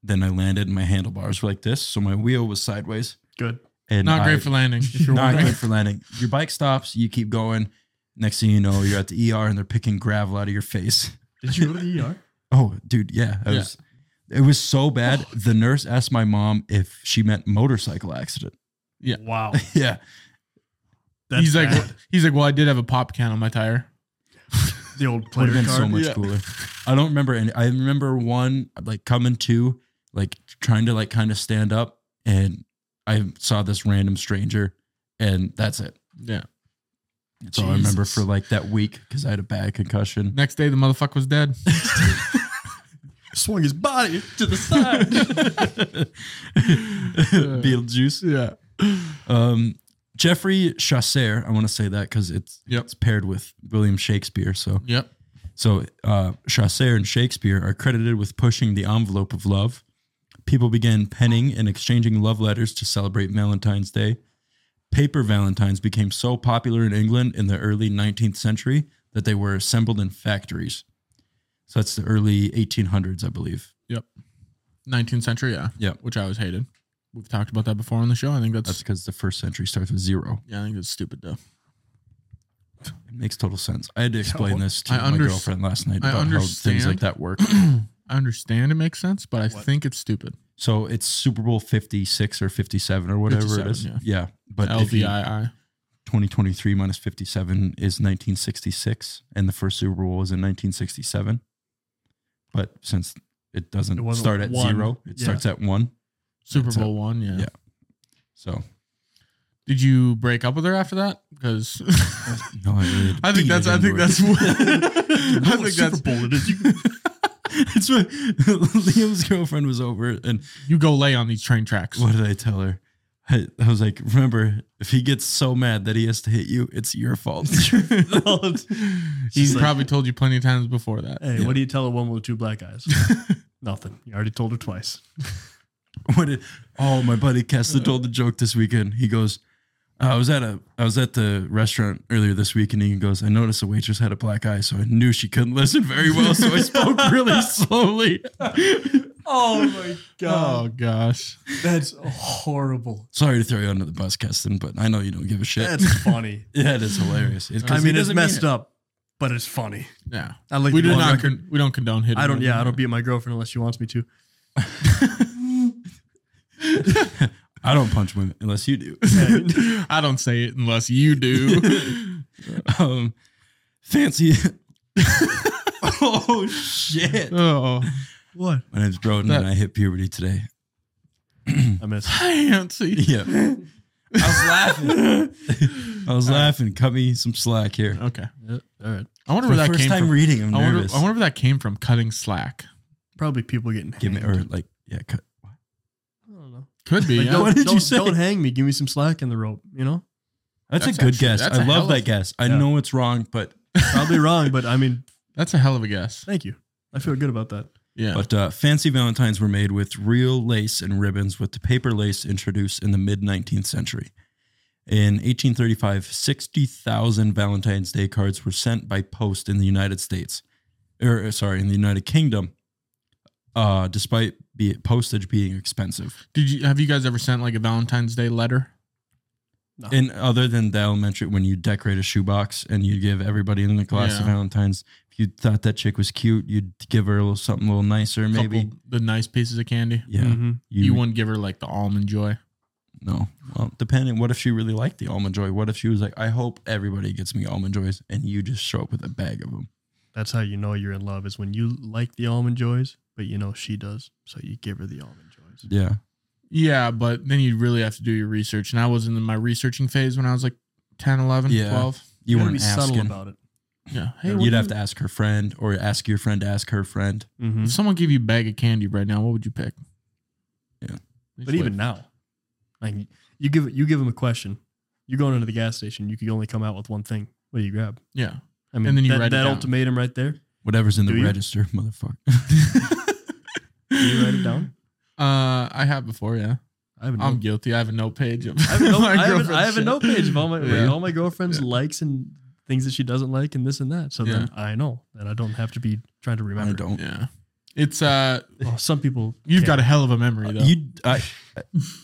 Speaker 2: then I landed and my handlebars were like this. So my wheel was sideways.
Speaker 3: Good.
Speaker 2: And
Speaker 1: Not
Speaker 2: I-
Speaker 1: great for
Speaker 2: (laughs)
Speaker 1: landing. if you're
Speaker 2: not
Speaker 1: wondering.
Speaker 2: good for landing. Your bike stops, you keep going. Next thing you know, you're at the ER and they're picking gravel out of your face. (laughs)
Speaker 3: Did you go to the ER?
Speaker 2: Oh, dude, yeah, I
Speaker 1: Yeah.
Speaker 2: was. It was
Speaker 1: (sighs)
Speaker 2: so bad. The nurse asked my mom if she meant motorcycle accident. (laughs)
Speaker 1: Yeah.
Speaker 3: Wow.
Speaker 2: Yeah,
Speaker 3: That's
Speaker 1: he's like,
Speaker 3: bad.
Speaker 1: he's like, well, I did have a pop can on my tire.
Speaker 3: the old player
Speaker 2: would have been
Speaker 3: card.
Speaker 2: so much
Speaker 1: Yeah.
Speaker 2: cooler. I don't remember any. I remember one like coming to, like trying to like kind of stand up, and I saw this random stranger, and that's it.
Speaker 1: Yeah.
Speaker 2: That's all I remember
Speaker 1: Jesus.
Speaker 2: for like that week because I had a bad concussion.
Speaker 1: Next day, the motherfucker was
Speaker 2: (laughs)
Speaker 1: dead.
Speaker 3: swung his body to the side.
Speaker 2: (laughs) Beetlejuice.
Speaker 1: yeah.
Speaker 2: Um, Jeffrey Chaucer, I want to say that because it's
Speaker 1: Yep.
Speaker 2: it's paired with William Shakespeare. So
Speaker 1: Yep.
Speaker 2: so uh, Chaucer and Shakespeare are credited with pushing the envelope of love. People began penning and exchanging love letters to celebrate Valentine's Day. Paper Valentines became so popular in England in the early 19th century that they were assembled in factories. So that's the early 1800s, I believe.
Speaker 1: 19th century. Yeah.
Speaker 2: Yep.
Speaker 1: Which I always hated. We've talked about that before on the show. I think that's,
Speaker 2: That's because the first century starts with zero.
Speaker 1: yeah, I think that's stupid
Speaker 2: (clears throat)
Speaker 1: though.
Speaker 2: It makes total sense. I had to explain this to
Speaker 1: I
Speaker 2: my
Speaker 1: underst-
Speaker 2: girlfriend last night
Speaker 1: I
Speaker 2: about how things
Speaker 1: understand.
Speaker 2: like that work.
Speaker 1: I understand it makes sense, but I
Speaker 3: What?
Speaker 1: think it's stupid.
Speaker 2: So it's Super Bowl 56 or 57 or whatever it
Speaker 1: 57,
Speaker 2: is.
Speaker 1: yeah.
Speaker 2: Yeah. But if you-
Speaker 1: LVII.
Speaker 2: 2023 minus 57 is 1966, and the first Super Bowl was in 1967. But since it doesn't
Speaker 3: It wasn't
Speaker 2: start at
Speaker 3: one.
Speaker 2: zero, it
Speaker 3: Yeah.
Speaker 2: starts at one.
Speaker 1: Super
Speaker 2: That's a-
Speaker 1: Bowl one. Yeah.
Speaker 2: yeah. So
Speaker 1: Did you break up with her after that? Because
Speaker 2: no, (laughs) I, really
Speaker 1: (laughs) I think
Speaker 2: beat
Speaker 1: that's.
Speaker 2: it
Speaker 1: I think
Speaker 2: into it.
Speaker 1: (laughs) that's. What,
Speaker 2: (laughs)
Speaker 3: You know
Speaker 1: I
Speaker 3: what
Speaker 1: think
Speaker 3: Super
Speaker 1: that's.
Speaker 3: Bowl it is. You-
Speaker 1: (laughs)
Speaker 2: It's (laughs) what- Liam's girlfriend was over, and
Speaker 1: You go lay on these train tracks.
Speaker 2: What did I tell her? I, I was like, remember, if he gets so mad that he has to hit you, it's your fault. (laughs)
Speaker 3: (laughs)
Speaker 1: (laughs) He's
Speaker 3: like-
Speaker 1: probably told you plenty of times before that.
Speaker 3: hey, what do you tell a woman with two black eyes? Nothing. You already told her twice.
Speaker 2: what did, oh, my buddy Kessler told the joke this weekend. He goes, uh, I was at a I was at the restaurant earlier this week and he goes, I noticed the waitress had a black eye, so I knew she couldn't listen very well, so I
Speaker 3: (laughs)
Speaker 2: spoke really slowly.
Speaker 3: Oh my
Speaker 1: Oh gosh.
Speaker 3: that's horrible.
Speaker 2: Sorry to throw you under the bus, Keston, but I know you don't give a shit.
Speaker 3: That's funny.
Speaker 2: yeah, it is hilarious. It's 'cause
Speaker 3: I
Speaker 2: he
Speaker 3: mean, it's
Speaker 2: doesn't mean
Speaker 3: messed
Speaker 2: it.
Speaker 3: up, but it's funny.
Speaker 1: Yeah.
Speaker 3: I like
Speaker 1: we
Speaker 3: to
Speaker 1: do
Speaker 3: go on
Speaker 1: not.
Speaker 3: record.
Speaker 1: Con- we don't condone hitting.
Speaker 3: I don't.
Speaker 1: women.
Speaker 3: Yeah, I don't beat my girlfriend unless she wants me to.
Speaker 2: I don't punch women unless you do.
Speaker 1: (laughs) I don't say it unless you
Speaker 2: (laughs)
Speaker 1: do.
Speaker 2: um, fancy.
Speaker 1: (laughs)
Speaker 2: oh shit!
Speaker 1: oh,
Speaker 3: What?
Speaker 2: My name's Broden,
Speaker 1: That-
Speaker 2: and I hit puberty today. (laughs)
Speaker 3: I missed.
Speaker 1: fancy.
Speaker 2: Yeah, I was laughing. I was laughing. Cut me some slack here.
Speaker 1: Okay.
Speaker 3: Yeah, all right.
Speaker 1: I wonder where
Speaker 2: For the
Speaker 1: that
Speaker 2: first
Speaker 1: came
Speaker 2: time
Speaker 1: from.
Speaker 2: reading, I'm
Speaker 1: I wonder,
Speaker 2: nervous.
Speaker 1: I wonder where that came from. Cutting slack
Speaker 3: Probably people getting
Speaker 2: Give me
Speaker 3: hanged.
Speaker 2: or like yeah, cut.
Speaker 3: I don't know.
Speaker 1: could be.
Speaker 3: Like,
Speaker 1: yeah.
Speaker 3: don't,
Speaker 2: What did you
Speaker 3: don't-
Speaker 2: say?
Speaker 3: Don't hang me. Give me some slack in the rope. You know,
Speaker 2: That's,
Speaker 1: That's
Speaker 2: a good
Speaker 1: actually-
Speaker 2: guess.
Speaker 1: that's
Speaker 2: I
Speaker 1: a
Speaker 2: love
Speaker 1: hell
Speaker 2: that
Speaker 1: of-
Speaker 2: guess. I
Speaker 3: Yeah.
Speaker 2: know it's wrong, but
Speaker 3: probably wrong, but I mean,
Speaker 1: That's a hell of a guess.
Speaker 3: thank you. I feel good about that.
Speaker 1: Yeah.
Speaker 2: But uh, fancy valentines were made with real lace and ribbons, with the paper lace introduced in the mid 19th century. In 1835, 60,000 Valentine's Day cards were sent by post in the United States, or uh, sorry, in the United Kingdom, uh, despite be postage being expensive.
Speaker 1: Did you have you guys ever sent like a Valentine's Day letter? Oh.
Speaker 2: And other than the elementary, when you decorate a shoebox and you give everybody in the class a
Speaker 1: Yeah.
Speaker 2: Valentine's, if you thought that chick was cute, you'd give her a little, something a little nicer, maybe.
Speaker 1: Couple- the nice pieces of candy.
Speaker 2: Yeah.
Speaker 3: Mhm.
Speaker 1: You, wouldn't give her like the almond joy.
Speaker 2: No. Well, depending. What if she really liked the almond joy? What if she was like, I hope everybody gets me almond joys and you just show up with a bag of them?
Speaker 3: That's how you know you're in love is when you like the almond joys, but you know she does, so you give her the almond joys.
Speaker 2: Yeah.
Speaker 1: Yeah, but then you really have to do your research. And I was in my researching phase when I was like 10, 11,
Speaker 2: Yeah.
Speaker 1: 12.
Speaker 2: You
Speaker 3: gotta
Speaker 2: weren't
Speaker 3: be
Speaker 2: asking.
Speaker 3: subtle about it.
Speaker 1: Yeah. Hey, what
Speaker 2: You'd
Speaker 1: do
Speaker 2: have
Speaker 1: you-
Speaker 2: to ask her friend or ask your friend to ask her friend.
Speaker 3: Mm-hmm.
Speaker 1: If someone gave you a bag of candy right now, what would you pick?
Speaker 2: Yeah.
Speaker 3: But even now, like you give you give them a question. You're going into the gas station. You could only come out with one thing. What do you grab? (laughs)
Speaker 1: yeah,
Speaker 3: I mean,
Speaker 1: And then you
Speaker 3: that,
Speaker 1: write it
Speaker 3: that
Speaker 1: down.
Speaker 3: ultimatum right there.
Speaker 2: Whatever's in the
Speaker 3: Do you?
Speaker 2: register, (laughs) motherfucker.
Speaker 3: Do you write
Speaker 1: (laughs)
Speaker 3: it down?
Speaker 1: Uh, I have before. Yeah,
Speaker 3: I have a
Speaker 1: I'm
Speaker 3: note.
Speaker 1: guilty. I have a note page. Of
Speaker 3: I
Speaker 1: (laughs)
Speaker 3: have a note,
Speaker 1: my
Speaker 3: I have a, I
Speaker 1: girlfriend's
Speaker 3: have a
Speaker 1: shit.
Speaker 3: note page of all
Speaker 1: (laughs)
Speaker 3: my
Speaker 1: Yeah.
Speaker 3: all my girlfriend's likes and things that she doesn't like and this and that. So then I know that I don't have to be trying to
Speaker 2: I
Speaker 3: remember.
Speaker 2: don't.
Speaker 1: Yeah, it's uh,
Speaker 3: Well, some people
Speaker 1: you've got a
Speaker 3: to.
Speaker 1: hell of a
Speaker 3: Uh,
Speaker 1: memory though.
Speaker 2: You, I,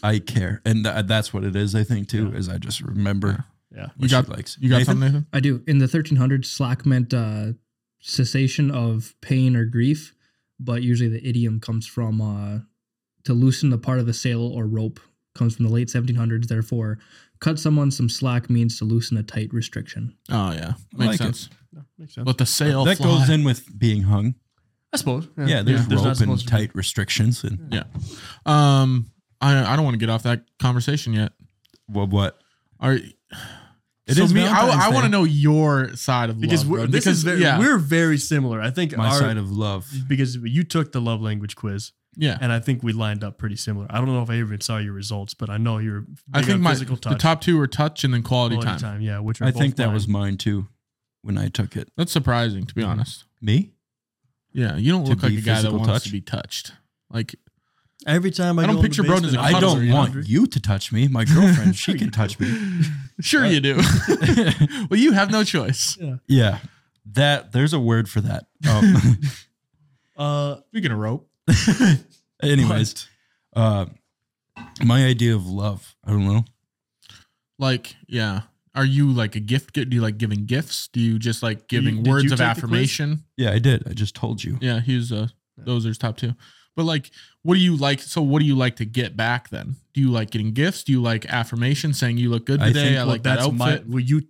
Speaker 2: I care. And th- that's what it is, I think, too,
Speaker 3: Yeah.
Speaker 2: is I just remember
Speaker 3: Yeah.
Speaker 2: what
Speaker 1: You got-
Speaker 2: she likes.
Speaker 1: you got
Speaker 2: Nathan?
Speaker 1: something, Nathan?
Speaker 4: I do. In the 1300s, slack meant uh, cessation of pain or grief, but usually the idiom comes from uh, to loosen the part of a sail or rope comes from the late 1700s. Therefore, cut someone some slack means to loosen a tight restriction.
Speaker 1: Oh yeah, makes
Speaker 2: I like it.
Speaker 1: sense.
Speaker 3: No, makes sense.
Speaker 1: Let the sail
Speaker 2: That
Speaker 1: fly.
Speaker 2: goes in with being hung.
Speaker 3: I suppose.
Speaker 2: Yeah, there's
Speaker 1: Yeah.
Speaker 3: There's not
Speaker 2: rope and
Speaker 3: supposed to be-
Speaker 2: tight restrictions. And
Speaker 1: Yeah. Um, I I don't want to get off that conversation yet.
Speaker 2: what? what?
Speaker 1: Are
Speaker 2: It
Speaker 1: so
Speaker 2: is
Speaker 1: me? I, I
Speaker 2: Valentine's
Speaker 1: want to
Speaker 2: Day.
Speaker 1: know your side of
Speaker 3: because
Speaker 1: love,
Speaker 3: we're,
Speaker 1: bro,
Speaker 3: this
Speaker 1: because
Speaker 3: is very,
Speaker 1: yeah,
Speaker 3: we're very similar. I think
Speaker 2: my
Speaker 3: our-
Speaker 2: side of love.
Speaker 3: because you took the love language quiz
Speaker 1: yeah.
Speaker 3: and I think we lined up pretty similar. I don't know if I even saw your results, but I know you're.
Speaker 1: I
Speaker 3: big
Speaker 1: think
Speaker 3: on
Speaker 1: my
Speaker 3: physical touch,
Speaker 1: the top two were touch and then quality,
Speaker 3: quality
Speaker 1: time.
Speaker 3: Yeah, which are
Speaker 2: I
Speaker 3: both
Speaker 2: think that
Speaker 3: mine.
Speaker 2: was mine too when I took it.
Speaker 1: That's surprising, to be
Speaker 2: Mhm.
Speaker 1: honest.
Speaker 2: Me?
Speaker 1: Yeah, you don't
Speaker 2: To
Speaker 1: look like
Speaker 2: be
Speaker 1: a guy that
Speaker 2: physical
Speaker 1: wants
Speaker 2: touch?
Speaker 1: to be touched. Like
Speaker 3: every time I,
Speaker 1: I don't
Speaker 3: go in the
Speaker 1: picture Broden
Speaker 3: basement,
Speaker 1: as a
Speaker 3: I'm
Speaker 2: I
Speaker 1: cuddler,
Speaker 3: hungry.
Speaker 2: don't
Speaker 1: you know?
Speaker 2: want you to touch me. My
Speaker 3: (laughs)
Speaker 2: girlfriend, she can touch me.
Speaker 1: Sure you do. well, you have no choice.
Speaker 2: Yeah. That there's a word for that.
Speaker 3: (laughs)
Speaker 2: Um,
Speaker 3: Uh,
Speaker 1: Speaking of rope,
Speaker 2: anyways, uh, my idea of love, I don't know.
Speaker 1: like yeah, are you like a gift? gi- Do you like giving gifts? Do you just like
Speaker 3: You-
Speaker 1: giving
Speaker 3: did you
Speaker 1: words of
Speaker 3: take the quiz?
Speaker 1: affirmation?
Speaker 2: Yeah, I did. I just told you.
Speaker 1: Yeah, he was. Uh, those are his top two. But like, what do you like? So, what do you like to get back then? Do you like getting gifts? Do you like affirmation saying you look good
Speaker 2: I
Speaker 1: today? I,
Speaker 2: think,
Speaker 3: well,
Speaker 1: like that
Speaker 3: that's
Speaker 1: outfit.
Speaker 3: my. Well, you,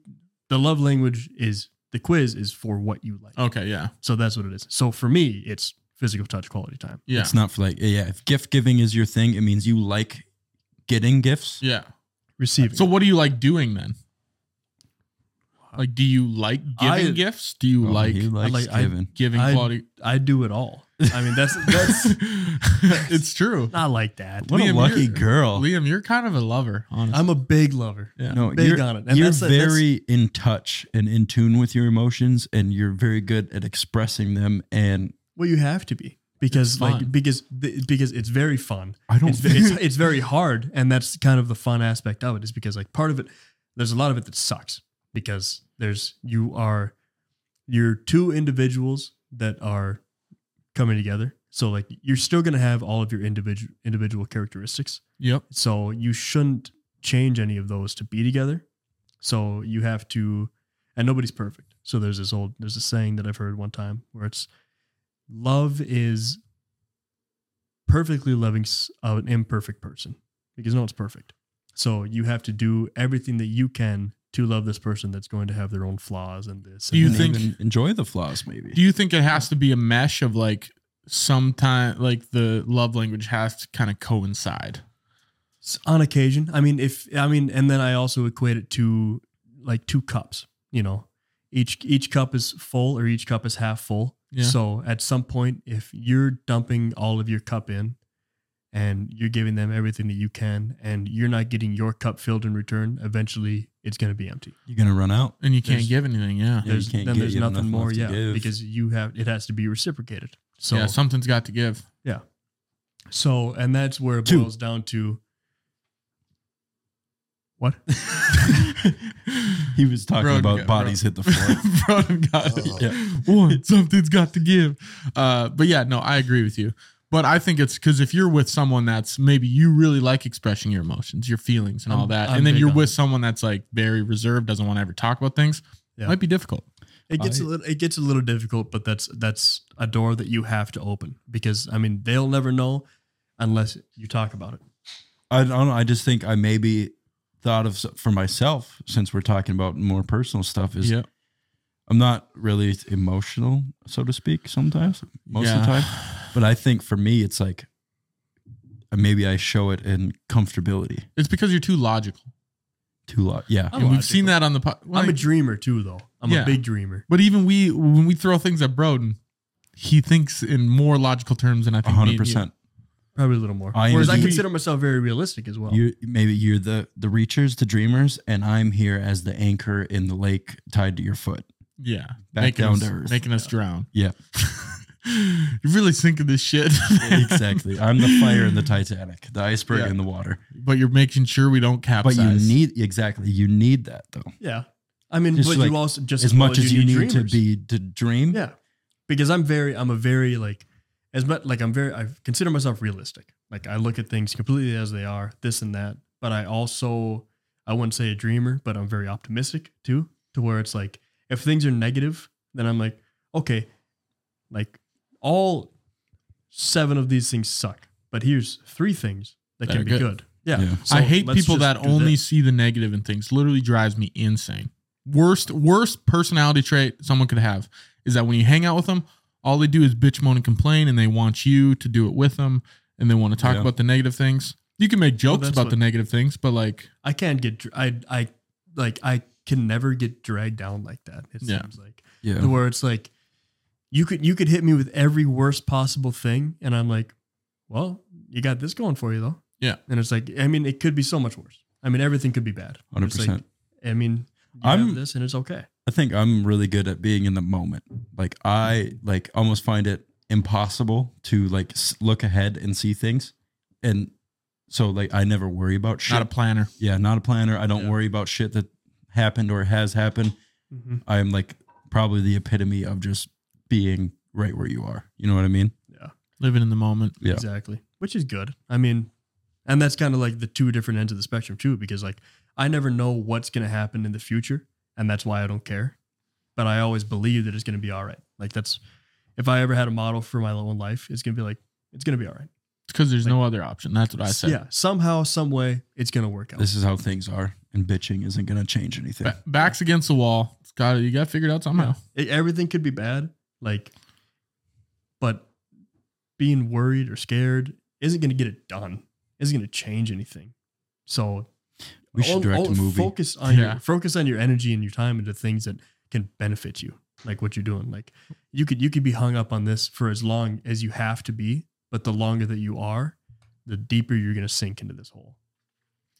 Speaker 3: the love language is the quiz is for what you like.
Speaker 1: okay, yeah,
Speaker 3: So that's what it is. So for me, it's physical touch, quality time.
Speaker 1: yeah,
Speaker 2: It's not for like yeah, if gift giving is your thing, it means you like getting gifts.
Speaker 1: yeah.
Speaker 3: Receiving.
Speaker 1: So, what do you like doing then? Like, do you like giving
Speaker 3: I-
Speaker 1: gifts? Do you
Speaker 2: Oh,
Speaker 1: like
Speaker 2: he likes
Speaker 3: like- I-
Speaker 2: giving.
Speaker 1: giving
Speaker 3: I-
Speaker 1: quality?
Speaker 3: I do it all. I
Speaker 2: (laughs)
Speaker 3: mean, that's (laughs) that's
Speaker 1: (laughs) it's true.
Speaker 3: not like that.
Speaker 2: what a
Speaker 1: Liam,
Speaker 2: lucky
Speaker 1: you're-
Speaker 2: girl.
Speaker 1: Liam, you're kind of a lover, honestly.
Speaker 3: I'm a big lover.
Speaker 1: yeah.
Speaker 2: no,
Speaker 3: big
Speaker 2: you're,
Speaker 3: on it. And
Speaker 2: you're
Speaker 3: that's- that's-
Speaker 2: very in touch and in tune with your emotions, and you're very good at expressing them. And
Speaker 3: Well, you have to be because
Speaker 1: It's fun.
Speaker 3: like because th- because it's very fun.
Speaker 2: I don't
Speaker 3: It's, ve- it's it's very hard, and that's kind of the fun aspect of it. Is because like part of it, there's a lot of it that sucks because there's you are you're two individuals that are coming together. So like you're still gonna have all of your individual individual characteristics.
Speaker 1: Yep.
Speaker 3: So you shouldn't change any of those to be together. So you have to, and nobody's perfect. So there's this old, there's a saying that I've heard one time where it's love is perfectly loving s- an uh, imperfect person. because no one's perfect. So you have to do everything that you can to love this person that's going to have their own flaws and this.
Speaker 1: Do
Speaker 3: and
Speaker 1: you
Speaker 3: that.
Speaker 2: And
Speaker 1: think-
Speaker 2: even enjoy the flaws, maybe.
Speaker 1: Do you think it has to be a mesh of like sometime like the love language has to kind of coincide?
Speaker 3: S- on occasion? I mean, if I mean, and then I also equate it to like two cups. You know, each each cup is full or each cup is half full.
Speaker 1: Yeah.
Speaker 3: So at some point, if you're dumping all of your cup in, and you're giving them everything that you can, and you're not getting your cup filled in return, eventually it's going to be empty.
Speaker 2: You're gonna run out.
Speaker 1: And you can't
Speaker 3: There's-
Speaker 1: give anything, yeah.
Speaker 2: Yeah, you
Speaker 3: there's,
Speaker 2: can't
Speaker 3: then
Speaker 2: get-
Speaker 3: there's
Speaker 2: you have
Speaker 3: nothing
Speaker 2: nothing
Speaker 3: more,
Speaker 2: left to
Speaker 3: yeah,
Speaker 2: give.
Speaker 3: because you have it has to be reciprocated. So
Speaker 1: yeah, something's got to give.
Speaker 3: (laughs) so and that's where it
Speaker 2: Two.
Speaker 3: boils down to what?
Speaker 2: (laughs) he was talking
Speaker 1: Bro,
Speaker 2: about
Speaker 1: bro-
Speaker 2: bodies hit the floor.
Speaker 1: (laughs) Bro, got
Speaker 3: Oh.
Speaker 1: One, something's got to give. Uh, but yeah, no, I agree with you. But I think it's because if you're with someone that's maybe you really like expressing your emotions, your feelings, and all
Speaker 3: I'm-
Speaker 1: that,
Speaker 3: I'm
Speaker 1: and then
Speaker 3: big
Speaker 1: you're
Speaker 3: on
Speaker 1: with
Speaker 3: it.
Speaker 1: someone that's like very reserved, doesn't want to ever talk about things,
Speaker 3: Yeah.
Speaker 1: might be difficult.
Speaker 3: It gets a
Speaker 2: I-
Speaker 3: little it gets a little difficult, but that's that's a door that you have to open because I mean they'll never know unless you talk about it.
Speaker 2: I don't know. I just think I maybe thought of s- for myself since we're talking about more personal stuff is I'm not really emotional, so to speak, sometimes, most of the time. But I think for me, it's like uh, maybe I show it in comfortability
Speaker 1: (sighs) It's because you're too logical.
Speaker 2: too lot. Yeah.
Speaker 3: I'm
Speaker 1: And we've seen
Speaker 3: logical.
Speaker 1: that on the po-
Speaker 3: I'm a
Speaker 1: like-
Speaker 3: dreamer too, though. I'm
Speaker 1: Yeah.
Speaker 3: a big dreamer.
Speaker 1: But even we, when we throw things at Broden, he thinks in more logical terms than I think. me and you.
Speaker 2: 100%.
Speaker 3: Probably a little more.
Speaker 2: I am
Speaker 3: Whereas I
Speaker 2: the-
Speaker 3: consider myself very realistic as well.
Speaker 2: You maybe you're the the reachers, the dreamers, and I'm here as the anchor in the lake tied to your foot.
Speaker 1: Yeah,
Speaker 2: Back
Speaker 1: making
Speaker 2: down
Speaker 1: us,
Speaker 2: to earth.
Speaker 1: making us drown.
Speaker 2: Yeah.
Speaker 1: (laughs) You're really sinking this shit, man.
Speaker 2: exactly. I'm the fire in the Titanic, the iceberg
Speaker 1: Yeah.
Speaker 2: in the water.
Speaker 1: (laughs) But you're making sure we don't
Speaker 2: But
Speaker 1: capsize.
Speaker 2: you need exactly you need that though.
Speaker 3: yeah, I mean,
Speaker 2: Just
Speaker 3: but
Speaker 2: like,
Speaker 3: you also just
Speaker 2: as much as you need to
Speaker 3: dreamers.
Speaker 2: be to dream.
Speaker 3: Yeah, because I'm very, I'm a very like, as much like I'm very, I consider myself realistic. Like I look at things completely as they are, this and that. But I also, I wouldn't say a dreamer, but I'm very optimistic too. To where it's like, if things are negative, then I'm like, okay, like all seven of these things suck, but here's three things that,
Speaker 1: That are
Speaker 3: can be
Speaker 1: good.
Speaker 3: good. Yeah,
Speaker 2: Yeah.
Speaker 1: I
Speaker 3: so
Speaker 1: hate
Speaker 3: let's
Speaker 1: people
Speaker 3: just
Speaker 1: that
Speaker 3: do
Speaker 1: only
Speaker 3: this.
Speaker 1: see the negative in things. Literally drives me insane. Worst worst personality trait someone could have is that when you hang out with them, all they do is bitch, moan, and complain, and they want you to do it with them, and they want to talk
Speaker 2: Yeah.
Speaker 1: about the negative things. You can make jokes
Speaker 3: that's
Speaker 1: about
Speaker 3: what-
Speaker 1: the negative things, but like,
Speaker 3: I can't get dr- I I like I can never get dragged down like that. It
Speaker 1: Yeah.
Speaker 3: seems like
Speaker 2: Yeah.
Speaker 3: to where it's like you could you could hit me with every worst possible thing, and I'm like, well, you got this going for you though.
Speaker 1: Yeah.
Speaker 3: and it's like I mean, it could be so much worse. I mean, everything could be bad. But it's like,
Speaker 2: 100%.
Speaker 3: I mean, you
Speaker 2: I'm-
Speaker 3: have this and it's okay.
Speaker 2: I think I'm really good at being in the moment. Like I like almost find it impossible to like s- look ahead and see things, and so like I never worry about shit.
Speaker 1: not a planner.
Speaker 2: yeah, not a planner. I don't
Speaker 3: Yeah.
Speaker 2: worry about shit that happened or has happened.
Speaker 3: Mm-hmm.
Speaker 2: I am like probably the epitome of just being right where you are. You know what I mean?
Speaker 1: Living in the moment.
Speaker 2: Yeah.
Speaker 3: Exactly, which is good. I mean, and that's kind of like the two different ends of the spectrum too, because like I never know what's gonna happen in the future, and that's why I don't care. But I always believe that it's gonna be all right. Like that's if I ever had a model for my own life, it's gonna be like it's gonna be all right.
Speaker 1: It's because there's no other option. That's what I said.
Speaker 3: Yeah, somehow, some way, it's gonna work out.
Speaker 2: This is how things are, and bitching isn't gonna change anything.
Speaker 1: Ba- backs against the wall. It's got you. Got to figure it out somehow.
Speaker 3: E- everything could be bad, like, but being worried or scared isn't gonna get it done. Isn't gonna change anything. So
Speaker 2: We should
Speaker 3: All-
Speaker 2: direct
Speaker 3: all-
Speaker 2: a movie.
Speaker 3: Focus on
Speaker 1: Yeah.
Speaker 3: your focus on your energy and your time into things that can benefit you, like what you're doing. Like you could you could be hung up on this for as long as you have to be, but the longer that you are, the deeper you're gonna sink into this hole.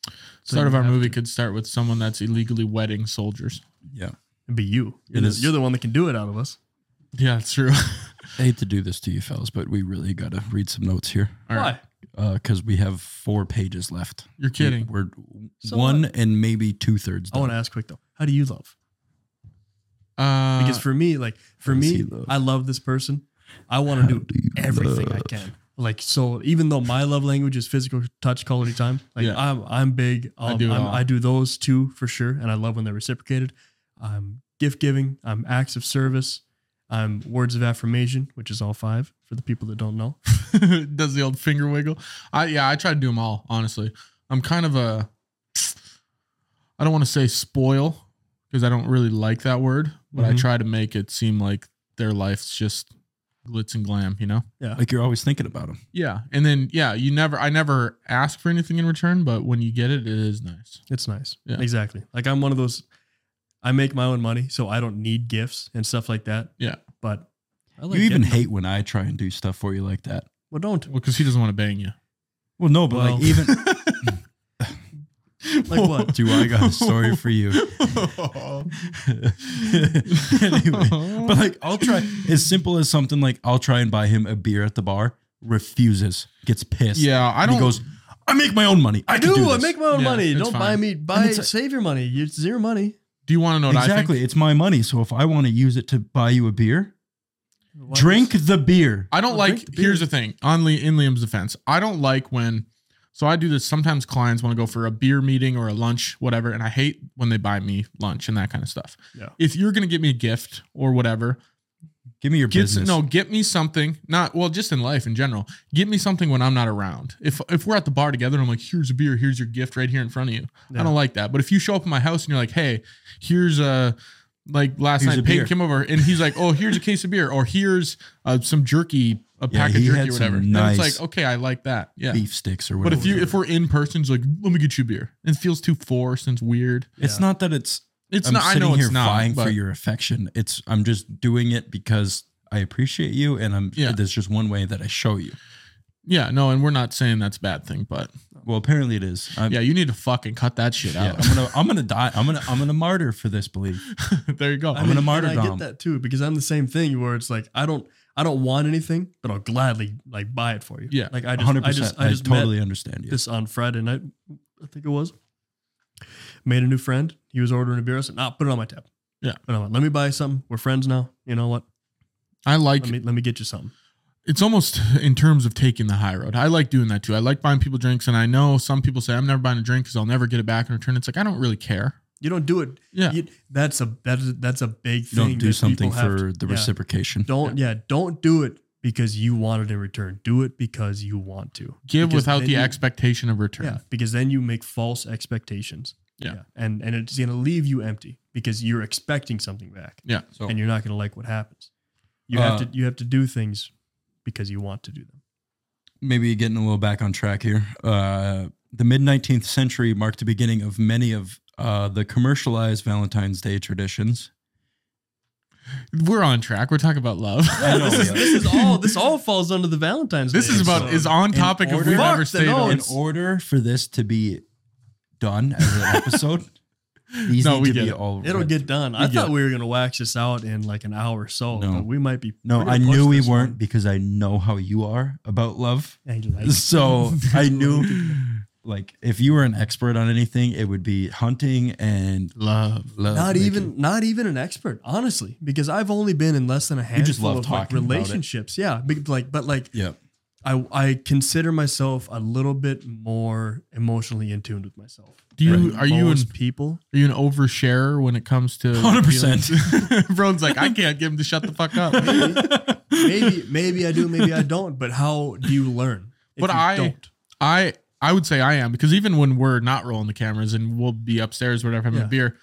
Speaker 3: So
Speaker 1: Start
Speaker 3: you
Speaker 1: of our
Speaker 3: have
Speaker 1: movie
Speaker 3: to-
Speaker 1: could start with someone that's illegally wedding soldiers.
Speaker 2: Yeah,
Speaker 3: And be you. You're
Speaker 2: It
Speaker 3: the,
Speaker 2: is-
Speaker 3: you're the one that can do it out of us.
Speaker 1: Yeah, it's true.
Speaker 2: I hate to do this to you fellas, but we really gotta read some notes here.
Speaker 1: All right.
Speaker 3: Why?
Speaker 2: because we have four pages left.
Speaker 1: You're kidding.
Speaker 2: We're
Speaker 3: So
Speaker 2: one and maybe two thirds.
Speaker 3: I want to ask quick though. How do you love?
Speaker 1: Uh,
Speaker 3: Because for me, like for
Speaker 2: does
Speaker 3: me,
Speaker 2: he love?
Speaker 3: I love this person. I want to do
Speaker 2: you
Speaker 3: everything I
Speaker 2: love?
Speaker 3: can. Like so, even though my love language is physical touch, quality time, like
Speaker 1: Yeah.
Speaker 3: I'm I'm big.
Speaker 1: I
Speaker 3: Um, I
Speaker 1: do
Speaker 3: do
Speaker 1: it
Speaker 3: I'm,
Speaker 1: all.
Speaker 3: I do those two for sure, and I love when they're reciprocated. I'm gift giving. I'm acts of service. I'm words of affirmation, which is all five for the people that don't know.
Speaker 1: (laughs) does the old finger wiggle. I yeah, I try to do them all, honestly. I'm kind of a I don't want to say spoil because I don't really like that word, but I
Speaker 3: Mhm.
Speaker 1: try to make it seem like their life's just glitz and glam, you know?
Speaker 2: Like you're always thinking about them.
Speaker 1: Yeah. And then yeah, you never I never ask for anything in return, but when you get it, it is nice.
Speaker 3: It's nice.
Speaker 1: Yeah.
Speaker 3: Exactly. Like I'm one of those. I make my own money, so I don't need gifts and stuff like that.
Speaker 1: Yeah.
Speaker 3: But I
Speaker 2: you even
Speaker 3: getting them.
Speaker 2: hate when I try and do stuff for you like that.
Speaker 3: Well, don't.
Speaker 1: Well, because he doesn't want to bang you.
Speaker 2: Well, no, but
Speaker 3: Well-
Speaker 2: like even
Speaker 3: (laughs) Like what?
Speaker 2: do I got a (laughs) story for
Speaker 3: (laughs)
Speaker 2: you?
Speaker 1: (laughs)
Speaker 2: anyway, but like I'll try as simple as something like I'll try and buy him a beer at the bar. Refuses, gets pissed.
Speaker 1: yeah, I
Speaker 2: and
Speaker 1: don't
Speaker 2: he goes. I make my own money. I,
Speaker 3: I
Speaker 2: can
Speaker 3: do.
Speaker 2: do.
Speaker 3: I
Speaker 2: this."
Speaker 3: make my own
Speaker 1: Yeah,
Speaker 3: money.
Speaker 1: it's
Speaker 3: Don't buy
Speaker 1: fine.
Speaker 3: me. Buy
Speaker 2: it's like-
Speaker 3: save your money. It's zero money.
Speaker 1: Do you want to know what
Speaker 2: exactly.
Speaker 1: I think?
Speaker 2: It's my money, so if I want to use it to buy you a beer,
Speaker 3: Why
Speaker 2: drink the beer.
Speaker 1: I don't
Speaker 3: Well,
Speaker 1: like
Speaker 3: drink the
Speaker 1: here's
Speaker 3: beer.
Speaker 1: the thing. On Lee, in Liam's defense, I don't like when so I do this sometimes clients want to go for a beer meeting or a lunch, whatever, and I hate when they buy me lunch and that kind of stuff.
Speaker 3: Yeah.
Speaker 1: If you're gonna give me a gift or whatever,
Speaker 2: Give me your
Speaker 1: Get
Speaker 2: business.
Speaker 1: no, get me something. Not well, just in life in general. Get me something when I'm not around. If if we're at the bar together, and I'm like, here's a beer, here's your gift right here in front of you.
Speaker 3: Yeah.
Speaker 1: I don't like that. But if you show up in my house and you're like, hey, here's a like last
Speaker 2: Here's a
Speaker 1: night, Peyton
Speaker 2: beer.
Speaker 1: came over and he's like, oh, here's a case of beer, or here's uh, some jerky, a
Speaker 2: Yeah,
Speaker 1: pack of
Speaker 2: he
Speaker 1: jerky
Speaker 2: had
Speaker 1: or
Speaker 2: some
Speaker 1: whatever.
Speaker 2: nice
Speaker 1: then it's like, okay, I like that. Yeah.
Speaker 2: beef sticks or
Speaker 1: But
Speaker 2: whatever.
Speaker 1: if you if we're in person, it's like, let me get you a beer. It feels too forced and it's weird.
Speaker 2: it's not that it's
Speaker 1: It's
Speaker 2: I'm
Speaker 1: not. I
Speaker 2: sitting
Speaker 1: know
Speaker 2: here
Speaker 1: it's not.
Speaker 2: vying
Speaker 1: But
Speaker 2: for your affection. It's I'm just doing it because I appreciate you, and I'm
Speaker 1: Yeah.
Speaker 2: there's just one way that I show you.
Speaker 1: yeah, no, and we're not saying that's a bad thing, but
Speaker 2: Well, apparently it is. I'm,
Speaker 1: yeah, you need to fucking cut that shit
Speaker 2: yeah,
Speaker 1: out. (laughs)
Speaker 2: I'm gonna I'm gonna die. I'm gonna I'm gonna martyr for this belief.
Speaker 1: there you go.
Speaker 2: I'm gonna
Speaker 3: and
Speaker 2: martyr
Speaker 3: I
Speaker 2: Dom.
Speaker 3: get that too because I'm the same thing where it's like I don't I don't want anything, but I'll gladly like buy it for you.
Speaker 1: Yeah,
Speaker 3: Like I just
Speaker 2: 100.
Speaker 3: I
Speaker 2: percent
Speaker 3: just
Speaker 2: I,
Speaker 3: I just met
Speaker 2: totally understand you.
Speaker 3: this on Friday night, I think it was. Made a new friend. He was ordering a beer. I said, "Nah, put it on my tab."
Speaker 1: Yeah.
Speaker 3: Put it on my- let me buy something. We're friends now. You know what?
Speaker 1: I like
Speaker 3: Let me let me get you something.
Speaker 1: it's almost in terms of taking the high road. I like doing that too. I like buying people drinks, and I know some people say I'm never buying a drink because I'll never get it back in return. It's like I don't really care.
Speaker 3: You don't do it.
Speaker 1: Yeah,
Speaker 3: You- that's a that is that's a big
Speaker 2: You
Speaker 3: thing.
Speaker 2: don't do
Speaker 3: that
Speaker 2: something
Speaker 3: people have
Speaker 2: for
Speaker 3: to-
Speaker 2: the
Speaker 3: yeah.
Speaker 2: reciprocation.
Speaker 3: Don't yeah. Don't do it because you want it in return. Do it because you want to.
Speaker 1: give
Speaker 3: Because
Speaker 1: without
Speaker 3: then
Speaker 1: the
Speaker 3: you-
Speaker 1: expectation of return.
Speaker 3: Yeah, because then you make false expectations.
Speaker 1: Yeah.
Speaker 3: and and it's gonna leave you empty because you're expecting something back,
Speaker 2: So
Speaker 3: and you're not gonna like what happens. You
Speaker 2: Uh,
Speaker 3: have to you have to do things because you want to do them.
Speaker 2: maybe getting a little back on track here. Uh, the mid 19th century marked the beginning of many of uh, the commercialized Valentine's Day traditions.
Speaker 1: We're on track. We're talking about
Speaker 3: (laughs)
Speaker 1: love.
Speaker 2: I know,
Speaker 3: (laughs) this, is,
Speaker 2: yeah.
Speaker 3: this is all this all falls under the
Speaker 1: (laughs)
Speaker 3: Valentine's.
Speaker 1: this
Speaker 3: Day
Speaker 1: is about
Speaker 3: episode.
Speaker 1: is on topic of
Speaker 2: order-
Speaker 1: we've
Speaker 3: um, Fuck
Speaker 1: ever
Speaker 3: the
Speaker 1: stayed.
Speaker 3: no,
Speaker 1: on.
Speaker 2: in
Speaker 3: it's-
Speaker 2: order for this to be done as an
Speaker 3: (laughs)
Speaker 2: episode, these
Speaker 1: No,
Speaker 2: need
Speaker 1: we
Speaker 2: to
Speaker 1: get
Speaker 2: be
Speaker 1: it.
Speaker 2: all.
Speaker 3: It'll
Speaker 2: read.
Speaker 3: get done. I
Speaker 1: You get
Speaker 3: thought we were gonna wax this out in like an hour or so,
Speaker 2: No.
Speaker 3: but we might be.
Speaker 2: No,
Speaker 3: we're gonna
Speaker 2: I
Speaker 3: push
Speaker 2: knew we
Speaker 3: this
Speaker 2: weren't
Speaker 3: one.
Speaker 2: because I know how you are about love.
Speaker 3: I
Speaker 2: (laughs)
Speaker 3: like
Speaker 2: So I knew, like, if you were an expert on anything, it would be hunting and
Speaker 1: love.
Speaker 2: love.
Speaker 3: not
Speaker 2: making.
Speaker 3: even not even an expert, honestly, because I've only been in less than a handful
Speaker 2: just love
Speaker 3: of like,
Speaker 2: talking about it.
Speaker 3: relationships. Yeah, big- like but like
Speaker 2: Yeah.
Speaker 3: I I consider myself a little bit more emotionally in tune with myself.
Speaker 1: Do you
Speaker 3: than
Speaker 1: are you an
Speaker 3: most people?
Speaker 1: are you an oversharer when it comes (laughs) to
Speaker 2: 100%. (laughs)
Speaker 1: feelings? (laughs) Brown's like I can't give him to shut the fuck up.
Speaker 3: (laughs) Maybe maybe I do, maybe I don't. But how do you learn?
Speaker 1: (laughs)
Speaker 3: if
Speaker 1: But
Speaker 3: you
Speaker 1: I-
Speaker 3: don't.
Speaker 1: I I would say I am because even when we're not rolling the cameras and we'll be upstairs, whatever, having
Speaker 3: Yeah.
Speaker 1: a beer,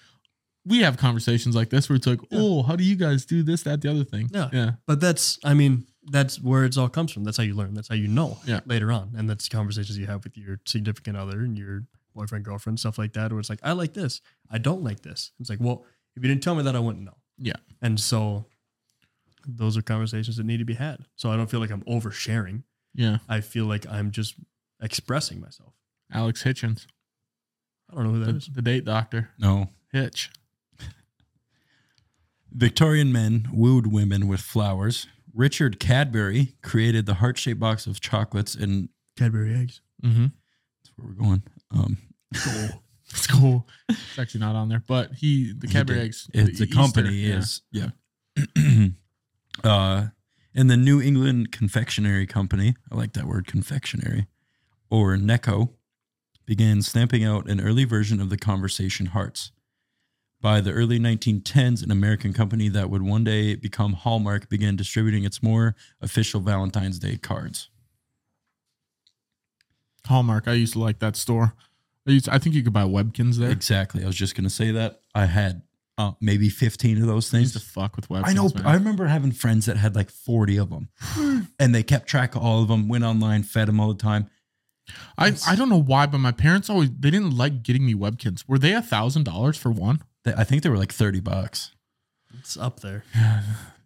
Speaker 1: we have conversations like this where it's like,
Speaker 3: Yeah.
Speaker 1: oh, how do you guys do this, that, the other thing?
Speaker 3: Yeah.
Speaker 1: yeah,
Speaker 3: But that's I mean that's where it's all comes from. That's how you learn. That's how you know
Speaker 1: Yeah.
Speaker 3: later on, and that's conversations you have with your significant other and your boyfriend, girlfriend, stuff like that. Where it's like I like this, I don't like this. It's like well, if you didn't tell me that, I wouldn't know.
Speaker 1: Yeah.
Speaker 3: and so those are conversations that need to be had. So I don't feel like I'm oversharing.
Speaker 1: yeah.
Speaker 3: I feel like I'm just expressing myself.
Speaker 1: Alex Hitchens,
Speaker 3: I don't know who that
Speaker 1: the,
Speaker 3: is.
Speaker 1: the date doctor,
Speaker 2: No.
Speaker 1: Hitch.
Speaker 2: Victorian men wooed women with flowers. Richard Cadbury created the heart shaped box of chocolates, and
Speaker 3: Cadbury eggs.
Speaker 1: Mm-hmm.
Speaker 2: that's where we're going. Um,
Speaker 1: (laughs) It's cool. It's actually not on there, but he the
Speaker 2: He
Speaker 1: Cadbury
Speaker 2: did.
Speaker 1: eggs.
Speaker 2: it's
Speaker 1: the
Speaker 2: a company
Speaker 1: Easter,
Speaker 2: is yeah. (clears throat) uh, and the New England Confectionery Company, I like that word confectionery, or Necco, began stamping out an early version of the conversation hearts. By the early 1910s, an American company that would one day become Hallmark began distributing its more official Valentine's Day cards.
Speaker 1: Hallmark. I used to like that store. They used- I think you could buy Webkins there.
Speaker 2: Exactly. I was just gonna say that. I had uh, maybe fifteen of those
Speaker 1: I used
Speaker 2: things.
Speaker 1: to fuck with Webkins.
Speaker 2: I know.
Speaker 1: man.
Speaker 2: I remember having friends that had like forty of them, and they kept track of all of them. Went online, fed them all the time.
Speaker 1: I, I don't know why, but my parents always they didn't like getting me Webkins. Were they a thousand dollars for one?
Speaker 2: They, I think they were like thirty bucks.
Speaker 3: It's up there.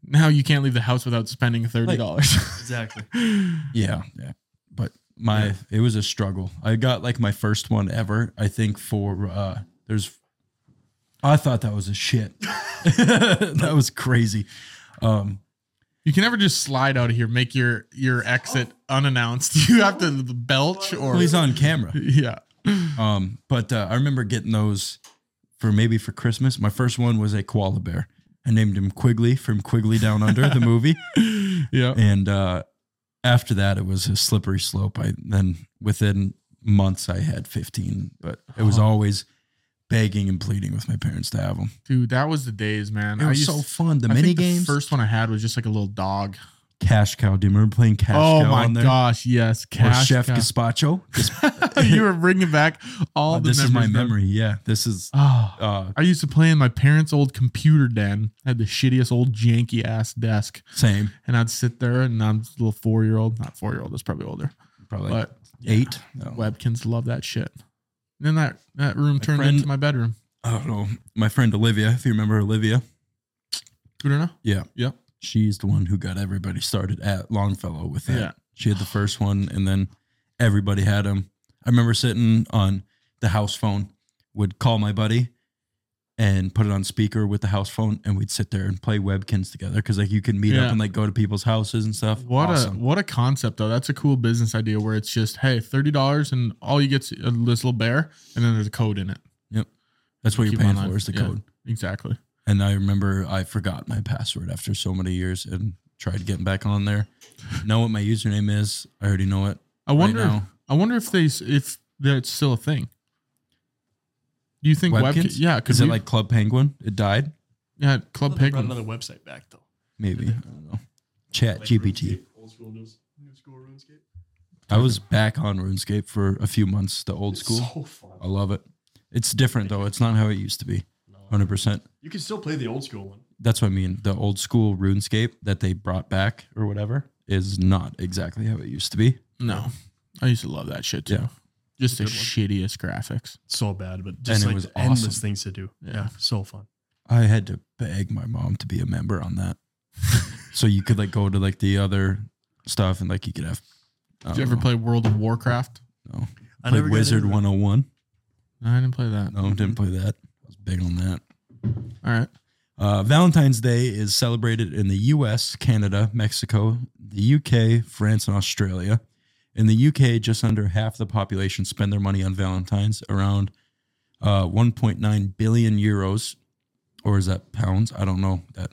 Speaker 1: Now you can't leave the house without spending thirty dollars. (laughs)
Speaker 3: Exactly.
Speaker 2: Yeah, yeah. But my it was a struggle. I got like my first one ever. I think for uh there's I thought that was a shit. (laughs) that was crazy. Um
Speaker 1: you can never just slide out of here, make your your exit unannounced. (laughs) You have to belch or
Speaker 2: well, he's on camera.
Speaker 1: yeah.
Speaker 2: Um but uh, I remember getting those for maybe for Christmas. My first one was a koala bear. I named him Quigley from Quigley Down Under the movie.
Speaker 1: Yeah.
Speaker 2: And uh after that it was a slippery slope. I then within months I had 15, but it was
Speaker 1: Oh.
Speaker 2: always begging and pleading with my parents to have them.
Speaker 1: Dude, that was the days, man.
Speaker 2: It was so fun. The mini
Speaker 1: The
Speaker 2: games,
Speaker 1: first one I had was just like a little dog.
Speaker 2: cash cow. Do you remember playing cash
Speaker 1: oh
Speaker 2: cow
Speaker 1: my
Speaker 2: on there?
Speaker 1: gosh, yes,
Speaker 2: or
Speaker 1: cash.
Speaker 2: Chef
Speaker 1: cow. (laughs)
Speaker 2: Gazpacho. (laughs)
Speaker 1: you were bringing back all the.
Speaker 2: Uh, this is my
Speaker 1: memories, man.
Speaker 2: memory. Yeah, this is.
Speaker 1: Oh,
Speaker 2: Uh,
Speaker 1: I used to play in my parents' old computer den. I had the shittiest old janky ass desk,
Speaker 2: same,
Speaker 1: and I'd sit there, and I'm a little four year old, not four year old, that's probably older,
Speaker 2: probably
Speaker 1: but
Speaker 2: eight. No.
Speaker 1: Webkins love that shit. And then that that room
Speaker 2: My
Speaker 1: turned
Speaker 2: friend-
Speaker 1: into my bedroom.
Speaker 2: I don't know. My friend Olivia, if you remember Olivia,
Speaker 1: You don't know?
Speaker 2: yeah,
Speaker 1: Yep.
Speaker 2: she's the one who got everybody started at Longfellow with that.
Speaker 1: Yeah.
Speaker 2: She had the first one, and then everybody had them. I remember sitting on the house phone, would call my buddy and put it on speaker with the house phone, and we'd sit there and play Webkins together because like you can meet
Speaker 1: Yeah.
Speaker 2: up and like go to people's houses and stuff.
Speaker 1: What a
Speaker 2: Awesome.
Speaker 1: what a concept though. That's a cool business idea where it's just hey thirty dollars and all you get's a little bear and then there's a code in it.
Speaker 2: That's what you're
Speaker 1: keep
Speaker 2: paying
Speaker 1: online.
Speaker 2: for is the
Speaker 1: Yeah.
Speaker 2: code.
Speaker 1: Exactly.
Speaker 2: And I remember I forgot my password after so many years and tried getting back on there. know what my username is? I already know it.
Speaker 1: I wonder.
Speaker 2: now.
Speaker 1: I wonder if they s- if that's still a thing. Do you think Webkins?
Speaker 2: Webkins?
Speaker 1: yeah,
Speaker 2: Is
Speaker 1: because
Speaker 2: it like Club Penguin? It died.
Speaker 1: yeah
Speaker 3: Well,
Speaker 1: Club
Speaker 3: they brought
Speaker 1: Penguin?
Speaker 3: another website back though.
Speaker 2: Maybe I don't know. Chat
Speaker 3: Like
Speaker 2: GPT.
Speaker 3: RuneScape, Old school news. New school RuneScape.
Speaker 2: I was back on RuneScape for a few months. The old
Speaker 3: It's
Speaker 2: school.
Speaker 3: So
Speaker 2: I
Speaker 3: fun.
Speaker 2: love it. It's different though. It's not how it used to be.
Speaker 3: No.
Speaker 2: Hundred percent.
Speaker 3: You can still play the old school one.
Speaker 2: That's what I mean. The old school RuneScape that they brought back or whatever is not exactly how it used to be.
Speaker 1: No, I used to love that shit too.
Speaker 2: Yeah.
Speaker 1: Just the
Speaker 3: Good one.
Speaker 1: shittiest graphics.
Speaker 3: So bad, but just
Speaker 2: it
Speaker 3: like
Speaker 2: was
Speaker 3: endless
Speaker 2: awesome.
Speaker 3: things to do.
Speaker 1: Yeah.
Speaker 3: Yeah. so fun.
Speaker 2: I had to beg my mom to be a member on that, so you could like go to like the other stuff and like you could have.
Speaker 1: Did
Speaker 2: I
Speaker 1: you
Speaker 2: don't
Speaker 1: ever
Speaker 2: know,
Speaker 1: play World of Warcraft?
Speaker 2: No.
Speaker 3: I
Speaker 2: Play
Speaker 3: never got
Speaker 2: Wizard
Speaker 3: into it.
Speaker 2: One Hundred One.
Speaker 1: No, I didn't play that.
Speaker 2: No, didn't play that. I was big on that.
Speaker 1: All right.
Speaker 2: Uh, Valentine's Day is celebrated in the US, Canada, Mexico, the UK, France, and Australia. In the UK, just under half the population spend their money on Valentine's, around uh, 1.9 billion euros. Or is that pounds? I don't know. That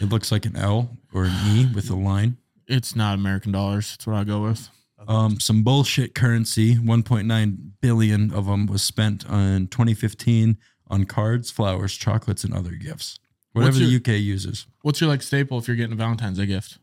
Speaker 2: It looks like an L or an E
Speaker 1: (sighs)
Speaker 2: with a line.
Speaker 1: It's not American dollars. That's what I go with.
Speaker 2: Um, some bullshit currency. 1.9 billion of them was spent in 2015 on cards, flowers, chocolates, and other gifts.
Speaker 1: What's
Speaker 2: Whatever the
Speaker 1: your-
Speaker 2: UK uses.
Speaker 1: What's your like staple if you're getting a Valentine's Day gift?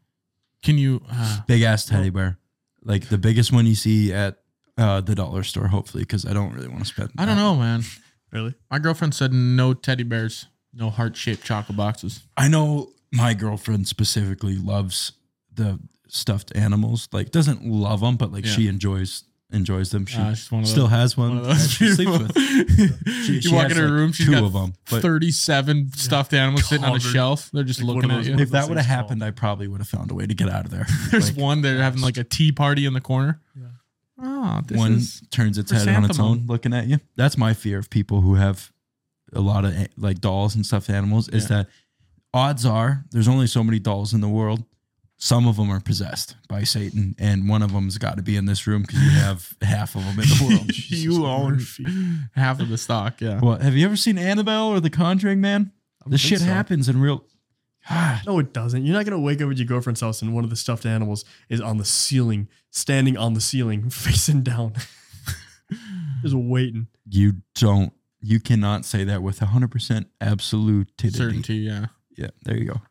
Speaker 1: Can you? Uh,
Speaker 2: Big ass teddy bear, like the biggest one you see at uh, the dollar store. Hopefully, because I don't really want to spend.
Speaker 1: I don't
Speaker 2: that.
Speaker 1: know, man.
Speaker 3: Really?
Speaker 1: My girlfriend said no teddy bears, no heart shaped chocolate boxes.
Speaker 2: I know my girlfriend specifically loves the stuffed animals. Like doesn't love them, but like
Speaker 1: Yeah.
Speaker 2: she enjoys enjoys them. She
Speaker 1: Ah, she's one of
Speaker 2: still
Speaker 1: those-
Speaker 2: has one,
Speaker 1: One of those
Speaker 2: that she
Speaker 1: (laughs)
Speaker 2: sleeps
Speaker 1: people.
Speaker 2: with.
Speaker 1: you (laughs)
Speaker 2: She- she
Speaker 1: walk in
Speaker 2: has,
Speaker 1: her
Speaker 2: like,
Speaker 1: room, she's
Speaker 2: two
Speaker 1: got
Speaker 2: of 'em, but-
Speaker 1: 37 stuffed animals sitting on a
Speaker 3: Covered.
Speaker 1: shelf. They're just
Speaker 3: Like, what
Speaker 1: looking
Speaker 3: am I
Speaker 1: at
Speaker 3: supposed
Speaker 1: you.
Speaker 2: If that
Speaker 3: those
Speaker 2: would have
Speaker 3: things called?
Speaker 2: happened, I probably would have found a way to get out of there. (laughs)
Speaker 1: There's
Speaker 2: Like,
Speaker 1: one they're having like a tea party in the corner. Oh, this
Speaker 2: one (laughs)
Speaker 1: is
Speaker 2: turns its head on its
Speaker 1: chrysanthemum.
Speaker 2: own looking at you. That's my fear of people who have a lot of eh, like dolls and stuffed animals is
Speaker 1: Yeah.
Speaker 2: that odds are there's only so many dolls in the world. Some of them are possessed by Satan, and one of them's got to be in this room because you have (laughs) half of them in
Speaker 1: (laughs)
Speaker 2: the world.
Speaker 1: you own half of the stock. Yeah.
Speaker 2: Well, have you ever seen Annabelle or The Conjuring, man? This
Speaker 3: think
Speaker 2: shit
Speaker 3: so.
Speaker 2: happens in real. God,
Speaker 3: No, it doesn't. You're not gonna wake up at your girlfriend's house and one of the stuffed animals is on the ceiling, standing on the ceiling, (laughs) facing down, just waiting.
Speaker 2: you don't. You cannot say that with 100% absolutity.
Speaker 1: Certainty. Yeah.
Speaker 2: Yeah, there you go.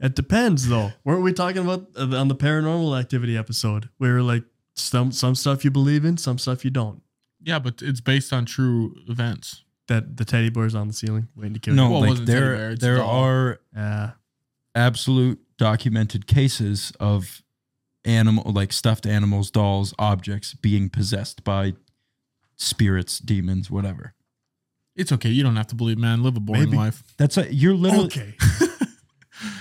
Speaker 3: It depends, though. Weren't we talking about uh, on the paranormal activity episode? We were like, some some stuff you believe in, some stuff you don't.
Speaker 1: Yeah, but it's based on true events.
Speaker 3: That the teddy bear's on the ceiling waiting to kill
Speaker 2: No,
Speaker 3: you. Ah,
Speaker 1: Well, it
Speaker 2: like
Speaker 1: wasn't teddy bear,
Speaker 2: there
Speaker 1: it's
Speaker 2: there
Speaker 1: dog.
Speaker 2: are
Speaker 3: Yeah.
Speaker 2: absolute documented cases of animal like stuffed animals, dolls, objects being possessed by spirits, demons, whatever.
Speaker 1: It's okay. You don't have to believe, man. Live a boring
Speaker 3: Maybe.
Speaker 1: life.
Speaker 2: That's a, you're literally (laughs)
Speaker 3: Okay.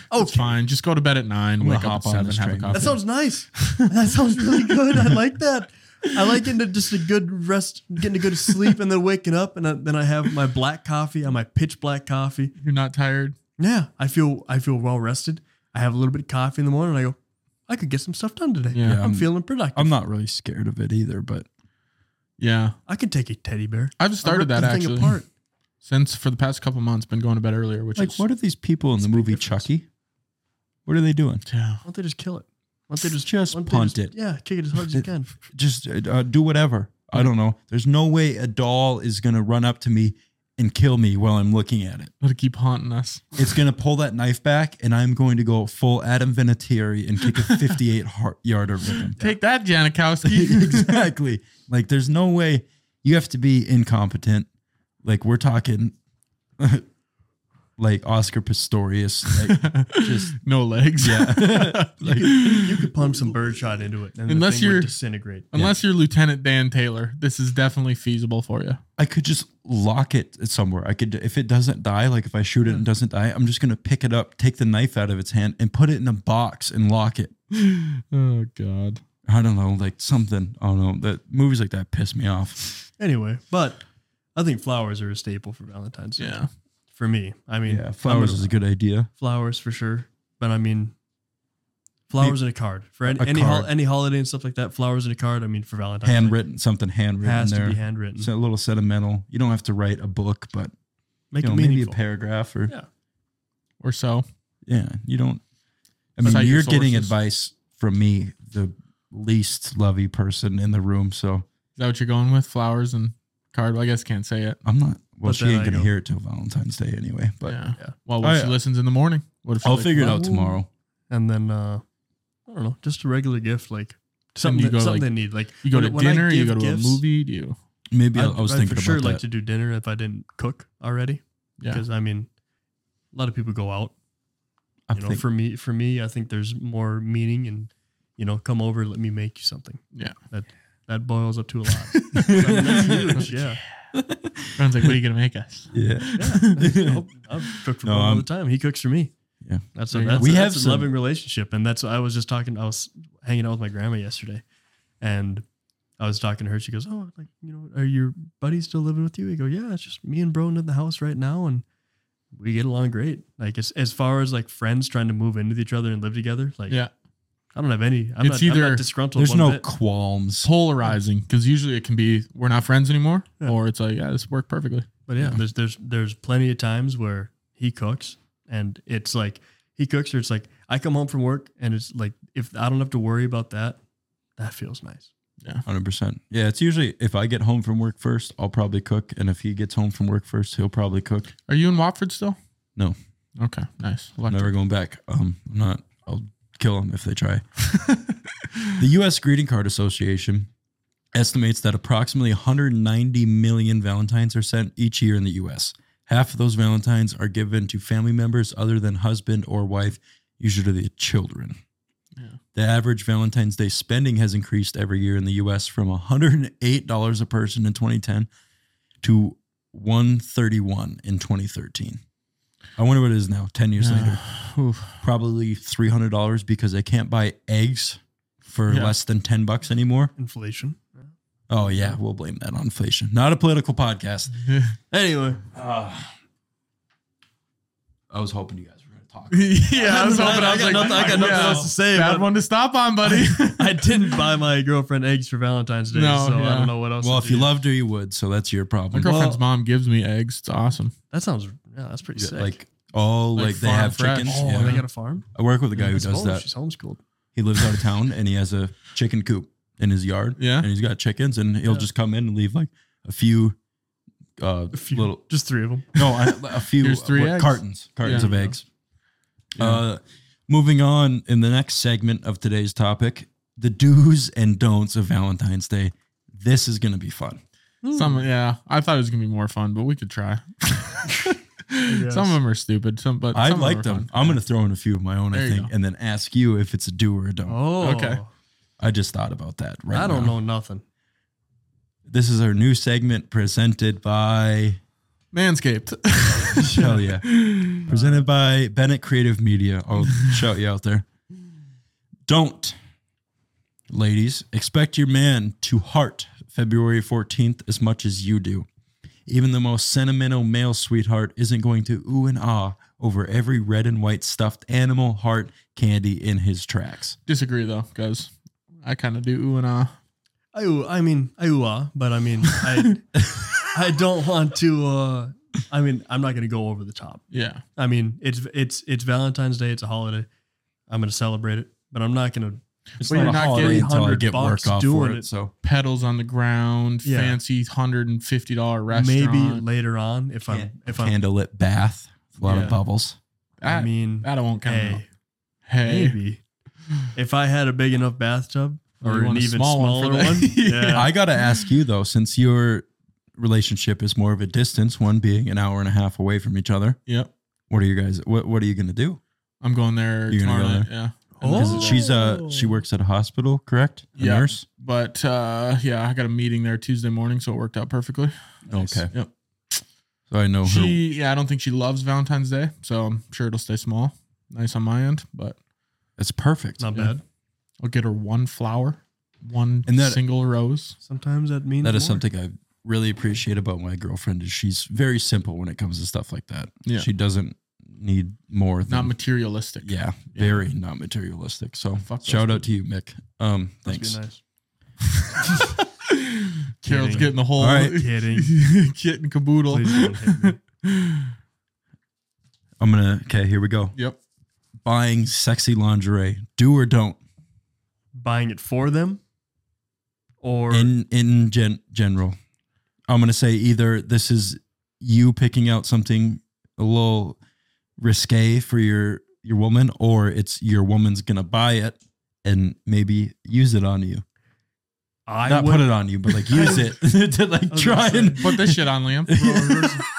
Speaker 1: Oh, it's fine. Just go to bed at nine.
Speaker 2: I'm gonna
Speaker 1: wake up
Speaker 2: hop
Speaker 1: at
Speaker 2: on
Speaker 1: seven.
Speaker 2: this
Speaker 1: Have a
Speaker 2: train.
Speaker 1: coffee.
Speaker 3: That sounds nice. That sounds really good. I like that. I like getting to just a good rest, getting a good sleep, and then waking up, and I, then I have my black coffee, and my pitch black coffee.
Speaker 1: You're not tired.
Speaker 3: Yeah, I feel I feel well rested. I have a little bit of coffee in the morning, and I go, I could get some stuff done today.
Speaker 1: Yeah.
Speaker 3: I'm,
Speaker 2: I'm-
Speaker 3: feeling productive.
Speaker 2: I'm not really scared of it either, but
Speaker 1: Yeah,
Speaker 3: I could take a teddy bear.
Speaker 1: I've started
Speaker 3: I
Speaker 1: that
Speaker 3: ripped the thing
Speaker 1: actually.
Speaker 3: apart.
Speaker 1: Since for the past couple months, been going to bed earlier, which
Speaker 2: like
Speaker 1: is
Speaker 2: what are these people in the movie Chucky? What are they doing?
Speaker 1: yeah.
Speaker 3: Why don't they just kill it? Why don't they just
Speaker 2: Just
Speaker 3: why don't they
Speaker 2: punt
Speaker 3: just-
Speaker 2: it.
Speaker 3: Yeah, kick it as hard as
Speaker 1: (laughs)
Speaker 3: you
Speaker 2: It-
Speaker 3: can.
Speaker 2: just uh, uh, do whatever. I don't know. There's no way a doll is going to run up to me and kill me while I'm looking at it.
Speaker 1: Let it keep haunting us.
Speaker 2: It's going to pull that knife back, and I'm going to go full Adam Vinatieri and kick a 58 har- yarder with him. (laughs)
Speaker 1: Take that, Janikowski.
Speaker 2: exactly. Like, there's no way you have to be incompetent. Like, we're talking (laughs) like Oscar Pistorius.
Speaker 1: (laughs)
Speaker 2: Like, just-
Speaker 1: no legs. (laughs)
Speaker 2: yeah. Like,
Speaker 3: You could pump some birdshot into it, and
Speaker 1: Unless
Speaker 3: the thing would
Speaker 1: you're-
Speaker 3: disintegrate.
Speaker 1: Unless you're Lieutenant Dan Taylor, this is definitely feasible for you.
Speaker 2: I could just lock it somewhere. I could, if it doesn't die, like if I shoot it and it doesn't die, I'm just going to pick it up, take the knife out of its hand, and put it in a box and lock it.
Speaker 1: (laughs) Oh God.
Speaker 2: I don't know, like something. I don't know. That movies like that piss me off.
Speaker 3: Anyway, but I think flowers are a staple for Valentine's. Day.
Speaker 1: Yeah.
Speaker 3: for me. I mean,
Speaker 2: Yeah, flowers
Speaker 3: I'm
Speaker 2: is a good idea.
Speaker 3: flowers for sure. But I mean, flowers and a card for any
Speaker 2: A
Speaker 3: any, hol-
Speaker 2: card.
Speaker 3: any holiday and stuff like that. Flowers and a card. I mean, for Valentine's
Speaker 2: Handwritten, something
Speaker 3: Day, has
Speaker 2: handwritten
Speaker 3: to
Speaker 2: there.
Speaker 3: be handwritten.
Speaker 2: It's a little sentimental. You don't have to write a book, but
Speaker 3: Make
Speaker 2: you know,
Speaker 3: it
Speaker 2: maybe a
Speaker 3: meaningful.
Speaker 2: paragraph or
Speaker 3: Yeah.
Speaker 2: yeah.
Speaker 1: Or so.
Speaker 2: you don't. I
Speaker 1: Cite
Speaker 2: mean,
Speaker 1: your
Speaker 2: you're getting
Speaker 1: sources.
Speaker 2: advice from me, the least lovey person in the room. So
Speaker 1: Is that what you're going with? Flowers and card. Well, I guess can't say it.
Speaker 2: I'm not. Well,
Speaker 3: But
Speaker 2: she
Speaker 3: then I
Speaker 2: ain't gonna
Speaker 3: go-
Speaker 2: hear it till Valentine's Day anyway. But
Speaker 1: yeah.
Speaker 3: yeah.
Speaker 1: Well, what
Speaker 2: Oh,
Speaker 1: if she
Speaker 2: yeah.
Speaker 1: listens in the morning? What if she's
Speaker 2: I'll
Speaker 1: like,
Speaker 2: figure it
Speaker 1: "Well,
Speaker 2: out tomorrow.
Speaker 3: and then uh, I don't know, just a regular gift like
Speaker 1: Something
Speaker 3: something
Speaker 1: you
Speaker 3: that,
Speaker 1: go,
Speaker 3: something
Speaker 1: like-
Speaker 3: they need. Like
Speaker 1: You go
Speaker 3: when-
Speaker 1: to
Speaker 3: when I
Speaker 1: dinner. You
Speaker 3: give
Speaker 1: go to
Speaker 3: gifts,
Speaker 1: a movie. Do you?
Speaker 2: Maybe I,
Speaker 3: I'd-
Speaker 2: I was
Speaker 3: I'd
Speaker 2: thinking
Speaker 3: for sure
Speaker 2: about
Speaker 3: like
Speaker 2: that.
Speaker 3: to do dinner if I didn't cook already.
Speaker 1: Yeah.
Speaker 3: Because I mean, a lot of people go out.
Speaker 2: I
Speaker 3: You know,
Speaker 2: think-
Speaker 3: for me, for me, I think there's more meaning and you know, come over, let me make you something.
Speaker 1: Yeah.
Speaker 3: That that boils up to a lot.
Speaker 2: (laughs)
Speaker 3: I (laughs) mean, that's huge, yeah.
Speaker 1: Brown's like, what are you gonna make us?
Speaker 2: yeah. (laughs)
Speaker 3: Yeah, I've cooked for
Speaker 2: No,
Speaker 3: Bo all
Speaker 2: I'm-
Speaker 3: the time. He cooks for me.
Speaker 2: Yeah.
Speaker 3: that's
Speaker 1: There
Speaker 3: a,
Speaker 1: you
Speaker 3: that's
Speaker 1: go.
Speaker 3: a,
Speaker 2: We
Speaker 3: that's
Speaker 2: have
Speaker 3: a
Speaker 2: some-
Speaker 3: loving relationship, and that's I was just talking. I was hanging out with my grandma yesterday, and I was talking to her. She goes, "Oh, like you know, are your buddies still living with you?" I go, "Yeah, it's just me and Bro in the house right now, and we get along great. Like as as far as like friends trying to move in with each other and live together, like
Speaker 1: Yeah.
Speaker 3: I don't have any. I'm,
Speaker 1: It's
Speaker 3: not, I'm
Speaker 1: either-
Speaker 3: not disgruntled.
Speaker 2: There's
Speaker 3: one
Speaker 2: no
Speaker 3: bit.
Speaker 2: qualms.
Speaker 1: Polarizing, because usually it can be we're not friends anymore,
Speaker 3: Yeah.
Speaker 1: or it's like, yeah, this worked perfectly.
Speaker 3: But yeah, there's there's there's plenty of times where he cooks and it's like he cooks or it's like I come home from work and it's like if I don't have to worry about that, that feels nice.
Speaker 2: Hundred percent. Yeah, it's usually if I get home from work first, I'll probably cook, and if he gets home from work first, he'll probably cook.
Speaker 1: Are you in Watford still?
Speaker 2: No.
Speaker 1: Okay. Nice.
Speaker 2: I'm
Speaker 1: Lucky.
Speaker 2: never going back. Um, I'm not. I'll kill him if they try. the U.S. Greeting Card Association estimates that approximately 190 million Valentines are sent each year in the U.S. Half of those Valentines are given to family members other than husband or wife, usually the children.
Speaker 1: Yeah.
Speaker 2: The average Valentine's Day spending has increased every year in the U.S. from $108 a person in 2010 to 131 in 2013. I wonder what it is now, 10 years later.
Speaker 1: (laughs) Oof. (laughs)
Speaker 2: Probably $300 because I can't buy eggs for
Speaker 1: Yeah.
Speaker 2: less than 10 bucks anymore.
Speaker 3: Inflation. (laughs)
Speaker 2: Oh, yeah, we'll blame that on inflation. Not a political podcast.
Speaker 3: Anyway,
Speaker 2: I was hoping you guys were going to talk.
Speaker 1: yeah, I was hoping. I,
Speaker 3: I
Speaker 1: was
Speaker 3: got
Speaker 1: like,
Speaker 3: nothing- I got nothing else to say,
Speaker 1: Bad
Speaker 3: but-
Speaker 1: one to stop on, buddy.
Speaker 3: (laughs) I didn't buy my girlfriend eggs for Valentine's Day,
Speaker 1: No,
Speaker 3: so I
Speaker 1: yeah.
Speaker 3: don't know what
Speaker 2: (laughs)
Speaker 3: else.
Speaker 2: Well,
Speaker 3: to
Speaker 2: if you
Speaker 3: do.
Speaker 2: loved her, you would. So that's your
Speaker 1: My
Speaker 2: problem.
Speaker 1: girlfriend's
Speaker 3: Well-
Speaker 1: mom gives me eggs. It's awesome.
Speaker 3: that sounds yeah, that's pretty
Speaker 2: Yeah,
Speaker 3: sick.
Speaker 2: like, oh,
Speaker 1: Like
Speaker 2: like, they
Speaker 1: farm
Speaker 2: have
Speaker 1: fresh.
Speaker 2: chickens.
Speaker 3: oh,
Speaker 2: yeah.
Speaker 3: they got a farm.
Speaker 2: I work with a guy who
Speaker 3: It's
Speaker 2: does
Speaker 3: home-
Speaker 2: that.
Speaker 3: She's homeschooled.
Speaker 2: He lives out of town and he has a chicken coop in his yard.
Speaker 1: Yeah.
Speaker 2: And he's got chickens and he'll
Speaker 3: Yeah.
Speaker 2: just come in and leave like a few uh
Speaker 3: A few,
Speaker 2: little
Speaker 3: just three of them.
Speaker 2: no, I, a few
Speaker 1: Here's three
Speaker 2: what-
Speaker 1: eggs.
Speaker 2: cartons, cartons
Speaker 1: Yeah.
Speaker 2: of eggs.
Speaker 1: Yeah.
Speaker 2: Uh moving on in the next segment of today's topic, the do's and don'ts of Valentine's Day. This is going to be fun.
Speaker 1: Some yeah, I thought it was gonna be more fun, but we could (laughs) try. Some of them are stupid. Some but
Speaker 2: I
Speaker 1: some of
Speaker 2: like
Speaker 1: are
Speaker 2: them.
Speaker 1: fun.
Speaker 2: I'm going to throw in a few of my own,
Speaker 1: There
Speaker 2: I
Speaker 1: you
Speaker 2: think,
Speaker 1: go.
Speaker 2: and then ask you if it's a do or a don't.
Speaker 3: Oh,
Speaker 1: Okay.
Speaker 2: I just thought about that. Right
Speaker 3: I don't
Speaker 2: now.
Speaker 3: know nothing.
Speaker 2: This is our new segment presented by
Speaker 1: Manscaped. (laughs)
Speaker 2: Hell yeah. Presented by Bennett Creative Media.
Speaker 1: (laughs)
Speaker 2: I'll shout you out there. Don't, ladies, expect your man to heart February 14th as much as you do. Even the most sentimental male sweetheart isn't going to ooh and ah over every red and white stuffed animal heart candy in his tracks.
Speaker 1: (laughs) Disagree though, guys. I kind of do ooh and ah.
Speaker 3: I, I mean, I uh, but I mean, I, I don't want to. Uh, I mean, I'm not going to go over the top.
Speaker 1: Yeah,
Speaker 3: I mean, it's it's it's Valentine's Day. It's a holiday. I'm going to celebrate it, but I'm not going to.
Speaker 2: It's
Speaker 1: Well, you're
Speaker 2: not a
Speaker 1: not
Speaker 2: holiday
Speaker 1: getting
Speaker 2: until I
Speaker 3: 100
Speaker 2: get
Speaker 3: bucks
Speaker 2: work off for
Speaker 3: doing
Speaker 2: it.
Speaker 3: it.
Speaker 2: So
Speaker 1: pedals on the ground,
Speaker 3: Yeah.
Speaker 1: fancy hundred and fifty dollar restaurant.
Speaker 3: Maybe later on, if I'm if I'm.
Speaker 2: candlelit bath, a lot
Speaker 1: Yeah.
Speaker 2: of bubbles.
Speaker 1: I
Speaker 3: I mean,
Speaker 1: that won't count.
Speaker 3: hey,
Speaker 1: Hey,
Speaker 3: maybe if I had a big enough bathtub
Speaker 1: Or you
Speaker 3: or an
Speaker 1: want a
Speaker 3: even
Speaker 1: small one for
Speaker 3: smaller one,
Speaker 1: that. (laughs)
Speaker 3: yeah.
Speaker 2: I gotta ask you though, since your relationship is more of a distance, one being an hour and a half away from each other,
Speaker 1: yep,
Speaker 2: what are you guys? What What are you gonna do?
Speaker 1: I'm going there
Speaker 2: You're gonna
Speaker 1: tomorrow
Speaker 2: go
Speaker 1: night. Yeah, And
Speaker 3: Oh.
Speaker 1: this
Speaker 2: Because
Speaker 1: is-
Speaker 2: she's uh she works at a hospital, correct? A
Speaker 1: Yeah.
Speaker 2: nurse.
Speaker 1: but uh, yeah, I got a meeting there Tuesday morning, so it worked out perfectly.
Speaker 2: Okay,
Speaker 1: Yep.
Speaker 2: so I know her.
Speaker 1: She, yeah, I don't think she loves Valentine's Day, so I'm sure it'll stay small. Nice on my end, but
Speaker 2: It's perfect.
Speaker 3: not
Speaker 1: yeah.
Speaker 3: bad.
Speaker 1: I'll get her one flower, one
Speaker 2: And that-
Speaker 1: single rose.
Speaker 3: Sometimes that means
Speaker 2: That is
Speaker 3: more.
Speaker 2: something I really appreciate about my girlfriend. Is she's very simple when it comes to stuff like that.
Speaker 1: Yeah.
Speaker 2: She doesn't need more than
Speaker 1: Not materialistic.
Speaker 2: Mm-hmm. yeah,
Speaker 1: Yeah.
Speaker 2: very not materialistic. So
Speaker 1: Fuck those
Speaker 2: shout out to you, Mick. Um,
Speaker 3: Must be
Speaker 2: thanks.
Speaker 3: nice.
Speaker 1: (laughs) Carol's
Speaker 3: Kidding.
Speaker 1: getting the whole
Speaker 2: All
Speaker 1: (laughs)
Speaker 2: right.
Speaker 3: Kidding.
Speaker 1: kitten caboodle.
Speaker 3: Please don't hit me.
Speaker 1: (laughs)
Speaker 2: I'm gonna okay. Here we go.
Speaker 1: Yep.
Speaker 2: Buying sexy lingerie, do or don't.
Speaker 3: buying it for them or
Speaker 2: in in gen- general i'm going to say either this is you picking out something a little risque for your your woman or it's your woman's going to buy it and maybe use it on you
Speaker 3: I
Speaker 2: not
Speaker 3: would,
Speaker 2: put it on you but like use
Speaker 3: (laughs)
Speaker 2: it (laughs) to like
Speaker 3: was
Speaker 2: try
Speaker 3: gonna
Speaker 2: and
Speaker 1: Put this shit on Liam.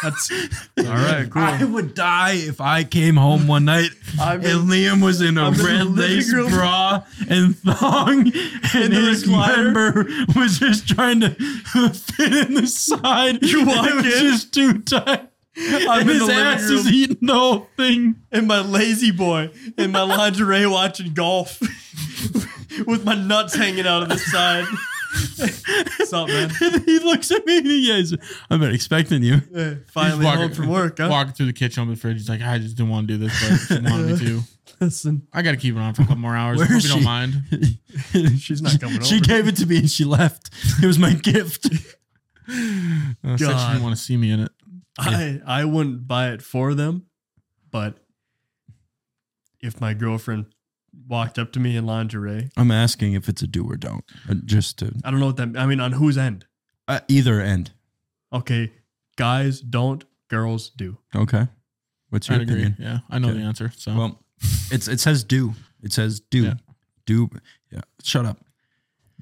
Speaker 3: that's all right
Speaker 2: (laughs)
Speaker 3: cool
Speaker 2: I would die if I came home one
Speaker 3: (laughs)
Speaker 2: night
Speaker 3: I'm in-
Speaker 2: and Liam was in a
Speaker 3: I'm in the
Speaker 2: red
Speaker 3: living
Speaker 2: lace
Speaker 3: room. (laughs)
Speaker 2: bra and thong, and
Speaker 3: the
Speaker 2: his
Speaker 3: recliner.
Speaker 2: member was just trying to fit in the side. You
Speaker 3: walk
Speaker 2: it was
Speaker 3: in.
Speaker 2: just too tight.
Speaker 3: I'm
Speaker 2: and
Speaker 3: in
Speaker 2: his
Speaker 3: the living
Speaker 2: ass is
Speaker 3: room.
Speaker 2: eating the whole thing.
Speaker 3: and my lazy boy and my lingerie watching golf (laughs) with my nuts hanging out of the side what's up Oh, man
Speaker 2: (laughs) And he looks at me and he goes, "I've been expecting
Speaker 3: (laughs)
Speaker 2: you."
Speaker 3: Eh, finally home from work huh?
Speaker 1: Walking through the kitchen over the fridge. He's like, I just didn't want to do this, but she wanted me to.
Speaker 3: listen
Speaker 1: I got to keep it on for a couple more hours.
Speaker 2: Where
Speaker 1: Hope
Speaker 2: is
Speaker 1: you don't
Speaker 2: she?
Speaker 1: mind.
Speaker 2: She's
Speaker 3: not coming
Speaker 2: She
Speaker 3: over.
Speaker 2: gave it to me and she left. It was my
Speaker 3: (laughs)
Speaker 2: gift.
Speaker 1: Uh, said she
Speaker 3: God.
Speaker 1: didn't want to see me in it.
Speaker 3: I I wouldn't buy it for them but if my girlfriend walked up to me in lingerie
Speaker 2: I'm asking if it's a do or don't, uh, just to
Speaker 3: I don't know what that I mean on whose end
Speaker 2: uh, either end.
Speaker 3: okay guys don't girls do
Speaker 1: (laughs)
Speaker 2: Okay. What's your
Speaker 1: I'd agree.
Speaker 2: opinion?
Speaker 1: Yeah, I know
Speaker 2: Okay.
Speaker 1: the answer. So
Speaker 2: Well, it's it says do. It says do.
Speaker 1: Oh. Yeah.
Speaker 2: Do yeah. Shut up.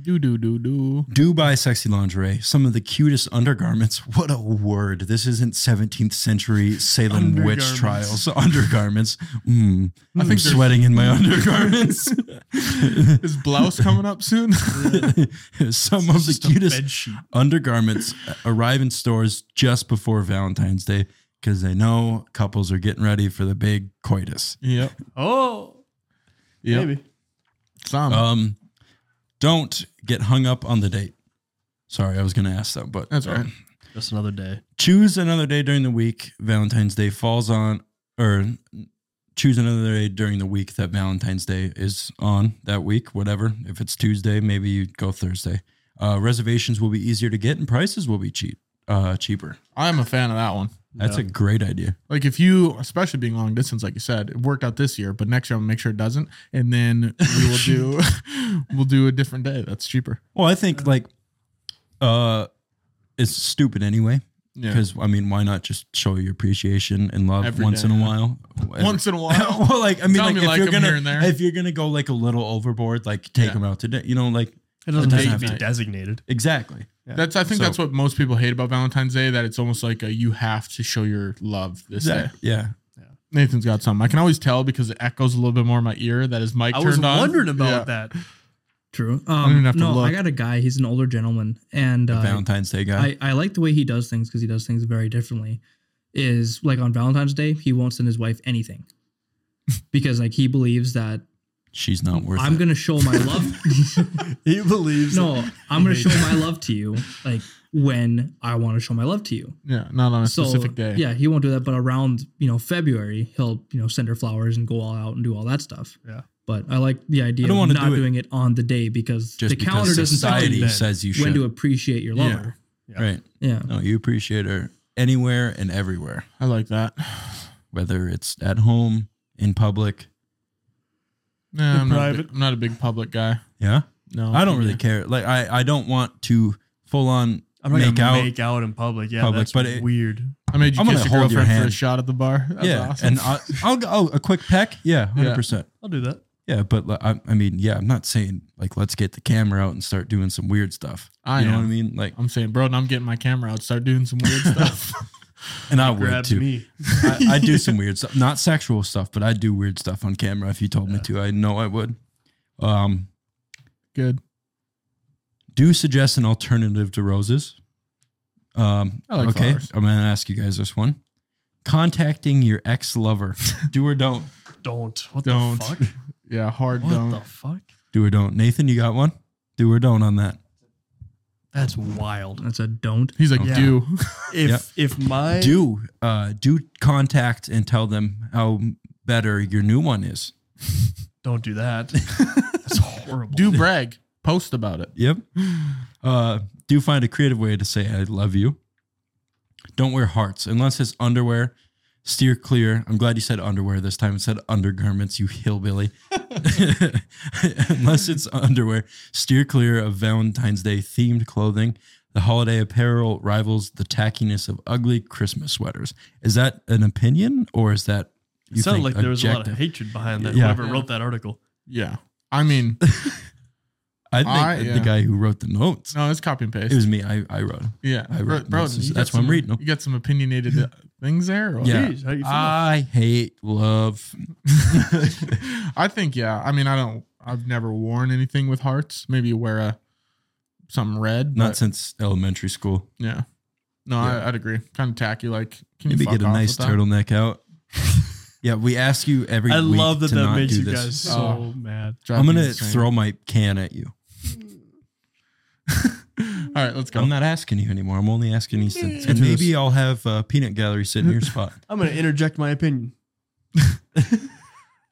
Speaker 1: do do do do.
Speaker 2: Do buy sexy lingerie. Some of the cutest undergarments. What a word. This isn't 17th century Salem witch
Speaker 3: Undergarments.
Speaker 2: trials. Undergarments. Mm. I
Speaker 1: think
Speaker 2: am
Speaker 1: there's-
Speaker 2: sweating in my undergarments. (laughs)
Speaker 1: Is blouse coming up soon?
Speaker 2: Some of the
Speaker 3: Just a
Speaker 2: cutest
Speaker 3: bed sheet.
Speaker 2: undergarments arrive in stores just before Valentine's Day because they know couples are getting ready for the big coitus.
Speaker 1: yep.
Speaker 3: Oh,
Speaker 1: Yep.
Speaker 3: maybe.
Speaker 1: Some.
Speaker 2: Um, don't get hung up on the date. Sorry, I was going to ask that, but um,
Speaker 1: That's all right.
Speaker 3: Just another day.
Speaker 2: Choose another day during the week. Valentine's Day falls on, or choose another day during the week that Valentine's Day is on that week. Whatever. If it's Tuesday, maybe you go Thursday. Uh, reservations will be easier to get, and prices will be cheap, uh, cheaper.
Speaker 1: I'm a fan of that one.
Speaker 2: That's a
Speaker 3: Yeah.
Speaker 2: great idea.
Speaker 1: Like if you, especially being long distance, like you said, it worked out this year, but next year I'm gonna make sure it doesn't, and then we will do, (laughs) we'll do a different day. That's cheaper.
Speaker 2: Well, I think like, uh, it's stupid anyway.
Speaker 1: Yeah.
Speaker 2: Because I mean, why not just show your appreciation and love
Speaker 1: Every
Speaker 2: once
Speaker 1: day,
Speaker 2: in a
Speaker 1: yeah.
Speaker 2: while?
Speaker 1: Once in a while.
Speaker 2: (laughs) well, like I mean,
Speaker 1: Tell
Speaker 2: like,
Speaker 1: me
Speaker 2: if
Speaker 1: like
Speaker 2: you're
Speaker 1: them
Speaker 2: gonna
Speaker 1: here and there.
Speaker 2: if you're gonna go like a little overboard, like take
Speaker 1: Yeah.
Speaker 2: them out to dinner, you know, like
Speaker 3: It doesn't,
Speaker 2: doesn't
Speaker 3: have to be
Speaker 2: have to.
Speaker 3: designated.
Speaker 2: Exactly.
Speaker 1: That's I think
Speaker 2: So-
Speaker 1: that's what most people hate about Valentine's Day. That it's almost like a, you have to show your love this day.
Speaker 2: Yeah.
Speaker 1: Nathan's got something. I can always tell because it echoes a little bit more in my ear that his mic
Speaker 3: I
Speaker 1: turned
Speaker 3: was
Speaker 1: on.
Speaker 3: wondering
Speaker 1: Yeah.
Speaker 3: about that.
Speaker 4: True. Um,
Speaker 1: don't even have to
Speaker 4: no, I
Speaker 1: look.
Speaker 4: got a guy. He's an older gentleman, and
Speaker 2: The
Speaker 4: uh,
Speaker 2: Valentine's Day guy.
Speaker 4: I I like the way he does things because he does things very differently. Is like on Valentine's Day, he won't send his wife anything
Speaker 2: (laughs)
Speaker 4: because like he believes that
Speaker 2: She's not worth
Speaker 4: I'm
Speaker 2: it.
Speaker 4: gonna show my love.
Speaker 2: (laughs)
Speaker 3: He
Speaker 1: (laughs)
Speaker 3: believes.
Speaker 4: no, I'm gonna
Speaker 3: hate
Speaker 4: show my love to you like when I want to show my love to you.
Speaker 1: Yeah, not on a
Speaker 4: so
Speaker 1: specific day.
Speaker 4: yeah, he won't do that. But around you know February, he'll you know send her flowers and go all out and do all that stuff.
Speaker 3: Yeah.
Speaker 4: But I like the idea
Speaker 2: I don't
Speaker 4: of
Speaker 2: wanna
Speaker 4: not
Speaker 2: do it
Speaker 4: doing it on the day because
Speaker 2: Just
Speaker 4: the calendar
Speaker 2: because
Speaker 4: doesn't tell
Speaker 2: society
Speaker 4: you
Speaker 3: that.
Speaker 2: says you
Speaker 4: when
Speaker 2: should.
Speaker 4: to appreciate your
Speaker 1: Yeah.
Speaker 4: lover.
Speaker 3: Yeah.
Speaker 2: Right.
Speaker 4: Yeah.
Speaker 2: No, you appreciate her anywhere and everywhere,
Speaker 1: I like that. (sighs)
Speaker 2: whether it's at home, in public.
Speaker 1: Nah, I'm, not a
Speaker 3: private.
Speaker 1: big, I'm not a big public guy.
Speaker 2: Yeah.
Speaker 4: Oh,
Speaker 1: No,
Speaker 2: I don't really
Speaker 1: yeah.
Speaker 2: care. Like I, I don't want to full on
Speaker 3: I'm not
Speaker 2: make
Speaker 3: gonna
Speaker 2: out.
Speaker 3: make out in public. Yeah,
Speaker 2: Public,
Speaker 3: that's
Speaker 2: but it-
Speaker 3: weird.
Speaker 1: I made you
Speaker 2: I'm
Speaker 1: kiss
Speaker 2: gonna
Speaker 1: your
Speaker 2: hold your
Speaker 1: girlfriend for a
Speaker 2: hand.
Speaker 1: shot at the bar. (laughs) That's
Speaker 2: yeah,
Speaker 1: awesome.
Speaker 2: and I, I'll go oh, a quick peck. Yeah, hundred
Speaker 1: Yeah.
Speaker 2: percent.
Speaker 3: I'll do that.
Speaker 2: Yeah, but li- I, I mean, yeah, I'm not saying like let's get the camera out and start doing some weird stuff.
Speaker 1: I
Speaker 2: you know
Speaker 1: am.
Speaker 2: what I mean? Like,
Speaker 1: I'm saying, bro, and I'm getting my camera out, start doing some
Speaker 2: (laughs)
Speaker 1: weird stuff. (laughs)
Speaker 2: and I would
Speaker 3: Grabbed
Speaker 2: too.
Speaker 3: me.
Speaker 2: (laughs) I, I do some weird stuff, not sexual stuff, but I do weird stuff on camera. If you told me to, I know I would. Um,
Speaker 1: Good.
Speaker 2: do suggest an alternative to roses. Um,
Speaker 1: I like
Speaker 2: okay,
Speaker 1: flowers.
Speaker 2: I'm gonna ask you guys this one: contacting your ex lover.
Speaker 1: (laughs)
Speaker 2: do or don't.
Speaker 3: Don't. What
Speaker 1: Don't.
Speaker 3: the
Speaker 2: (laughs)
Speaker 3: fuck?
Speaker 1: Yeah, hard
Speaker 3: What
Speaker 1: don't.
Speaker 3: the fuck?
Speaker 2: Do or don't. Nathan, you got one? Do or don't on that.
Speaker 3: That's wild.
Speaker 4: That's a don't.
Speaker 1: He's like,
Speaker 3: Yeah.
Speaker 1: do.
Speaker 2: (laughs)
Speaker 3: If
Speaker 2: Yep.
Speaker 3: if my
Speaker 2: Do uh, do contact and tell them how better your new one is.
Speaker 3: don't do
Speaker 2: (laughs)
Speaker 3: that. That's horrible.
Speaker 1: do brag. Post about it.
Speaker 3: (sighs)
Speaker 2: Yep. Uh, do find a creative way to say I love you. Don't wear hearts unless it's underwear. Steer clear. I'm glad you said underwear this time. It said undergarments, you hillbilly. (laughs) unless it's underwear, steer clear of Valentine's Day themed clothing. The holiday apparel rivals the tackiness of ugly Christmas sweaters. Is that an opinion or is that
Speaker 3: It sounded like there was a lot of
Speaker 2: objective?
Speaker 3: hatred behind that.
Speaker 2: Yeah.
Speaker 3: Whoever wrote that article.
Speaker 1: Yeah. I
Speaker 2: (laughs)
Speaker 1: mean,
Speaker 2: I think
Speaker 1: I-
Speaker 2: that
Speaker 1: yeah.
Speaker 2: the guy who wrote the notes.
Speaker 1: no, it's copy and paste.
Speaker 2: It was me. I, I wrote. it.
Speaker 1: yeah.
Speaker 2: I
Speaker 1: Bro,
Speaker 2: wrote
Speaker 1: bro,
Speaker 2: notes.
Speaker 1: you got
Speaker 2: That's what I'm
Speaker 1: some-
Speaker 2: reading 'em.
Speaker 1: You got some opinionated uh, things there? or-
Speaker 2: Yeah. Ah,
Speaker 3: Jeez, how you feel?
Speaker 2: I hate love.
Speaker 1: (laughs) I think yeah. I mean, I don't. I've never worn anything with hearts. Maybe wear a something red.
Speaker 2: Not
Speaker 1: but
Speaker 2: since elementary school.
Speaker 1: yeah. No, I, I'd agree. Kind of tacky. Like, can
Speaker 2: Maybe
Speaker 1: you fuck
Speaker 2: get a
Speaker 1: off with
Speaker 2: nice
Speaker 1: that?
Speaker 2: turtleneck out. (laughs) yeah, we ask you every.
Speaker 3: I
Speaker 2: week
Speaker 3: love that
Speaker 2: to
Speaker 3: that
Speaker 2: not
Speaker 3: makes
Speaker 2: do
Speaker 3: you
Speaker 2: this. Ah.
Speaker 3: guys so
Speaker 1: Oh.
Speaker 3: mad.
Speaker 1: Drive
Speaker 2: I'm
Speaker 1: me
Speaker 2: gonna
Speaker 1: insane.
Speaker 2: throw my can at you.
Speaker 1: All right, let's go.
Speaker 2: I'm not asking you anymore. I'm only asking you since. And maybe I'll have uh, peanut gallery sit in your spot.
Speaker 3: (laughs) I'm gonna interject my opinion.
Speaker 1: let's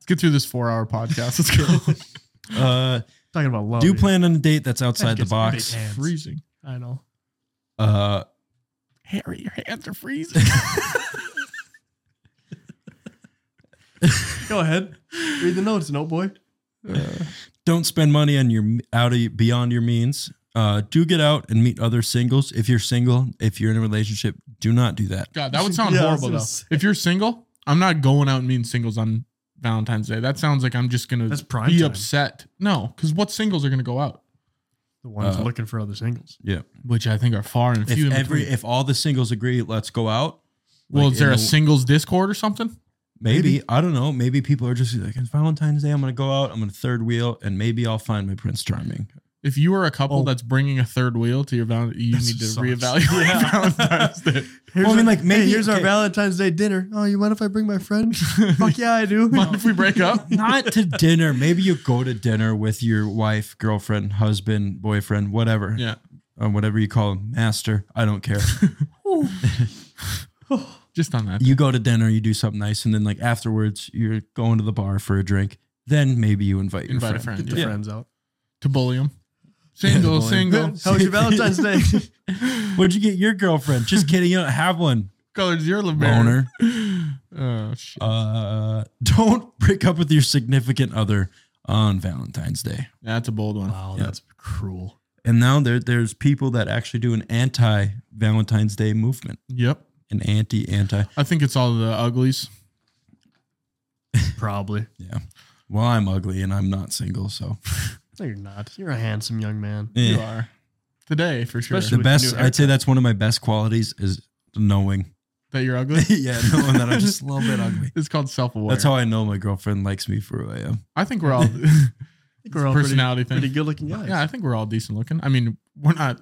Speaker 1: get through this four-hour podcast. Let's go.
Speaker 2: (laughs) Uh,
Speaker 3: Talking about love.
Speaker 2: do
Speaker 3: dude.
Speaker 2: plan on a date that's outside the
Speaker 3: Gets
Speaker 2: box.
Speaker 3: big hands.
Speaker 1: freezing.
Speaker 3: I know.
Speaker 2: Uh,
Speaker 1: Harry, your hands are freezing.
Speaker 2: (laughs)
Speaker 3: Go ahead. Read the notes, note boy.
Speaker 2: don't spend money on your out of beyond your means. Uh, do get out and meet other singles. If you're single, if you're in a relationship, do not do that.
Speaker 1: God, that would sound
Speaker 3: (laughs) Yeah, I was
Speaker 1: horrible
Speaker 3: gonna
Speaker 1: though.
Speaker 3: say.
Speaker 1: If you're single, I'm not going out and meeting singles on Valentine's Day. That sounds like I'm just gonna
Speaker 3: That's prime
Speaker 1: be
Speaker 3: time.
Speaker 1: upset. No, because what singles are gonna go out?
Speaker 3: The ones
Speaker 2: Uh,
Speaker 3: looking for other singles.
Speaker 2: Yeah.
Speaker 1: Which I think are far and few. in
Speaker 2: If every
Speaker 1: between.
Speaker 2: if all the singles agree, let's go out.
Speaker 1: well,
Speaker 2: like,
Speaker 1: is there
Speaker 2: in
Speaker 1: a
Speaker 2: the-
Speaker 1: singles Discord or something?
Speaker 2: Maybe, I don't know. Maybe people are just like it's Valentine's Day. I'm gonna go out. I'm gonna third wheel, and maybe I'll find my Prince Charming.
Speaker 1: If you are a couple
Speaker 3: Oh.
Speaker 1: that's bringing a third wheel to your Valentine, you
Speaker 3: That's
Speaker 1: need to
Speaker 3: just sucks.
Speaker 1: reevaluate
Speaker 3: (laughs) Yeah.
Speaker 1: Valentine's
Speaker 3: (laughs)
Speaker 1: Day.
Speaker 2: Well, I mean, like,
Speaker 3: hey,
Speaker 2: maybe-
Speaker 3: here's our
Speaker 2: okay.
Speaker 3: Valentine's Day dinner. Oh, you mind if I bring my (laughs) friend? Fuck yeah, I do.
Speaker 1: Mind if we break up?
Speaker 2: Not (laughs) to dinner. Maybe you go to dinner with your wife, girlfriend, husband, boyfriend, whatever,
Speaker 1: Yeah.
Speaker 2: Uh, whatever you call him, master. I don't care.
Speaker 1: Just on that.
Speaker 2: you go to dinner, you do something nice, and then like afterwards, you're going to the bar for a drink. Then maybe you invite, your
Speaker 1: Invite
Speaker 2: friend.
Speaker 1: a friend.
Speaker 3: (laughs) Get
Speaker 1: yeah.
Speaker 3: the friends out.
Speaker 1: To bully
Speaker 3: (laughs)
Speaker 1: them. Single,
Speaker 2: bully 'em.
Speaker 1: single.
Speaker 3: How was your Valentine's Day?
Speaker 2: Where'd you get your girlfriend? Just kidding. You don't have one.
Speaker 1: colors your LeBaron.
Speaker 2: Boner.
Speaker 1: (laughs) Oh, shit.
Speaker 2: Uh, (laughs) don't break up with your significant other on Valentine's Day.
Speaker 1: That's a bold one.
Speaker 3: (laughs) wow,
Speaker 2: Yeah.
Speaker 3: that's cruel.
Speaker 2: And now there, there's people that actually do an anti Valentine's Day movement,
Speaker 1: Yep.
Speaker 2: an anti anti.
Speaker 1: I think it's all the uglies.
Speaker 3: Probably.
Speaker 2: Yeah. Well, I'm ugly and I'm not single, so
Speaker 3: No, you're not. You're a handsome young man.
Speaker 1: You
Speaker 2: Yeah.
Speaker 1: are today for sure.
Speaker 3: Especially-
Speaker 2: The
Speaker 3: with the new
Speaker 2: best, I'd say
Speaker 3: haircut.
Speaker 2: that's one of my best qualities is knowing. (laughs)
Speaker 1: that you're ugly.
Speaker 2: yeah, knowing that I'm just a little bit ugly.
Speaker 1: It's called self-aware.
Speaker 2: That's how I know my girlfriend likes me for who I am.
Speaker 1: I think we're all. (laughs)
Speaker 3: think we're all pretty-
Speaker 1: personality
Speaker 3: Pretty
Speaker 1: thing.
Speaker 3: good looking guys.
Speaker 1: yeah, I think we're all decent looking. I mean, we're not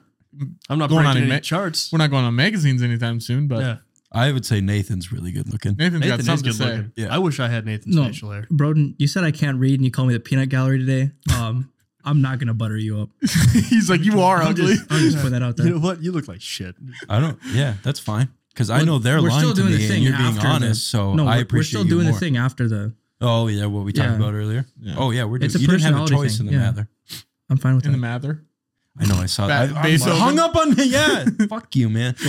Speaker 3: I'm not
Speaker 1: Going on in
Speaker 3: breaking any
Speaker 1: ma-
Speaker 3: charts.
Speaker 1: we're not going on magazines anything soon. But
Speaker 3: yeah,
Speaker 2: I would say Nathan's really good looking.
Speaker 1: Nathan's
Speaker 3: Nathan
Speaker 1: got
Speaker 3: is
Speaker 1: something to
Speaker 3: good
Speaker 1: say.
Speaker 3: looking.
Speaker 2: Yeah.
Speaker 3: I wish I had Nathan's
Speaker 4: No.
Speaker 3: facial hair.
Speaker 4: Broden, you said I can't read and you called me the peanut gallery today. Um, (laughs) I'm not gonna butter you up.
Speaker 1: (laughs) He's like, you are
Speaker 4: I'm
Speaker 1: ugly.
Speaker 4: just, I'm
Speaker 1: (laughs)
Speaker 4: just putting that out there.
Speaker 3: You know what? You look like shit.
Speaker 2: I don't. Yeah, that's fine. Because I know they're
Speaker 4: we're
Speaker 2: lying
Speaker 4: still
Speaker 2: to
Speaker 4: doing
Speaker 2: me,
Speaker 4: the
Speaker 2: and
Speaker 4: thing
Speaker 2: you're being
Speaker 4: after the-
Speaker 2: honest. So
Speaker 4: no,
Speaker 2: I
Speaker 4: we're,
Speaker 2: appreciate
Speaker 4: we're still
Speaker 2: you
Speaker 4: doing
Speaker 2: more.
Speaker 4: the thing after the.
Speaker 2: Oh yeah, what we talked
Speaker 4: Yeah.
Speaker 2: about earlier.
Speaker 1: Yeah.
Speaker 2: Oh yeah, we're doing.
Speaker 4: It's a
Speaker 2: you didn't have a
Speaker 4: personality
Speaker 2: choice
Speaker 4: thing,
Speaker 2: in the
Speaker 4: yeah.
Speaker 2: matter.
Speaker 4: I'm fine with
Speaker 1: in the
Speaker 4: that.
Speaker 1: mather.
Speaker 2: I know. I saw
Speaker 1: Ba-
Speaker 2: that. I, I'm
Speaker 1: Beethoven.
Speaker 2: hung up on. Yeah,
Speaker 1: (laughs)
Speaker 2: fuck you, man. (laughs)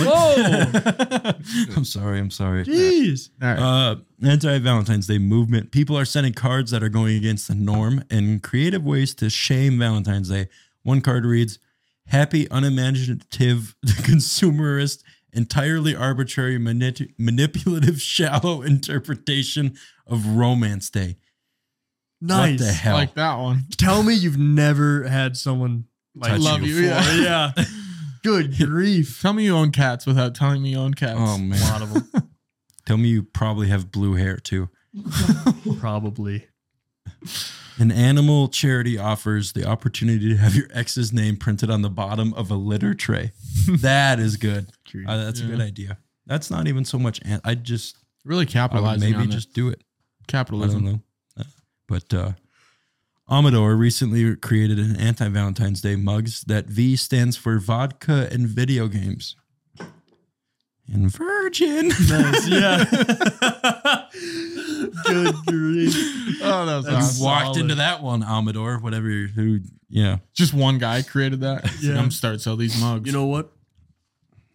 Speaker 2: I'm sorry. I'm sorry.
Speaker 3: Jeez.
Speaker 1: All right.
Speaker 2: Uh, Anti Valentine's Day movement. People are sending cards that are going against the norm and creative ways to shame Valentine's Day. One card reads Happy, unimaginative, (laughs) consumerist, entirely arbitrary, manip- manipulative, (laughs) shallow interpretation of Romance Day.
Speaker 3: Nice.
Speaker 2: What the
Speaker 1: I
Speaker 2: hell?
Speaker 1: like that one.
Speaker 3: Tell me you've never had someone like
Speaker 2: Touch
Speaker 1: Love you.
Speaker 2: you.
Speaker 1: Yeah.
Speaker 3: Yeah.
Speaker 1: (laughs)
Speaker 3: Good grief.
Speaker 1: Tell me you own cats without telling me you own cats.
Speaker 2: oh,
Speaker 3: A
Speaker 2: man.
Speaker 3: lot of them,
Speaker 2: Tell me you probably have blue hair too.
Speaker 3: probably.
Speaker 2: An animal charity offers the opportunity to have your ex's name printed on the bottom of a litter
Speaker 1: (laughs)
Speaker 2: tray. that is good. Uh, that's
Speaker 1: Yeah.
Speaker 2: a good idea. That's not even so much. An- I just
Speaker 1: really
Speaker 2: I would
Speaker 1: capitalizing
Speaker 2: maybe
Speaker 1: on just
Speaker 2: just do it. I don't
Speaker 1: capitalism.
Speaker 2: know. Uh, But uh, Amador recently created an anti Valentine's Day mugs that V stands for vodka and video games. And virgin.
Speaker 3: Nice. (laughs) Yeah. Good grief.
Speaker 1: Oh, that was
Speaker 3: That's-
Speaker 1: awesome.
Speaker 2: (laughs) You walked
Speaker 3: solid.
Speaker 2: into that one, Amador. Whatever. you- Who? Yeah.
Speaker 1: Just one guy created that.
Speaker 3: Yeah.
Speaker 1: I'm gonna start sell these mugs.
Speaker 3: You know what?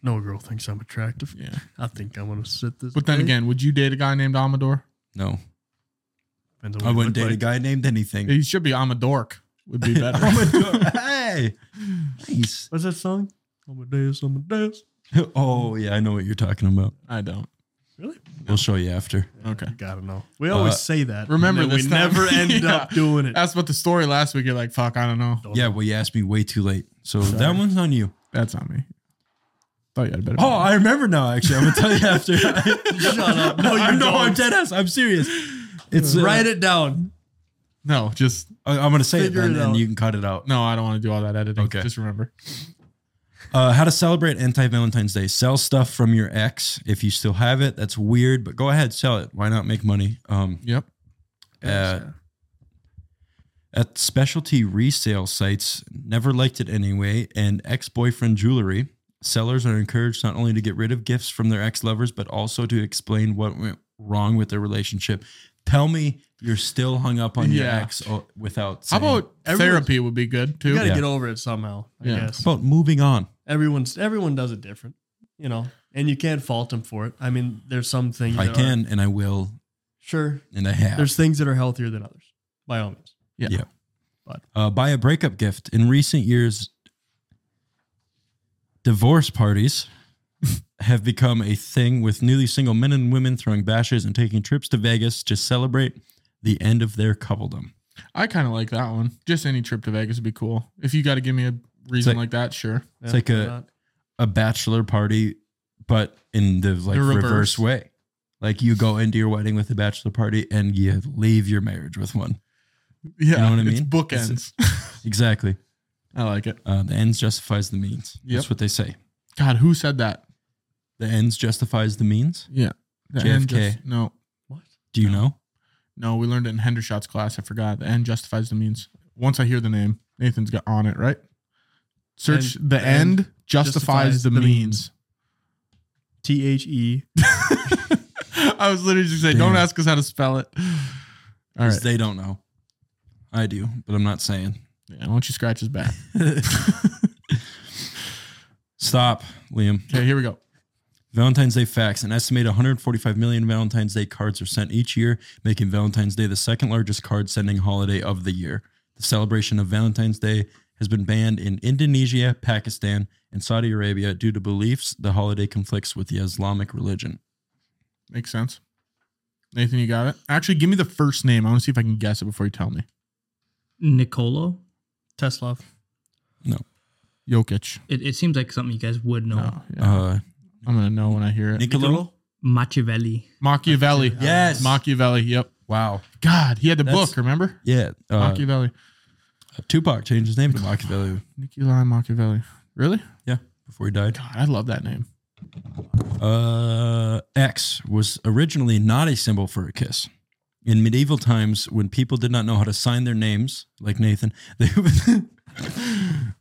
Speaker 3: No girl thinks I'm attractive.
Speaker 1: Yeah.
Speaker 3: I think I'm gonna sit this.
Speaker 1: But then
Speaker 3: day.
Speaker 1: again, would you date a guy named Amador?
Speaker 2: No,
Speaker 3: Depends on
Speaker 2: I
Speaker 3: what you
Speaker 2: wouldn't
Speaker 3: look
Speaker 2: date a guy named anything.
Speaker 1: He should be Amadork. Would be
Speaker 2: (laughs)
Speaker 1: better.
Speaker 2: Amador. hey. Nice.
Speaker 3: What's that song? I'm a dance. I'm a dance.
Speaker 2: Oh yeah, I know what you're talking about.
Speaker 1: I don't.
Speaker 3: Really?
Speaker 2: We'll show you after.
Speaker 1: Okay.
Speaker 3: You gotta know. We always
Speaker 2: Uh,
Speaker 3: say that.
Speaker 1: remember
Speaker 3: and then
Speaker 1: this
Speaker 3: we
Speaker 1: time. (laughs)
Speaker 3: never end
Speaker 1: Yeah.
Speaker 3: up doing it.
Speaker 1: That's what the story last week. You're like, fuck, I don't know.
Speaker 3: Don't
Speaker 2: Yeah,
Speaker 3: know.
Speaker 2: well, you asked me way too late. So
Speaker 1: Sorry.
Speaker 2: that one's on you.
Speaker 1: That's on me. Thought you had a better.
Speaker 2: Oh, I remember now, actually. I'm going to tell you after.
Speaker 3: (laughs) Shut up. No,
Speaker 2: (laughs)
Speaker 3: you
Speaker 2: I know I'm
Speaker 3: don't.
Speaker 2: dead ass. I'm serious. It's uh,
Speaker 3: Write it down.
Speaker 1: no, just
Speaker 2: I- I'm going to say it
Speaker 3: Figure
Speaker 2: then,
Speaker 3: it
Speaker 2: and
Speaker 3: out.
Speaker 2: you can cut it out.
Speaker 1: no. I don't want to do all that editing.
Speaker 2: Okay.
Speaker 1: Just remember.
Speaker 2: Uh, how to celebrate anti Valentine's Day. Sell stuff from your ex if you still have it. That's weird, but go ahead, sell it. Why not make money? Um,
Speaker 1: Yep.
Speaker 2: uh, at specialty resale sites, never liked it anyway, and ex boyfriend jewelry. Sellers are encouraged not only to get rid of gifts from their ex lovers, but also to explain what went wrong with their relationship. Tell me you're still hung up on your
Speaker 1: Yeah.
Speaker 2: ex o- without
Speaker 1: How
Speaker 2: saying.
Speaker 1: about
Speaker 3: Everyone's-
Speaker 1: therapy would be good too.
Speaker 3: You gotta
Speaker 2: Yeah.
Speaker 3: get over it somehow. I
Speaker 1: Yeah.
Speaker 3: guess
Speaker 2: How about moving on?
Speaker 3: everyone's everyone does it different, you know, and you can't fault them for it. I mean, there's some things
Speaker 2: I
Speaker 3: that are-
Speaker 2: can and I will
Speaker 3: sure.
Speaker 2: and I have.
Speaker 3: There's things that are healthier than others, by all means.
Speaker 2: uh, buy a breakup gift. In recent years, divorce parties (laughs) have become a thing with newly single men and women throwing bashes and taking trips to Vegas to celebrate the end of their coupledom.
Speaker 1: I kind of like that one. Just any trip to Vegas would be cool. If you got to give me a reason
Speaker 2: like-
Speaker 1: like, that, sure.
Speaker 2: It's like
Speaker 3: why
Speaker 2: a-
Speaker 3: not?
Speaker 2: A bachelor party, but in the like
Speaker 1: The
Speaker 2: reverse.
Speaker 1: reverse.
Speaker 2: way. Like you go into your wedding with a bachelor party and you leave your marriage with one.
Speaker 1: Yeah,
Speaker 2: know what I
Speaker 1: It's
Speaker 2: mean?
Speaker 1: bookends.
Speaker 2: Exactly.
Speaker 1: I like it.
Speaker 2: Uh, the ends justifies the means.
Speaker 1: Yep.
Speaker 2: That's what they say.
Speaker 1: God, who said that?
Speaker 2: The ends justifies the means.
Speaker 1: Yeah, The
Speaker 2: JFK.
Speaker 1: end just- no,
Speaker 3: what?
Speaker 2: Do you know?
Speaker 1: no, we learned it in Hendershot's class. I forgot. The end justifies the means. Once I hear the name, Nathan's got on it right. Search
Speaker 3: And
Speaker 1: the,
Speaker 3: the
Speaker 1: end,
Speaker 3: end
Speaker 1: justifies,
Speaker 3: justifies
Speaker 1: the,
Speaker 3: the
Speaker 1: means. (laughs)
Speaker 3: T H E.
Speaker 1: I was literally just saying,
Speaker 2: Damn.
Speaker 1: don't ask us how to spell it. All
Speaker 2: 'Cause
Speaker 1: right.
Speaker 2: They don't know. I do, but I'm not saying.
Speaker 1: (laughs) Yeah, why don't you scratch his back?
Speaker 2: Stop, Liam.
Speaker 1: Okay, here we go.
Speaker 2: Valentine's Day facts. An estimated 145 million Valentine's Day cards are sent each year, making Valentine's Day the second largest card sending holiday of the year. The celebration of Valentine's Day has been banned in Indonesia, Pakistan, and Saudi Arabia due to beliefs the holiday conflicts with the Islamic religion.
Speaker 1: Makes sense. Nathan, you got it. Actually, give me the first name. I want to see if I can guess it before you tell me.
Speaker 4: Nicolo.
Speaker 2: (laughs)
Speaker 3: Teslov.
Speaker 1: Jokic.
Speaker 4: It, it seems like something you guys would know.
Speaker 1: No, yeah.
Speaker 2: Uh,
Speaker 1: I'm gonna know when I hear it.
Speaker 2: Niccolo?
Speaker 4: Machiavelli.
Speaker 1: Machiavelli.
Speaker 2: Yes.
Speaker 1: Machiavelli. Yep.
Speaker 2: Wow.
Speaker 1: God, he had the
Speaker 2: That's-
Speaker 1: book. Remember
Speaker 2: Yeah. Uh,
Speaker 1: Machiavelli.
Speaker 2: Tupac changed his name to Machiavelli
Speaker 1: Nicolai Machiavelli. Really?
Speaker 2: before he died.
Speaker 1: God, I love that name.
Speaker 2: Uh, X was originally not a symbol for a kiss. In medieval times, when people did not know how to sign their names, like Nathan, (laughs) they would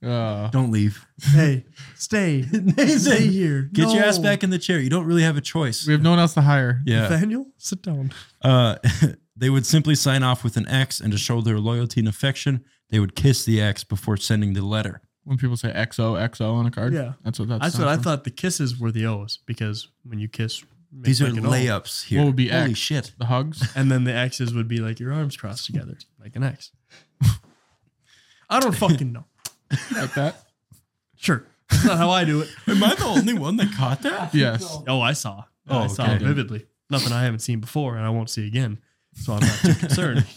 Speaker 1: Uh,
Speaker 2: don't leave.
Speaker 3: Hey, stay.
Speaker 2: (laughs)
Speaker 3: stay
Speaker 2: Nathan,
Speaker 3: here.
Speaker 2: get your
Speaker 3: No.
Speaker 2: ass back in the chair. You don't really have a choice.
Speaker 1: we have no one else to hire.
Speaker 2: Yeah.
Speaker 3: Nathaniel, sit down.
Speaker 2: Uh, (laughs) they would simply sign off with an X, and to show their loyalty and affection, they would kiss the X before sending the letter.
Speaker 1: When people say XOXO on a card,
Speaker 3: Yeah.
Speaker 1: that's what that's.
Speaker 3: That's what I thought the kisses were the O's because when you kiss, make
Speaker 2: These are
Speaker 3: like an O.
Speaker 2: layups here.
Speaker 1: What would be
Speaker 2: Holy
Speaker 1: X?
Speaker 2: shit.
Speaker 1: The hugs.
Speaker 3: And then the X's would be like your arms crossed together, like an
Speaker 2: (laughs)
Speaker 3: X. I don't fucking know.
Speaker 1: like that.
Speaker 3: Sure. That's not how I
Speaker 2: (laughs)
Speaker 3: do it.
Speaker 2: Am I the only one that caught that?
Speaker 1: Yes.
Speaker 3: Oh, I saw.
Speaker 2: Oh,
Speaker 3: I saw
Speaker 2: okay.
Speaker 3: it vividly. Nothing I haven't seen before and I won't see again. So I'm not too
Speaker 2: (laughs)
Speaker 3: concerned.
Speaker 2: (laughs)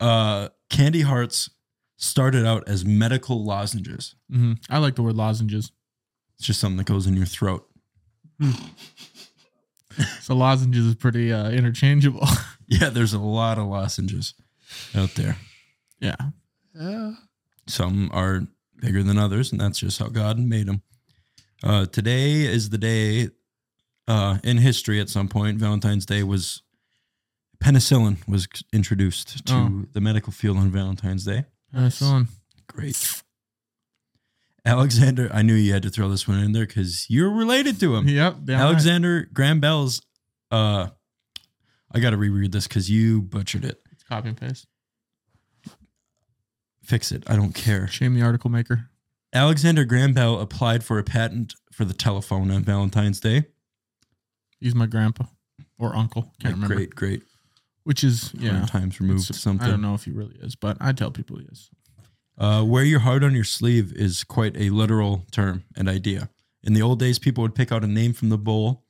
Speaker 2: Uh, candy hearts started out as medical lozenges.
Speaker 1: hmm I like the word lozenges.
Speaker 2: It's just something that goes in your throat.
Speaker 1: So lozenges is pretty uh, interchangeable. (laughs)
Speaker 2: Yeah, there's a lot of lozenges out there.
Speaker 1: yeah.
Speaker 3: Yeah.
Speaker 2: Some are bigger than others, and that's just how God made them. Uh, today is the day uh, in history. At some point, Valentine's Day was penicillin was introduced to
Speaker 1: Oh.
Speaker 2: the medical field on Valentine's Day.
Speaker 1: Nice one.
Speaker 2: Great. Alexander, I knew you had to throw this one in there because you're related to him.
Speaker 1: Yep. down right.
Speaker 2: Alexander Graham Bell's. Uh, I got to reread this because you butchered it.
Speaker 1: It's copy and paste.
Speaker 2: Fix it. I don't care.
Speaker 1: Shame the article maker.
Speaker 2: Alexander Graham Bell applied for a patent for the telephone on Valentine's Day.
Speaker 1: He's my grandpa or uncle. Can't
Speaker 2: Like,
Speaker 1: remember.
Speaker 2: Great, great.
Speaker 1: Which is yeah.
Speaker 2: Times removed
Speaker 1: It's-
Speaker 2: something.
Speaker 1: I don't know if he really is, but I tell people he is.
Speaker 2: Uh, wear your heart on your sleeve is quite a literal term and idea. In the old days, people would pick out a name from the bowl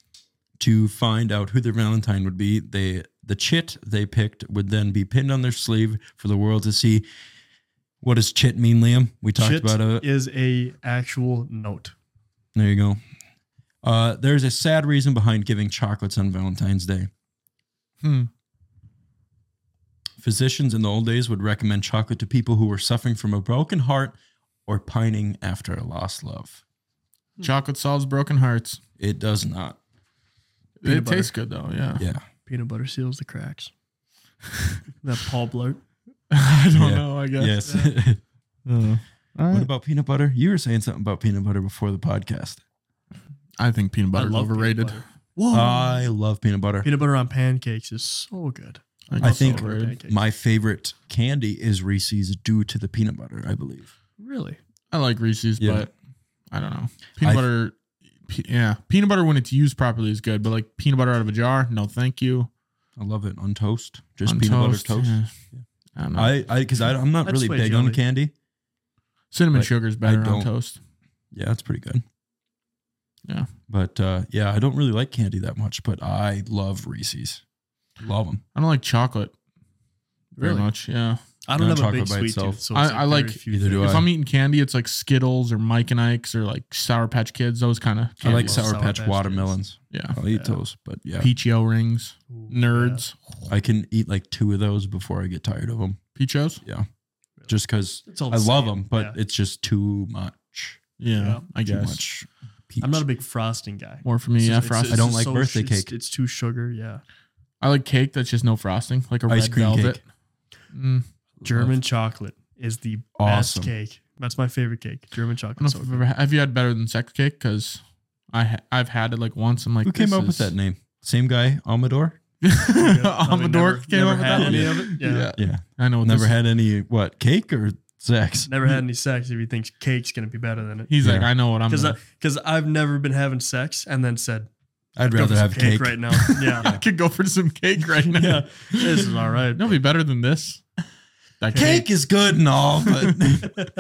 Speaker 2: to find out who their Valentine would be. They the chit they picked would then be pinned on their sleeve for the world to see. What does chit mean, Liam? We talked
Speaker 3: Chit
Speaker 2: about uh, it.
Speaker 3: is a actual note.
Speaker 2: There you go. Uh, there's a sad reason behind giving chocolates on Valentine's Day.
Speaker 1: Hmm.
Speaker 2: Physicians in the old days would recommend chocolate to people who were suffering from a broken heart or pining after a lost love.
Speaker 1: Chocolate solves broken hearts.
Speaker 2: It does not.
Speaker 1: it
Speaker 3: Peanut butter.
Speaker 1: tastes good though. Yeah.
Speaker 2: (laughs) Yeah.
Speaker 3: Peanut butter seals the cracks. (laughs) that Paul Blart.
Speaker 1: (laughs) I don't
Speaker 2: Yeah.
Speaker 1: know. I guess. Uh,
Speaker 2: Yes.
Speaker 1: I don't know. All
Speaker 2: uh, (laughs) what
Speaker 1: right.
Speaker 2: about peanut butter? You were saying something about peanut butter before the podcast.
Speaker 1: I think peanut
Speaker 3: I
Speaker 1: butter is
Speaker 3: love peanut
Speaker 1: overrated.
Speaker 3: butter. Whoa.
Speaker 2: I love Oh. peanut butter.
Speaker 3: peanut butter on pancakes is so good.
Speaker 2: I
Speaker 1: it's
Speaker 2: think
Speaker 1: overrated.
Speaker 3: pancakes.
Speaker 2: my favorite candy is Reese's due to the peanut butter, I believe.
Speaker 3: Really?
Speaker 1: I like Reese's,
Speaker 2: Yeah.
Speaker 1: but I don't know. Peanut
Speaker 2: I-
Speaker 1: butter. Pe- yeah, peanut butter when it's used properly is good, but like peanut butter out of a jar, no, thank you.
Speaker 2: I love it on toast. Just
Speaker 1: On
Speaker 2: peanut butter toast.
Speaker 1: yeah. I don't know.
Speaker 2: I I because I, I'm not
Speaker 3: I'd
Speaker 2: really
Speaker 3: sway
Speaker 2: big on
Speaker 3: jelly.
Speaker 2: candy.
Speaker 1: Cinnamon
Speaker 2: but
Speaker 1: sugar's better on
Speaker 2: don't-
Speaker 1: toast.
Speaker 2: Yeah, that's pretty good.
Speaker 1: Yeah.
Speaker 2: but uh, yeah, I don't really like candy that much, but I love Reese's. Love them.
Speaker 1: I don't like chocolate very
Speaker 3: Really?
Speaker 1: much. Yeah,
Speaker 3: I don't
Speaker 2: No,
Speaker 3: have a big
Speaker 2: chocolate by
Speaker 3: sweet
Speaker 2: itself.
Speaker 3: tooth. So
Speaker 1: I-
Speaker 3: it's
Speaker 1: I like-
Speaker 3: very few
Speaker 2: Neither do
Speaker 3: things.
Speaker 1: if
Speaker 2: I.
Speaker 1: I'm eating candy, it's like Skittles or Mike and Ike's or like Sour Patch Kids, those kind of.
Speaker 2: I like
Speaker 3: love
Speaker 2: Sour
Speaker 3: Sour
Speaker 2: Patch
Speaker 3: Patch Kids.
Speaker 2: watermelons.
Speaker 1: Yeah,
Speaker 2: I'll eat
Speaker 3: Yeah.
Speaker 2: those, but yeah,
Speaker 1: peachy O rings,
Speaker 3: Ooh,
Speaker 1: nerds,
Speaker 2: I can eat like two of those before I get tired of them,
Speaker 1: peachos.
Speaker 2: just because
Speaker 3: yeah. It's all
Speaker 2: I
Speaker 3: the
Speaker 2: love
Speaker 3: same.
Speaker 2: them, but
Speaker 3: Yeah.
Speaker 2: it's just too much.
Speaker 1: Yeah,
Speaker 3: Yeah.
Speaker 1: I
Speaker 2: Too
Speaker 1: guess
Speaker 2: much. Peach.
Speaker 3: I'm not a big frosting guy.
Speaker 1: more for me.
Speaker 3: It's
Speaker 1: yeah,
Speaker 3: just- it's-
Speaker 1: frosting. I,
Speaker 2: I
Speaker 3: it's
Speaker 2: don't
Speaker 3: just
Speaker 2: like birthday
Speaker 3: it's-
Speaker 2: cake.
Speaker 3: It's too sugar. Yeah.
Speaker 1: like cake that's just no frosting, like a
Speaker 2: ice
Speaker 1: red
Speaker 2: cream
Speaker 1: velvet.
Speaker 2: cake.
Speaker 1: Mm,
Speaker 3: German chocolate is the
Speaker 2: Awesome.
Speaker 3: best cake. That's my favorite cake. German
Speaker 1: I don't
Speaker 3: chocolate.
Speaker 1: know
Speaker 3: So
Speaker 1: if I've
Speaker 3: good.
Speaker 1: ever had, have you had better than sex cake? Because I ha- I've had it like once. I'm like,
Speaker 2: Who came
Speaker 1: this
Speaker 2: up with
Speaker 1: is- (laughs)
Speaker 2: that name? Same guy, Amador.
Speaker 1: I'm a dork. Came
Speaker 3: Never
Speaker 1: up with
Speaker 3: had
Speaker 1: that one.
Speaker 3: any
Speaker 1: Yeah.
Speaker 3: of it. Yeah.
Speaker 2: Yeah,
Speaker 1: I
Speaker 3: Oh,
Speaker 1: know. What
Speaker 2: never
Speaker 1: this-
Speaker 2: had any what cake or sex.
Speaker 3: Never had any sex if he thinks cake's going to be better than it.
Speaker 1: He's like,
Speaker 2: Yeah.
Speaker 1: I know what I'm.
Speaker 3: Because
Speaker 1: Gonna,
Speaker 3: because I've never been having sex and then said
Speaker 2: I'd
Speaker 3: "Go for
Speaker 2: rather
Speaker 3: some
Speaker 2: have cake.
Speaker 3: right
Speaker 1: (laughs)
Speaker 3: now.
Speaker 2: (laughs)
Speaker 1: I
Speaker 3: Yeah.
Speaker 1: could go for some cake
Speaker 3: (laughs)
Speaker 1: right now.
Speaker 3: yeah.
Speaker 1: (laughs)
Speaker 3: This is all right.
Speaker 1: It'll be better than this. That
Speaker 2: Cake is good and all,
Speaker 3: (laughs)
Speaker 2: but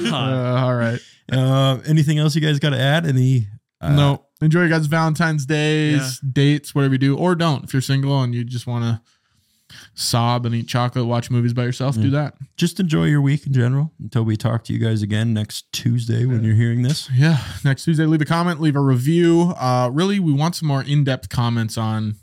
Speaker 1: Uh, all right.
Speaker 2: Uh, anything else you guys got to add? Any? Uh,
Speaker 1: no. Enjoy your guys' Valentine's Days,
Speaker 3: Yeah.
Speaker 1: dates, whatever you do, or don't. If you're single and you just want to sob and eat chocolate, watch movies by yourself, do that.
Speaker 2: Just enjoy your week in general until we talk to you guys again next Tuesday when you're hearing this.
Speaker 1: Yeah. Next Tuesday, leave a comment, leave a review. Uh, really, we want some more in depth comments on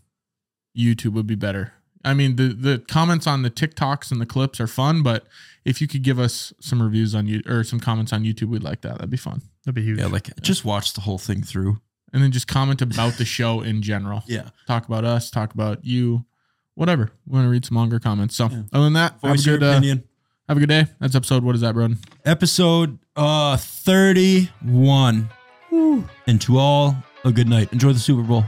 Speaker 1: YouTube would be better. I mean, the the comments on the TikToks and the clips are fun, but if you could give us some reviews on you or some comments on YouTube, we'd like that. That'd be fun.
Speaker 3: That'd be huge.
Speaker 2: Yeah, like
Speaker 1: uh,
Speaker 2: just watch the whole thing through.
Speaker 1: And then just comment about the show in general.
Speaker 2: (laughs) Yeah.
Speaker 1: Talk about us. Talk about you. Whatever. We want to read some longer comments. So,
Speaker 2: Yeah.
Speaker 1: other than that, have a,
Speaker 2: Voice your
Speaker 1: good, uh,
Speaker 2: opinion.
Speaker 1: have a good day. That's episode. What is that, Broden?
Speaker 2: Episode uh 31. And to all a good night. Enjoy the Super Bowl.